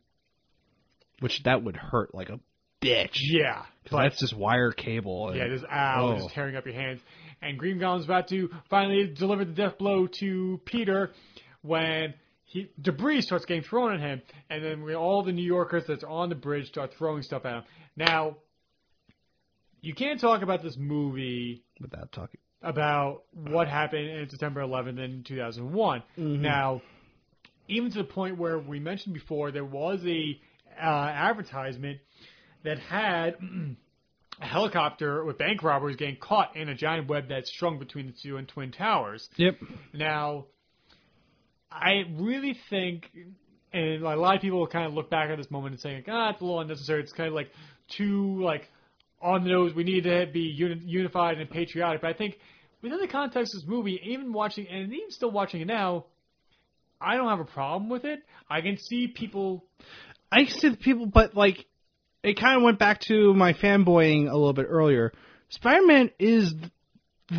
Which that would hurt like a bitch. yeah, 'Cause that's just wire cable. and- yeah, this ow, Oh. just tearing up your hands. And Green Goblin's about to finally deliver the death blow to Peter when he debris starts getting thrown at him, and then we, all the New Yorkers that's on the bridge start throwing stuff at him. Now, you can't talk about this movie without talking. about what happened in September 11th in 2001. Now, even to the point where we mentioned before, there was a uh, advertisement that had a helicopter with bank robbers getting caught in a giant web that's strung between the two and twin towers. Yep. Now, I really think, and a lot of people kind of look back at this moment and saying, like, ah, it's a little unnecessary. It's kind of like too like on the nose. We need to be uni- unified and patriotic. But I think within the context of this movie, even watching and even still watching it now, I don't have a problem with it. I can see people. I see the people, but like, it kind of went back to my fanboying a little bit earlier. Spider Man is th-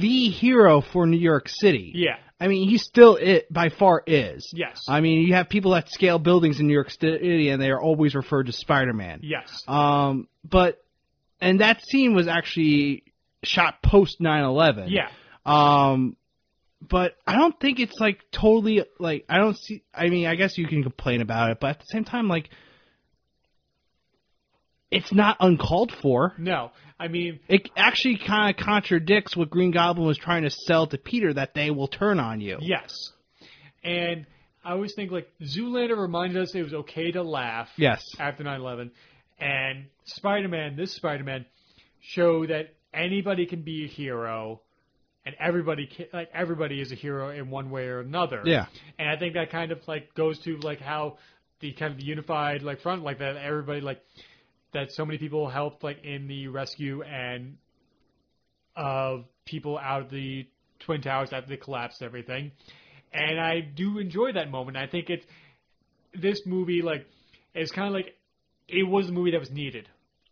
the hero for New York City. Yeah. I mean, he still it by far is. Yes. I mean, you have people that scale buildings in New York City, and they are always referred to Spider Man. Yes. Um, but and that scene was actually shot post 9-11. Yeah. Um, but I don't think it's like totally like I don't see. I mean, I guess you can complain about it, but at the same time, like it's not uncalled for. No. I mean, It actually kind of contradicts what Green Goblin was trying to sell to Peter that they will turn on you. yes. And I always think like Zoolander reminded us it was okay to laugh. Yes. after 9/11, and Spider-Man, this Spider-Man, show that anybody can be a hero, and everybody can, like everybody is a hero in one way or another. Yeah. and I think that kind of like goes to like how the kind of the unified like front like that everybody like that so many people helped like in the rescue and of people out of the twin towers after they collapsed and everything. And I do enjoy that moment. I think it's this movie like it's kind of like it was the movie that was needed.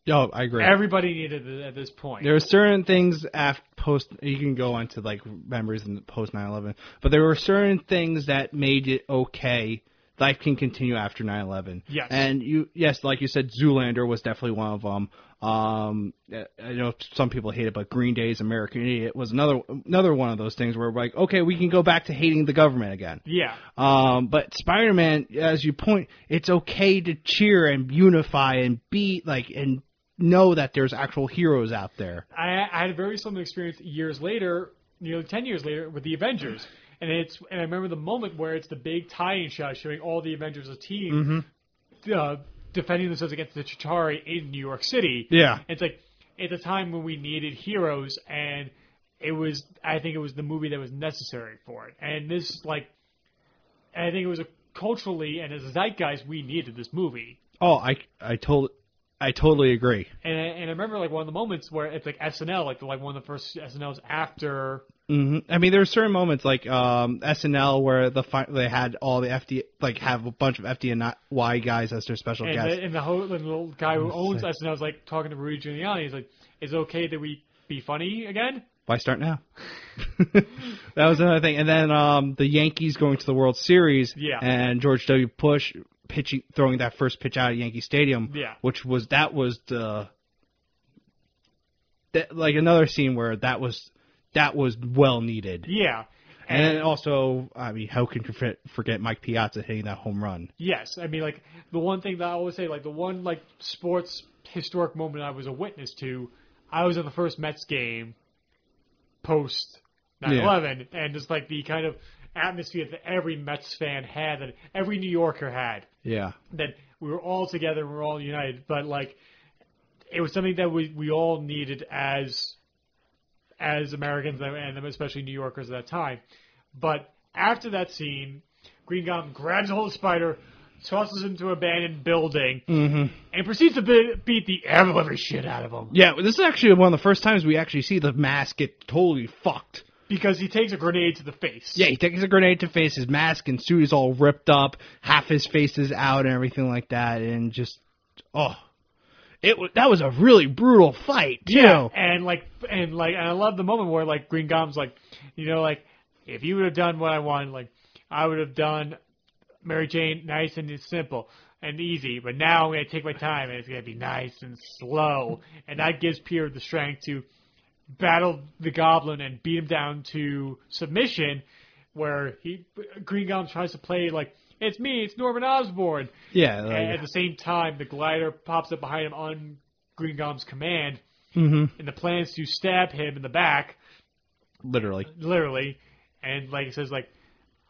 Oh, I agree. Everybody needed it at this point. there were certain things after post you can go into like memories in post 9-11 but there were certain things that made it okay life can continue after 9-11 Yes. and you yes like you said zoolander was definitely one of them um i I know some people hate it but green day's american idiot was another another one of those things where like okay we can go back to hating the government again yeah, um, but Spider Man, as you point, it's okay to cheer and unify and be like and know that there's actual heroes out there. I, I had a very similar experience years later, nearly ten years later, with the Avengers. And it's and I remember the moment where it's the big tie-in shot showing all the Avengers as a team uh, defending themselves against the Chitauri in New York City. Yeah. It's like at the time when we needed heroes, and it was I think it was the movie that was necessary for it. And this like, and I think it was a, culturally and as a zeitgeist we needed this movie. Oh, I I tot I totally agree. And I, and I remember like one of the moments where it's like SNL, like the, like one of the first SNLs after. hmm I mean, there were certain moments like um, SNL where the fi- they had all the FD like have a bunch of FDNY guys as their special And guests. the, and the whole and the little guy who owns SNL is like talking to Rudy Giuliani. He's like, "Is it okay that we be funny again?" why start now? that was another thing. And then um, the Yankees going to the World Series, Yeah. and George W. Bush pitching, throwing that first pitch out at Yankee Stadium, Yeah. which was that was the that, like another scene where that was that was well needed. Yeah. And then also, I mean, how can you forget- forget Mike Piazza hitting that home run? Yes, I mean, like the one thing that I always say, like the one like sports historic moment I was a witness to, I was at the first Mets game post 9/11, and just like the kind of atmosphere that every Mets fan had, that every New Yorker had, Yeah. that we were all together, we were all united, but like it was something that we we all needed as as Americans and especially New Yorkers at that time. But after that scene, Green Goblin grabs a hold of Spider, tosses him to an abandoned building, and proceeds to be- beat the ever living shit out of him. Yeah, this is actually one of the first times we actually see the mask get totally fucked. Because he takes a grenade to the face. Yeah, he takes a grenade to face. His mask and suit is all ripped up. Half his face is out and everything like that. And just, oh, it wa- that was a really brutal fight too. Yeah, and like, and like, and I love the moment where like Green Goblin's like, you know, like if you would have done what I wanted, like I would have done Mary Jane nice and simple and easy, but now I'm gonna take my time and it's gonna be nice and slow, and that gives Peter the strength to battle the Goblin and beat him down to submission, where he Green Goblin tries to play like it's me, it's Norman Osborn, Oh, yeah, and at like, the same time, the glider pops up behind him on Green Goblin's command, mm-hmm. and the plans to stab him in the back, literally. literally, and like it says, like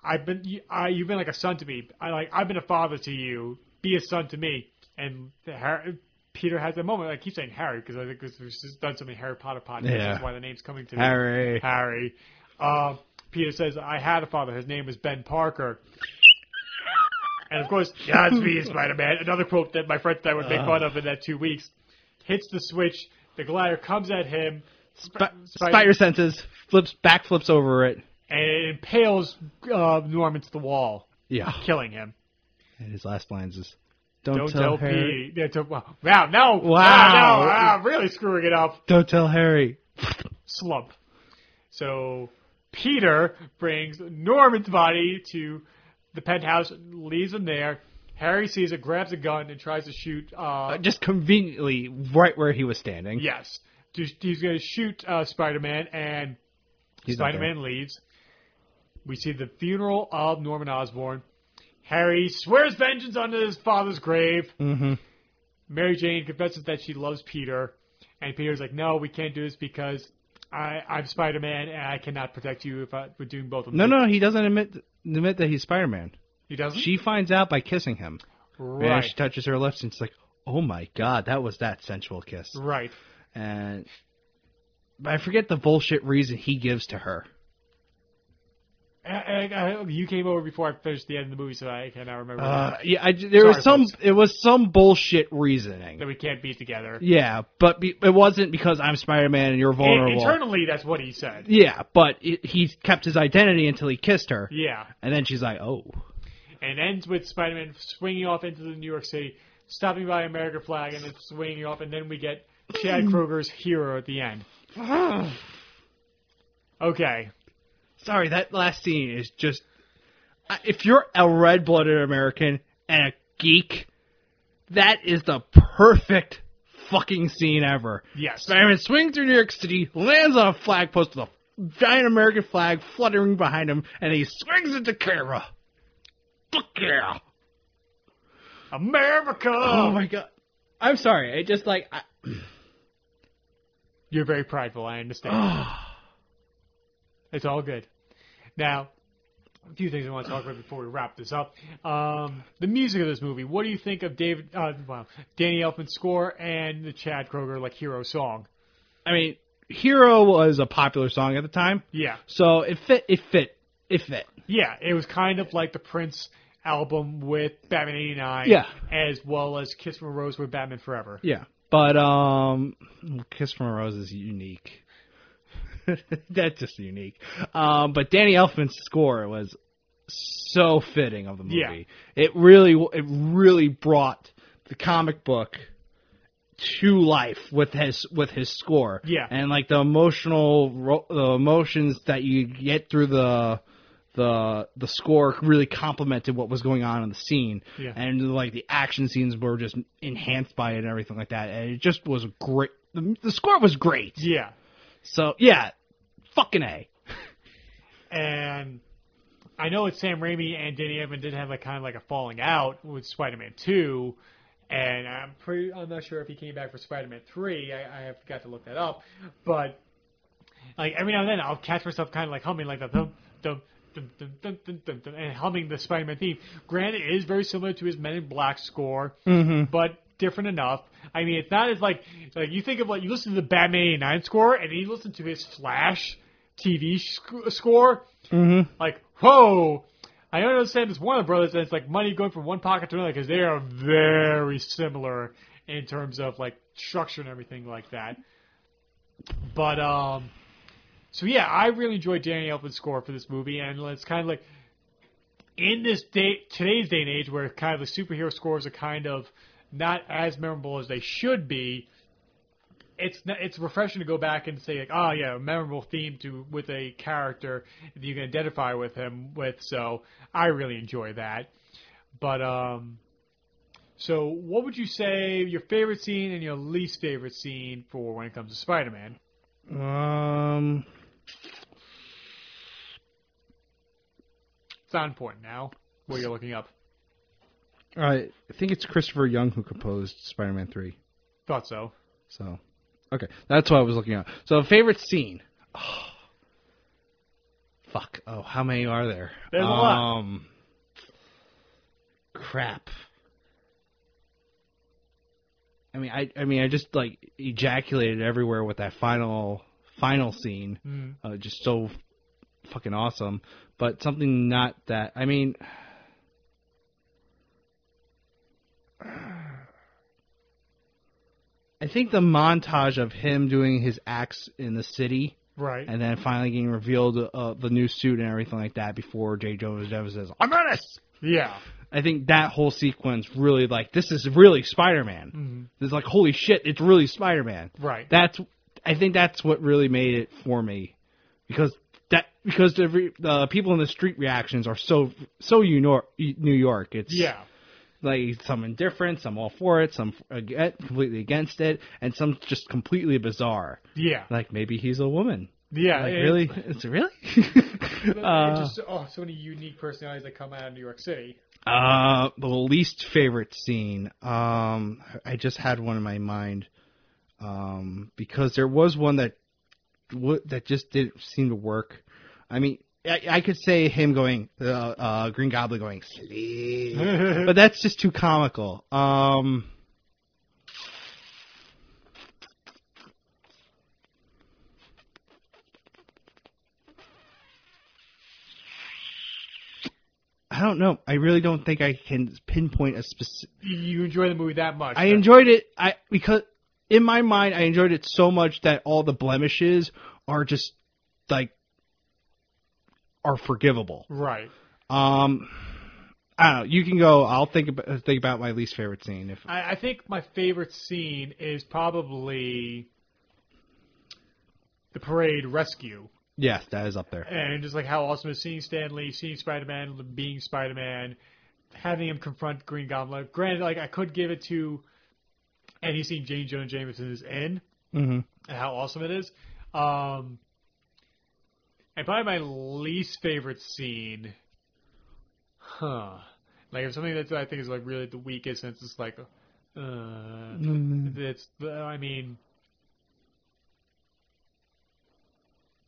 I've been, you- I, you've been like a son to me. I like I've been a father to you. Be a son to me. And the Har Peter has that moment. I keep saying Harry because I think this we've just done so many Harry Potter podcasts. Yeah. That's why the name's coming to me. Harry. Harry. Uh, Peter says, I had a father. His name was Ben Parker. And of course, Godspeed, Spider Man. Another quote that my friend and I would make Uh. fun of in that two weeks. Hits the switch. The glider comes at him. Sp- Spider- spider senses flips back, flips over it. And it impales uh, Norman to the wall, Yeah, killing him. and his last lines is, "Don't, Don't tell, tell Harry. Pete. Yeah, don't- Wow, wow, no. Wow. Wow. no, wow, really screwing it up. Don't tell Harry." slump. So Peter brings Norman's body to the penthouse, leaves him there. Harry sees it, grabs a gun, and tries to shoot. Uh, Just conveniently, right where he was standing. yes, To- he's going to shoot uh, Spider-Man, and He's not there. Spider-Man leaves. We see the funeral of Norman Osborn. Harry swears vengeance on his father's grave. Mhm. Mary Jane confesses that she loves Peter, and Peter's like, "No, we can't do this because I, I'm Spider-Man and I cannot protect you if I were doing both of them." No, no, he doesn't admit admit that he's Spider Man. he doesn't. She finds out by kissing him. right, And she touches her lips and it's like, oh my god, that was that sensual kiss. right. And but I forget the bullshit reason he gives to her. And- and- and Uh, you came over before I finished the end of the movie, so I cannot remember Uh, yeah, I, there Sorry, was some. folks. It was some bullshit reasoning. that we can't be together. Yeah, but be, it wasn't because I'm Spider Man and you're In- vulnerable. internally, that's what he said. yeah, but it, he kept his identity until he kissed her, Yeah, and then she's like, oh, and ends with Spider-Man swinging off into the New York City, stopping by American flag, and then swinging off, and then we get Chad Kroger's hero at the end. Okay, sorry. That last scene is just. I- If you're a red blooded American and a geek, that is the perfect fucking scene ever. yes, Spider-Man swings through New York City, lands on a flag post with a giant American flag fluttering behind him, and he swings at the camera. Fuck yeah! America. Oh my god! I'm sorry. I just like I, You're very prideful. I understand. it's all good. Now, a few things I want to talk about before we wrap this up. Um, the music of this movie. What do you think of David? Uh, well, Danny Elfman's score and the Chad Kroger like hero song. I mean, Hero was a popular song at the time, Yeah, so it fit. It fit. It fit. yeah. It was kind of like the Prince album with Batman '89. Yeah. as well as Kiss from a Rose with Batman Forever. Yeah, but um, Kiss from a Rose is unique. That's just unique. Um, but Danny Elfman's score was so fitting of the movie. It really, it really brought the comic book to life with his with his score. Yeah. and like the emotional ro- the emotions that you get through the the the score really complemented what was going on in the scene. Yeah. and like the action scenes were just enhanced by it and everything like that. And it just was great. The, the score was great. Yeah. So yeah, fucking a. And I know it's Sam Raimi and Danny Elfman did have like kind of like a falling out with Spider-Man Two, and I'm pretty I'm not sure if he came back for Spider-Man Three. I, I have got to look that up, but like every now and then I'll catch myself kind of like humming like the dum dum. Dum, dum, dum, dum, dum, dum, and humming the Spider-Man theme. Granted, it is very similar to his Men in Black score, Mm-hmm, but different enough. I mean, it's not as like like you think of like you listen to the Batman '89 score, and you listen to his Flash TV sc- score, mm-hmm. like, whoa. I don't understand this Warner Brothers, and it's like money going from one pocket to another because they are very similar in terms of like structure and everything like that. But um, so yeah, I really enjoyed Danny Elfman's score for this movie, and it's kind of like in this day today's day and age where kind of the superhero scores are kind of not as memorable as they should be. It's n- it's refreshing to go back and say like, oh yeah, a memorable theme to with a character that you can identify with him with. So I really enjoy that. But um, so what would you say your favorite scene and your least favorite scene for when it comes to Spider-Man? Um, It's on point now. What you're looking up? I think it's Christopher Young who composed Spider-Man Three. Thought so. So, okay, that's what I was looking at. So, favorite scene. Oh, fuck. Oh, how many are there? There's a lot. Um, crap. I mean, I, I mean, I just like ejaculated everywhere with that final, final scene. Mm. Uh, just so fucking awesome. But something not that. I mean, I think the montage of him doing his acts in the city Right. and then finally getting revealed uh, the new suit and everything like that before J. Jonah Jameson says, "I'm Ernest." yeah. I think that whole sequence really like this is really Spider-Man. Mhm. It's like holy shit, it's really Spider-Man. Right. That's I think that's what really made it for me because that because the re, the people in the street reactions are so so you know, New York. It's yeah. like some indifferent, some all for it, some ag- completely against it, and some just completely bizarre. Yeah. Like maybe he's a woman. Yeah. like it- really? It's really. it- Uh, it's just oh, so many unique personalities that come out of New York City. Uh, the least favorite scene. Um, I just had one in my mind. Um, because there was one that w- that just didn't seem to work. I mean, I, I could say him going, uh, uh, Green Goblin going, "Sleep," but that's just too comical. Um. I don't know. I really don't think I can pinpoint a specific. you enjoy the movie that much? I enjoyed it. I because in my mind, I enjoyed it so much that all the blemishes are just like are forgivable. Right. Um, I don't know. You can go. I'll think about think about my least favorite scene. If I, I think my favorite scene is probably the parade rescue. yes, that is up there. and just like how awesome is seeing Stanley, seeing Spider Man, being Spider Man, having him confront Green Goblin. Granted, like I could give it to, and he's seen Jane Jonah Jameson's end Mhm. and how awesome it is. Um, and probably my least favorite scene, huh? Like if something that I think is like really the weakest, and it's just like, uh, Mm-hmm. it's uh, I mean,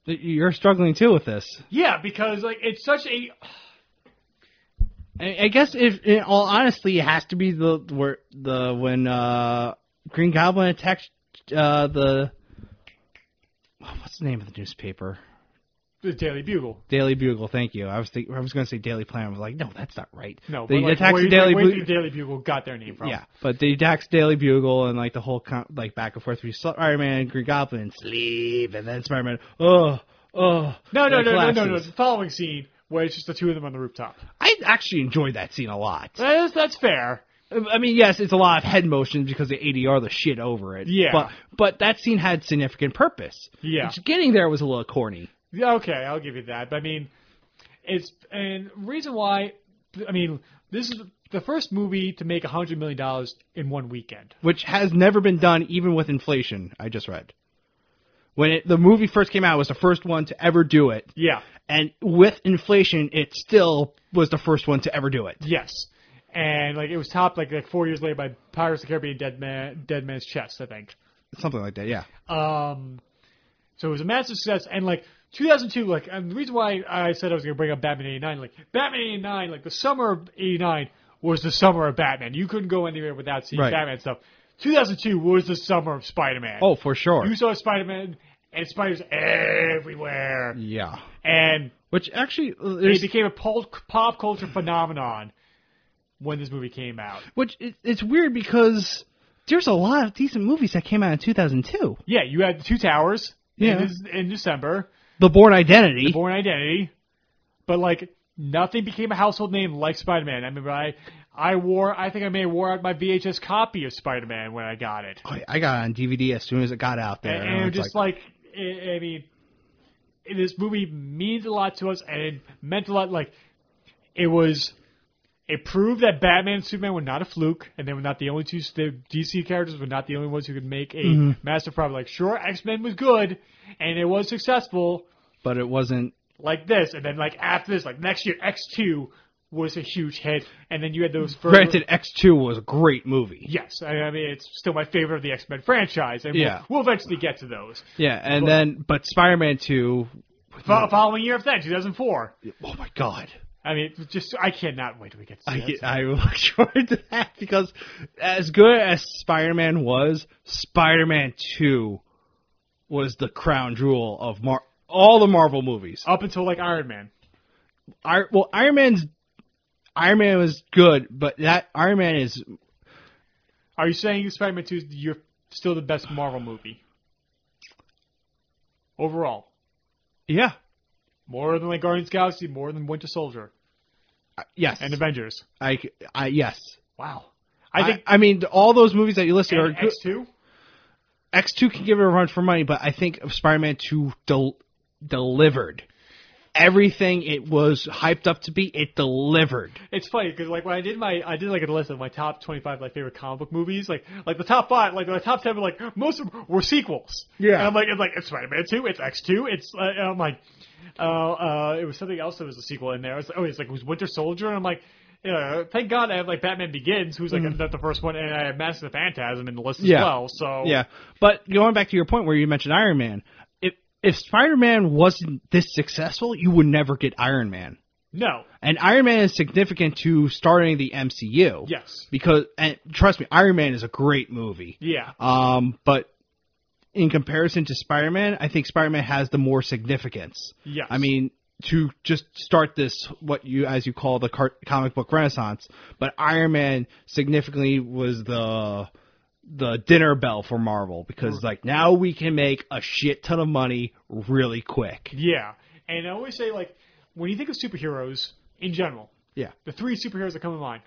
You're struggling too with this. yeah, because like it's such a I, I guess if in all honesty, it has to be the where the when uh, Green Goblin attacked uh, the oh, what's the name of the newspaper. the Daily Bugle. Daily Bugle. Thank you. I was think, I was going to say Daily Planet. I was like, no, that's not right. No, they but like, attacks where, the Daily where Bugle. the Daily Bugle got their name from. Yeah, but the attacks Daily Bugle and like the whole com- like back and forth between Spider Man, Green Goblin, sleep, and then Spider Man. Oh, oh. No, no, no, their no, no, no. glasses. The following scene where it's just the two of them on the rooftop. I actually enjoyed that scene a lot. That's, that's fair. I mean, yes, it's a lot of head motions because they ADR the shit over it. Yeah. But but that scene had significant purpose. Yeah. Just getting there was a little corny. Yeah, okay, I'll give you that. But I mean, it's and reason why. I mean, this is the first movie to make a hundred million dollars in one weekend. which has never been done even with inflation. I just read when it, the movie first came out, it was the first one to ever do it, Yeah. and with inflation, it still was the first one to ever do it. Yes. And like it was topped like like four years later by Pirates of the Caribbean: Dead Man, Dead Man's Chest, I think. Something like that, yeah. Um, so it was a massive success, and like 2002, like and the reason why I said I was going to bring up Batman '89, like Batman '89, like the summer of '89 was the summer of Batman. You couldn't go anywhere without seeing Right. Batman stuff. 2002 was the summer of Spider-Man. Oh, for sure. you saw Spider-Man and spiders everywhere, Yeah, and which actually, uh, it Mm. there's, became a pop, pop culture phenomenon when this movie came out. which it, it's weird because there's a lot of decent movies that came out in 2002. Yeah, you had the Two Towers Yeah. in, this- in December. The Born Identity. Born Identity, but like nothing became a household name like Spider Man. I remember I I wore I think I may have wore out my VHS copy of Spider Man when I got it, Oh, yeah, I got it on DVD as soon as it got out there. and, I and was just like, I I mean, this movie means a lot to us, and it meant a lot. Like it was. It proved that Batman and Superman were not a fluke, and they were not the only two. The DC characters were not the only ones who could make a Mm-hmm. massive profit. Like, sure, X Men was good, and it was successful, but it wasn't. like this, and then like after this, like next year X two was a huge hit, and then you had those. Further, Granted, X2 was a great movie. yes, I, I mean it's still my favorite of the X Men franchise, and Yeah. we'll, we'll eventually get to those. Yeah, and then but Spider-Man 2. Fo- following year of that, 2004. Oh my god. I mean, it's just I cannot wait till we get to I, see get, I look forward to that because as good as Spider-Man was, Spider-Man 2 was the crown jewel of Mar- all the Marvel movies. Up until like Iron Man, I, well, Iron Man's Iron Man was good, but that Iron Man is are you saying Spider Man two is you're still the best Marvel movie overall? yeah, More than like Guardians of the Galaxy, more than Winter Soldier yes. and Avengers. I, c- I- yes. Wow, I think I, mean all those movies that you listed are good. X two. X2 can give it a run for money, but I think Spider-Man 2 del- delivered. Everything it was hyped up to be, it delivered. It's funny because like when I did my I did like a list of my top twenty five like favorite comic book movies like like the top five like the top ten were like most of them were sequels Yeah. and I'm like it's like it's Spider Man two it's X two it's uh, and I'm like uh, uh it was something else that was a sequel in there I was like, oh it's like it was Winter Soldier and I'm like yeah thank God I have like Batman Begins who's like not the first one and I have Master of the Phantasm in the list as Mm. Yeah. well so Yeah. But going back to your point where you mentioned Iron Man, if if Spider-Man wasn't this successful, you would never get Iron Man. no And Iron Man is significant to starting the MCU. yes Because and trust me, Iron Man is a great movie. yeah Um but in comparison to Spider-Man, I think Spider-Man has the more significance. yes I mean, to just start this, what you as you call the car- comic book renaissance, but Iron Man significantly was the the dinner bell for Marvel because like now we can make a shit ton of money really quick. yeah and I always say like when you think of superheroes in general Yeah, the three superheroes that come to mind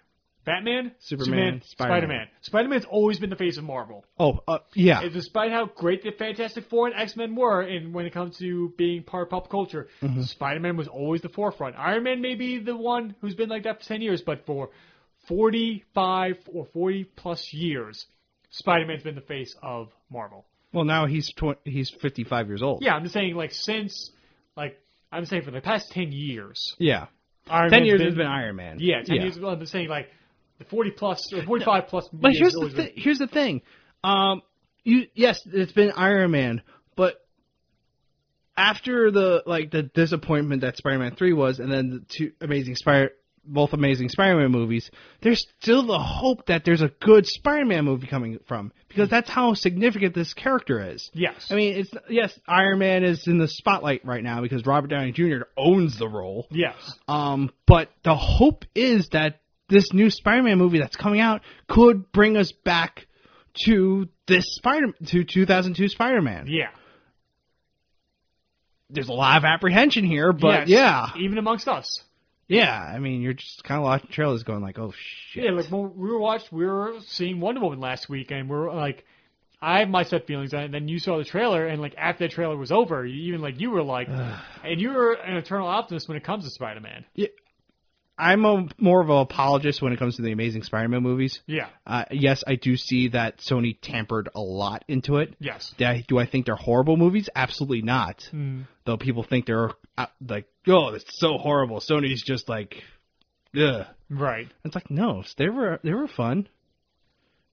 Batman, Superman, Spider-Man. Spider Man. Spider Man's always been the face of Marvel. Oh, uh, yeah. And despite how great the Fantastic Four and X Men were and when it comes to being part of pop culture, Mm-hmm. Spider Man was always the forefront. Iron Man may be the one who's been like that for 10 years, but for 45 or 40 plus years, Spider Man's been the face of Marvel. well, now he's tw- he's fifty five years old. Yeah, I'm just saying, like, since, like, I'm saying for the past 10 years, yeah. Iron Ten Man's years has been Iron Man. Yeah, 10 years. Well, I'm just saying, like, the 40 plus or 45 plus. But years here's has the always been- th- here's the thing. Um, you yes, it's been Iron Man, but after the like the disappointment that Spider-Man three was, and then the two amazing Spider both amazing Spider-Man movies, there's still the hope that there's a good Spider-Man movie coming from because that's how significant this character is. Yes. I mean, it's yes, Iron Man is in the spotlight right now because Robert Downey Jr. owns the role. Yes. Um, but the hope is that this new Spider-Man movie that's coming out could bring us back to this Spider to 2002 Spider-Man. Yeah. There's a lot of apprehension here, but Yes. yeah, Even amongst us. Yeah, I mean, you're just kind of watching trailers, going like, "Oh shit." Yeah, like when we were watched, we were seeing Wonder Woman last week, and we are like, I have my set feelings on it. And then you saw the trailer, and like after the trailer was over, you- even like you were like, and you were an eternal optimist when it comes to Spider-Man. I'm a, more of an apologist when it comes to the Amazing Spider-Man movies. Yeah. Uh, yes, I do see that Sony tampered a lot into it. Yes. Do I, do I think they're horrible movies? Absolutely not. Though people think they're uh, like, oh, that's so horrible. Sony's just like, ugh. Right. It's like no, they were they were fun.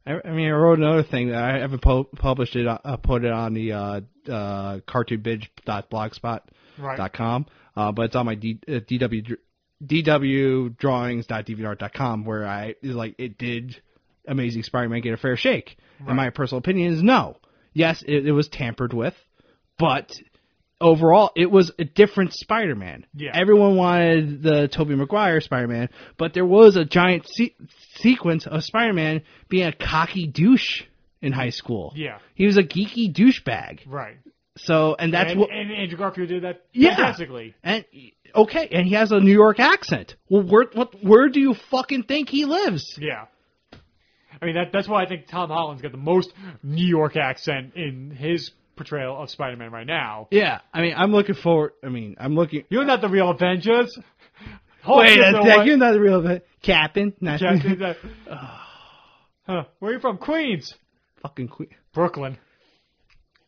I, I mean, I wrote another thing that I haven't pu- published it. I put it on the uh, uh, cartoonbidge.blogspot.com, Right. uh, but it's on my D, uh, DW dr- dwdrawings.deviantart.com where I like it did Amazing Spider-Man get a fair shake. Right. And my personal opinion is no. Yes, it, it was tampered with, but overall, it was a different Spider-Man. Yeah. Everyone wanted the Tobey Maguire Spider-Man, but there was a giant se- sequence of Spider-Man being a cocky douche in high school. Yeah. He was a geeky douchebag. Right. So, and that's and, what. and Andrew Garfield did that Yeah. fantastically. And okay, and he has a New York accent. Well, where what where do you fucking think he lives? Yeah. I mean that that's why I think Tom Holland's got the most New York accent in his portrayal of Spider-Man right now. Yeah, I mean, I'm looking forward. I mean, I'm looking. You're not the real Avengers. Hulk Wait is a the sec, one- you're not the real event. Captain, not Captain, that- Huh, Where are you from? Queens. fucking queen. Brooklyn.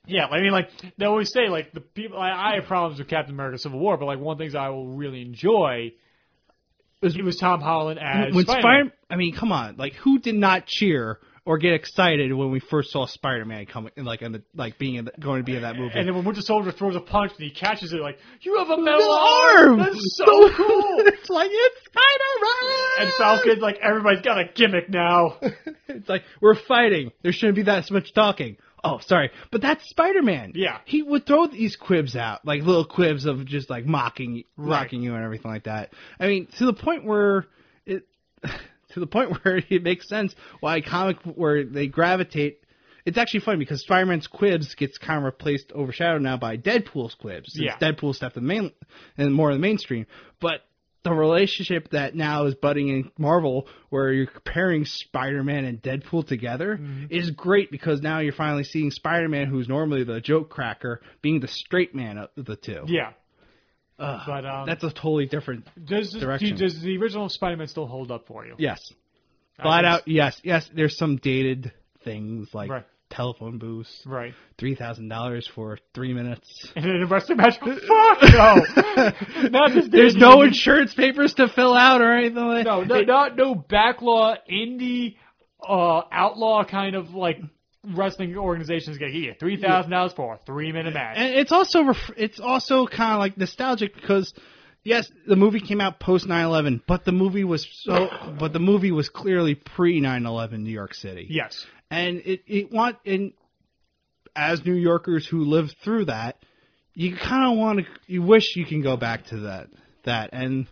Yeah, I mean, like they always say, like the people. I, I have problems with Captain America: Civil War, but like one of the things I will really enjoy is it was Tom Holland as when Spider-Man. Spider, I mean, come on, like who did not cheer or get excited when we first saw Spider-Man coming, like in the, like being in the, going to be in that movie? And then when Winter Soldier throws a punch and he catches it, like you have a the metal arm, That's so cool. it's like it's Spider-Man and Falcon, like everybody's got a gimmick now. It's like we're fighting. There shouldn't be that much talking. Oh, sorry, but that's Spider-Man. Yeah. he would throw these quibs out, like little quibs of just like mocking, Right. mocking you and everything like that. I mean, to the point where it, to the point where it makes sense why comic where they gravitate. It's actually funny because Spider-Man's quibs gets kind of replaced, overshadowed now by Deadpool's quibs. Since Yeah. Deadpool stepped in the main and more in the mainstream, but the relationship that now is budding in Marvel, where you're comparing Spider-Man and Deadpool together, Mm-hmm. is great because now you're finally seeing Spider-Man, who's normally the joke cracker, being the straight man of the two. Yeah. but um, That's a totally different. does, this, direction. does the original Spider-Man still hold up for you? Yes, I flat think- out. Yes, yes. There's some dated things like Right. telephone booths, Right. three thousand dollars for three minutes. And then the wrestling match. Fuck no. Not this There's day. no insurance papers to fill out or anything. Like No, no, not no backlaw indie uh, outlaw kind of like wrestling organizations gonna get you three thousand dollars for a three minute match. and it's also ref- it's also kind of like nostalgic because yes, the movie came out post 9/11, but the movie was so but the movie was clearly pre 9/11 New York City. yes, And it it want and as New Yorkers who lived through that, you kind of want to you wish you can go back to that that and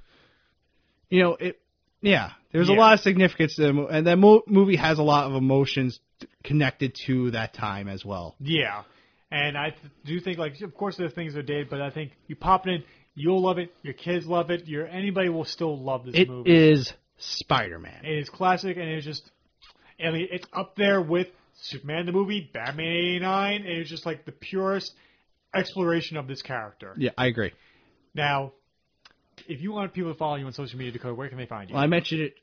you know, it yeah, there's Yeah. a lot of significance to the mo- and that mo- movie has a lot of emotions connected to that time as well. yeah, and I th- do think like of course the things are dated, but I think you pop it in, you'll love it. Your kids love it. Your anybody will still love this It movie. is Spider-Man. It is classic, and it's just, I mean, it's up there with Superman the movie, Batman '89, and it's just like the purest exploration of this character. Yeah, I agree. Now, if you want people to follow you on social media, Dakota, where can they find you? Well, I mentioned it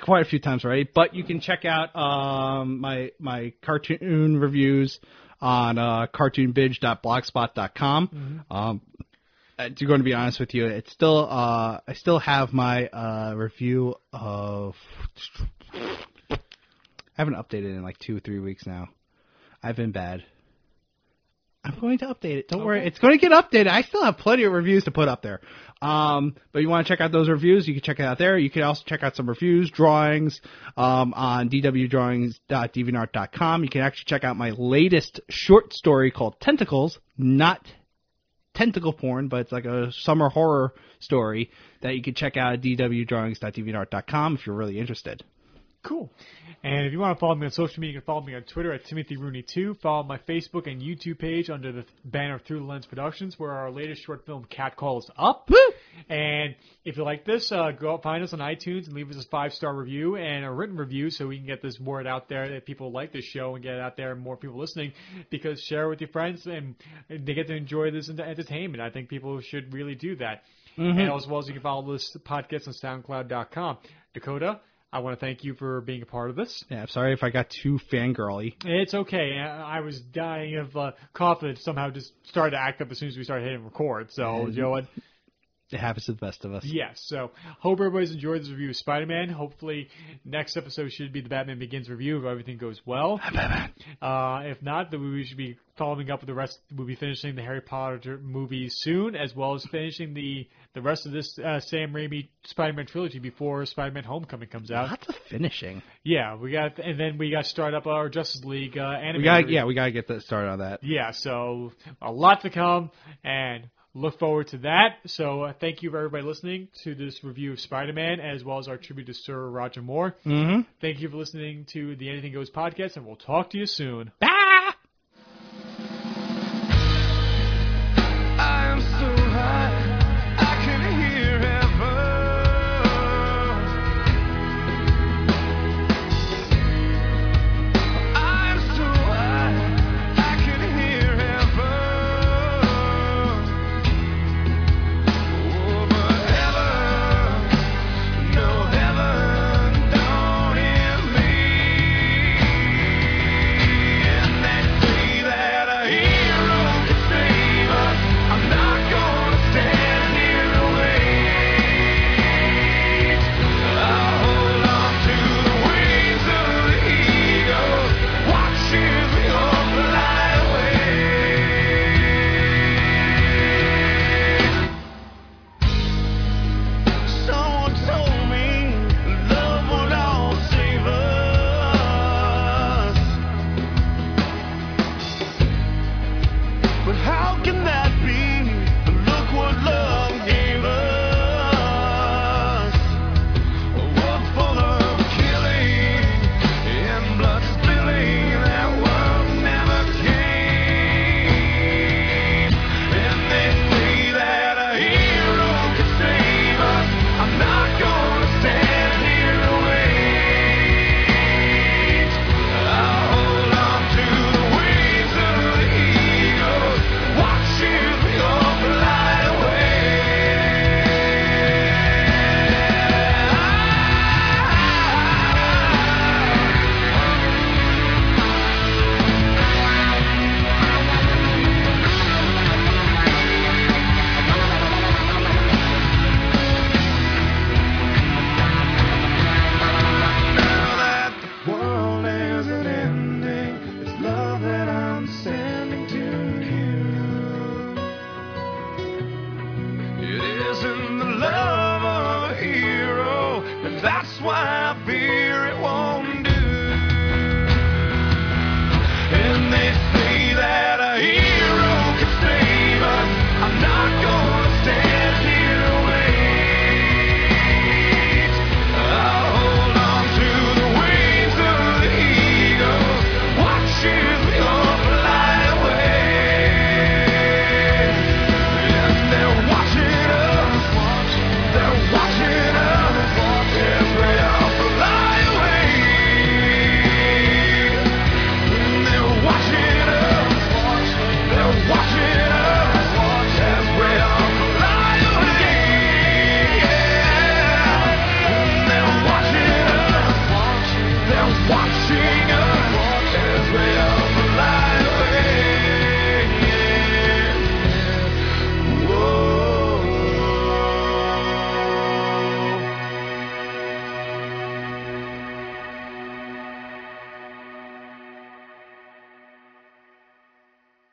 quite a few times already, but you can check out um, my my cartoon reviews on uh, cartoonbidge.blogspot.com. Um, uh, to going to be honest with you, it's still uh, I still have my uh, review of. I haven't updated in like two or three weeks now. I've been bad. I'm going to update it. Don't worry. It's going to get updated. I still have plenty of reviews to put up there. Um, but you want to check out those reviews, you can check it out there. You can also check out some reviews, drawings, um, on dwdrawings.deviantart.com. You can actually check out my latest short story called Tentacles, not tentacle porn, but it's like a summer horror story that you can check out at dwdrawings.deviantart.com if you're really interested. Cool. And if you want to follow me on social media, you can follow me on Twitter at Timothy Rooney2. Follow my Facebook and YouTube page under the banner of Through the Lens Productions, where our latest short film, Cat Calls Up. And if you like this, uh, go out, find us on iTunes and leave us a five star review and a written review so we can get this word out there that people like this show and get it out there and more people listening. Because share it with your friends and they get to enjoy this ent- entertainment. I think people should really do that. And as well as you can follow this podcast on SoundCloud.com. Dakota, I want to thank you for being a part of this. Yeah, I'm sorry if I got too fangirly. It's okay. I I was dying of uh, cough that somehow just started to act up as soon as we started hitting record. So, you know what? It happens to the best of us. Yes. So, hope everybody's enjoyed this review of Spider Man. Hopefully, next episode should be the Batman Begins review if everything goes well. Uh, if not, then we should be following up with the rest. We'll be finishing the Harry Potter movies soon, as well as finishing the the rest of this uh, Sam Raimi Spider Man trilogy before Spider Man Homecoming comes out. Lots of finishing. Yeah, we got, and then we got to start up our Justice League uh, anime. We got review. yeah, we gotta get that started on that. Yeah, so a lot to come and look forward to that. So uh, thank you for everybody listening to this review of Spider-Man as well as our tribute to Sir Roger Moore. Mm-hmm. Thank you for listening to the Anything Goes podcast and we'll talk to you soon. Bye.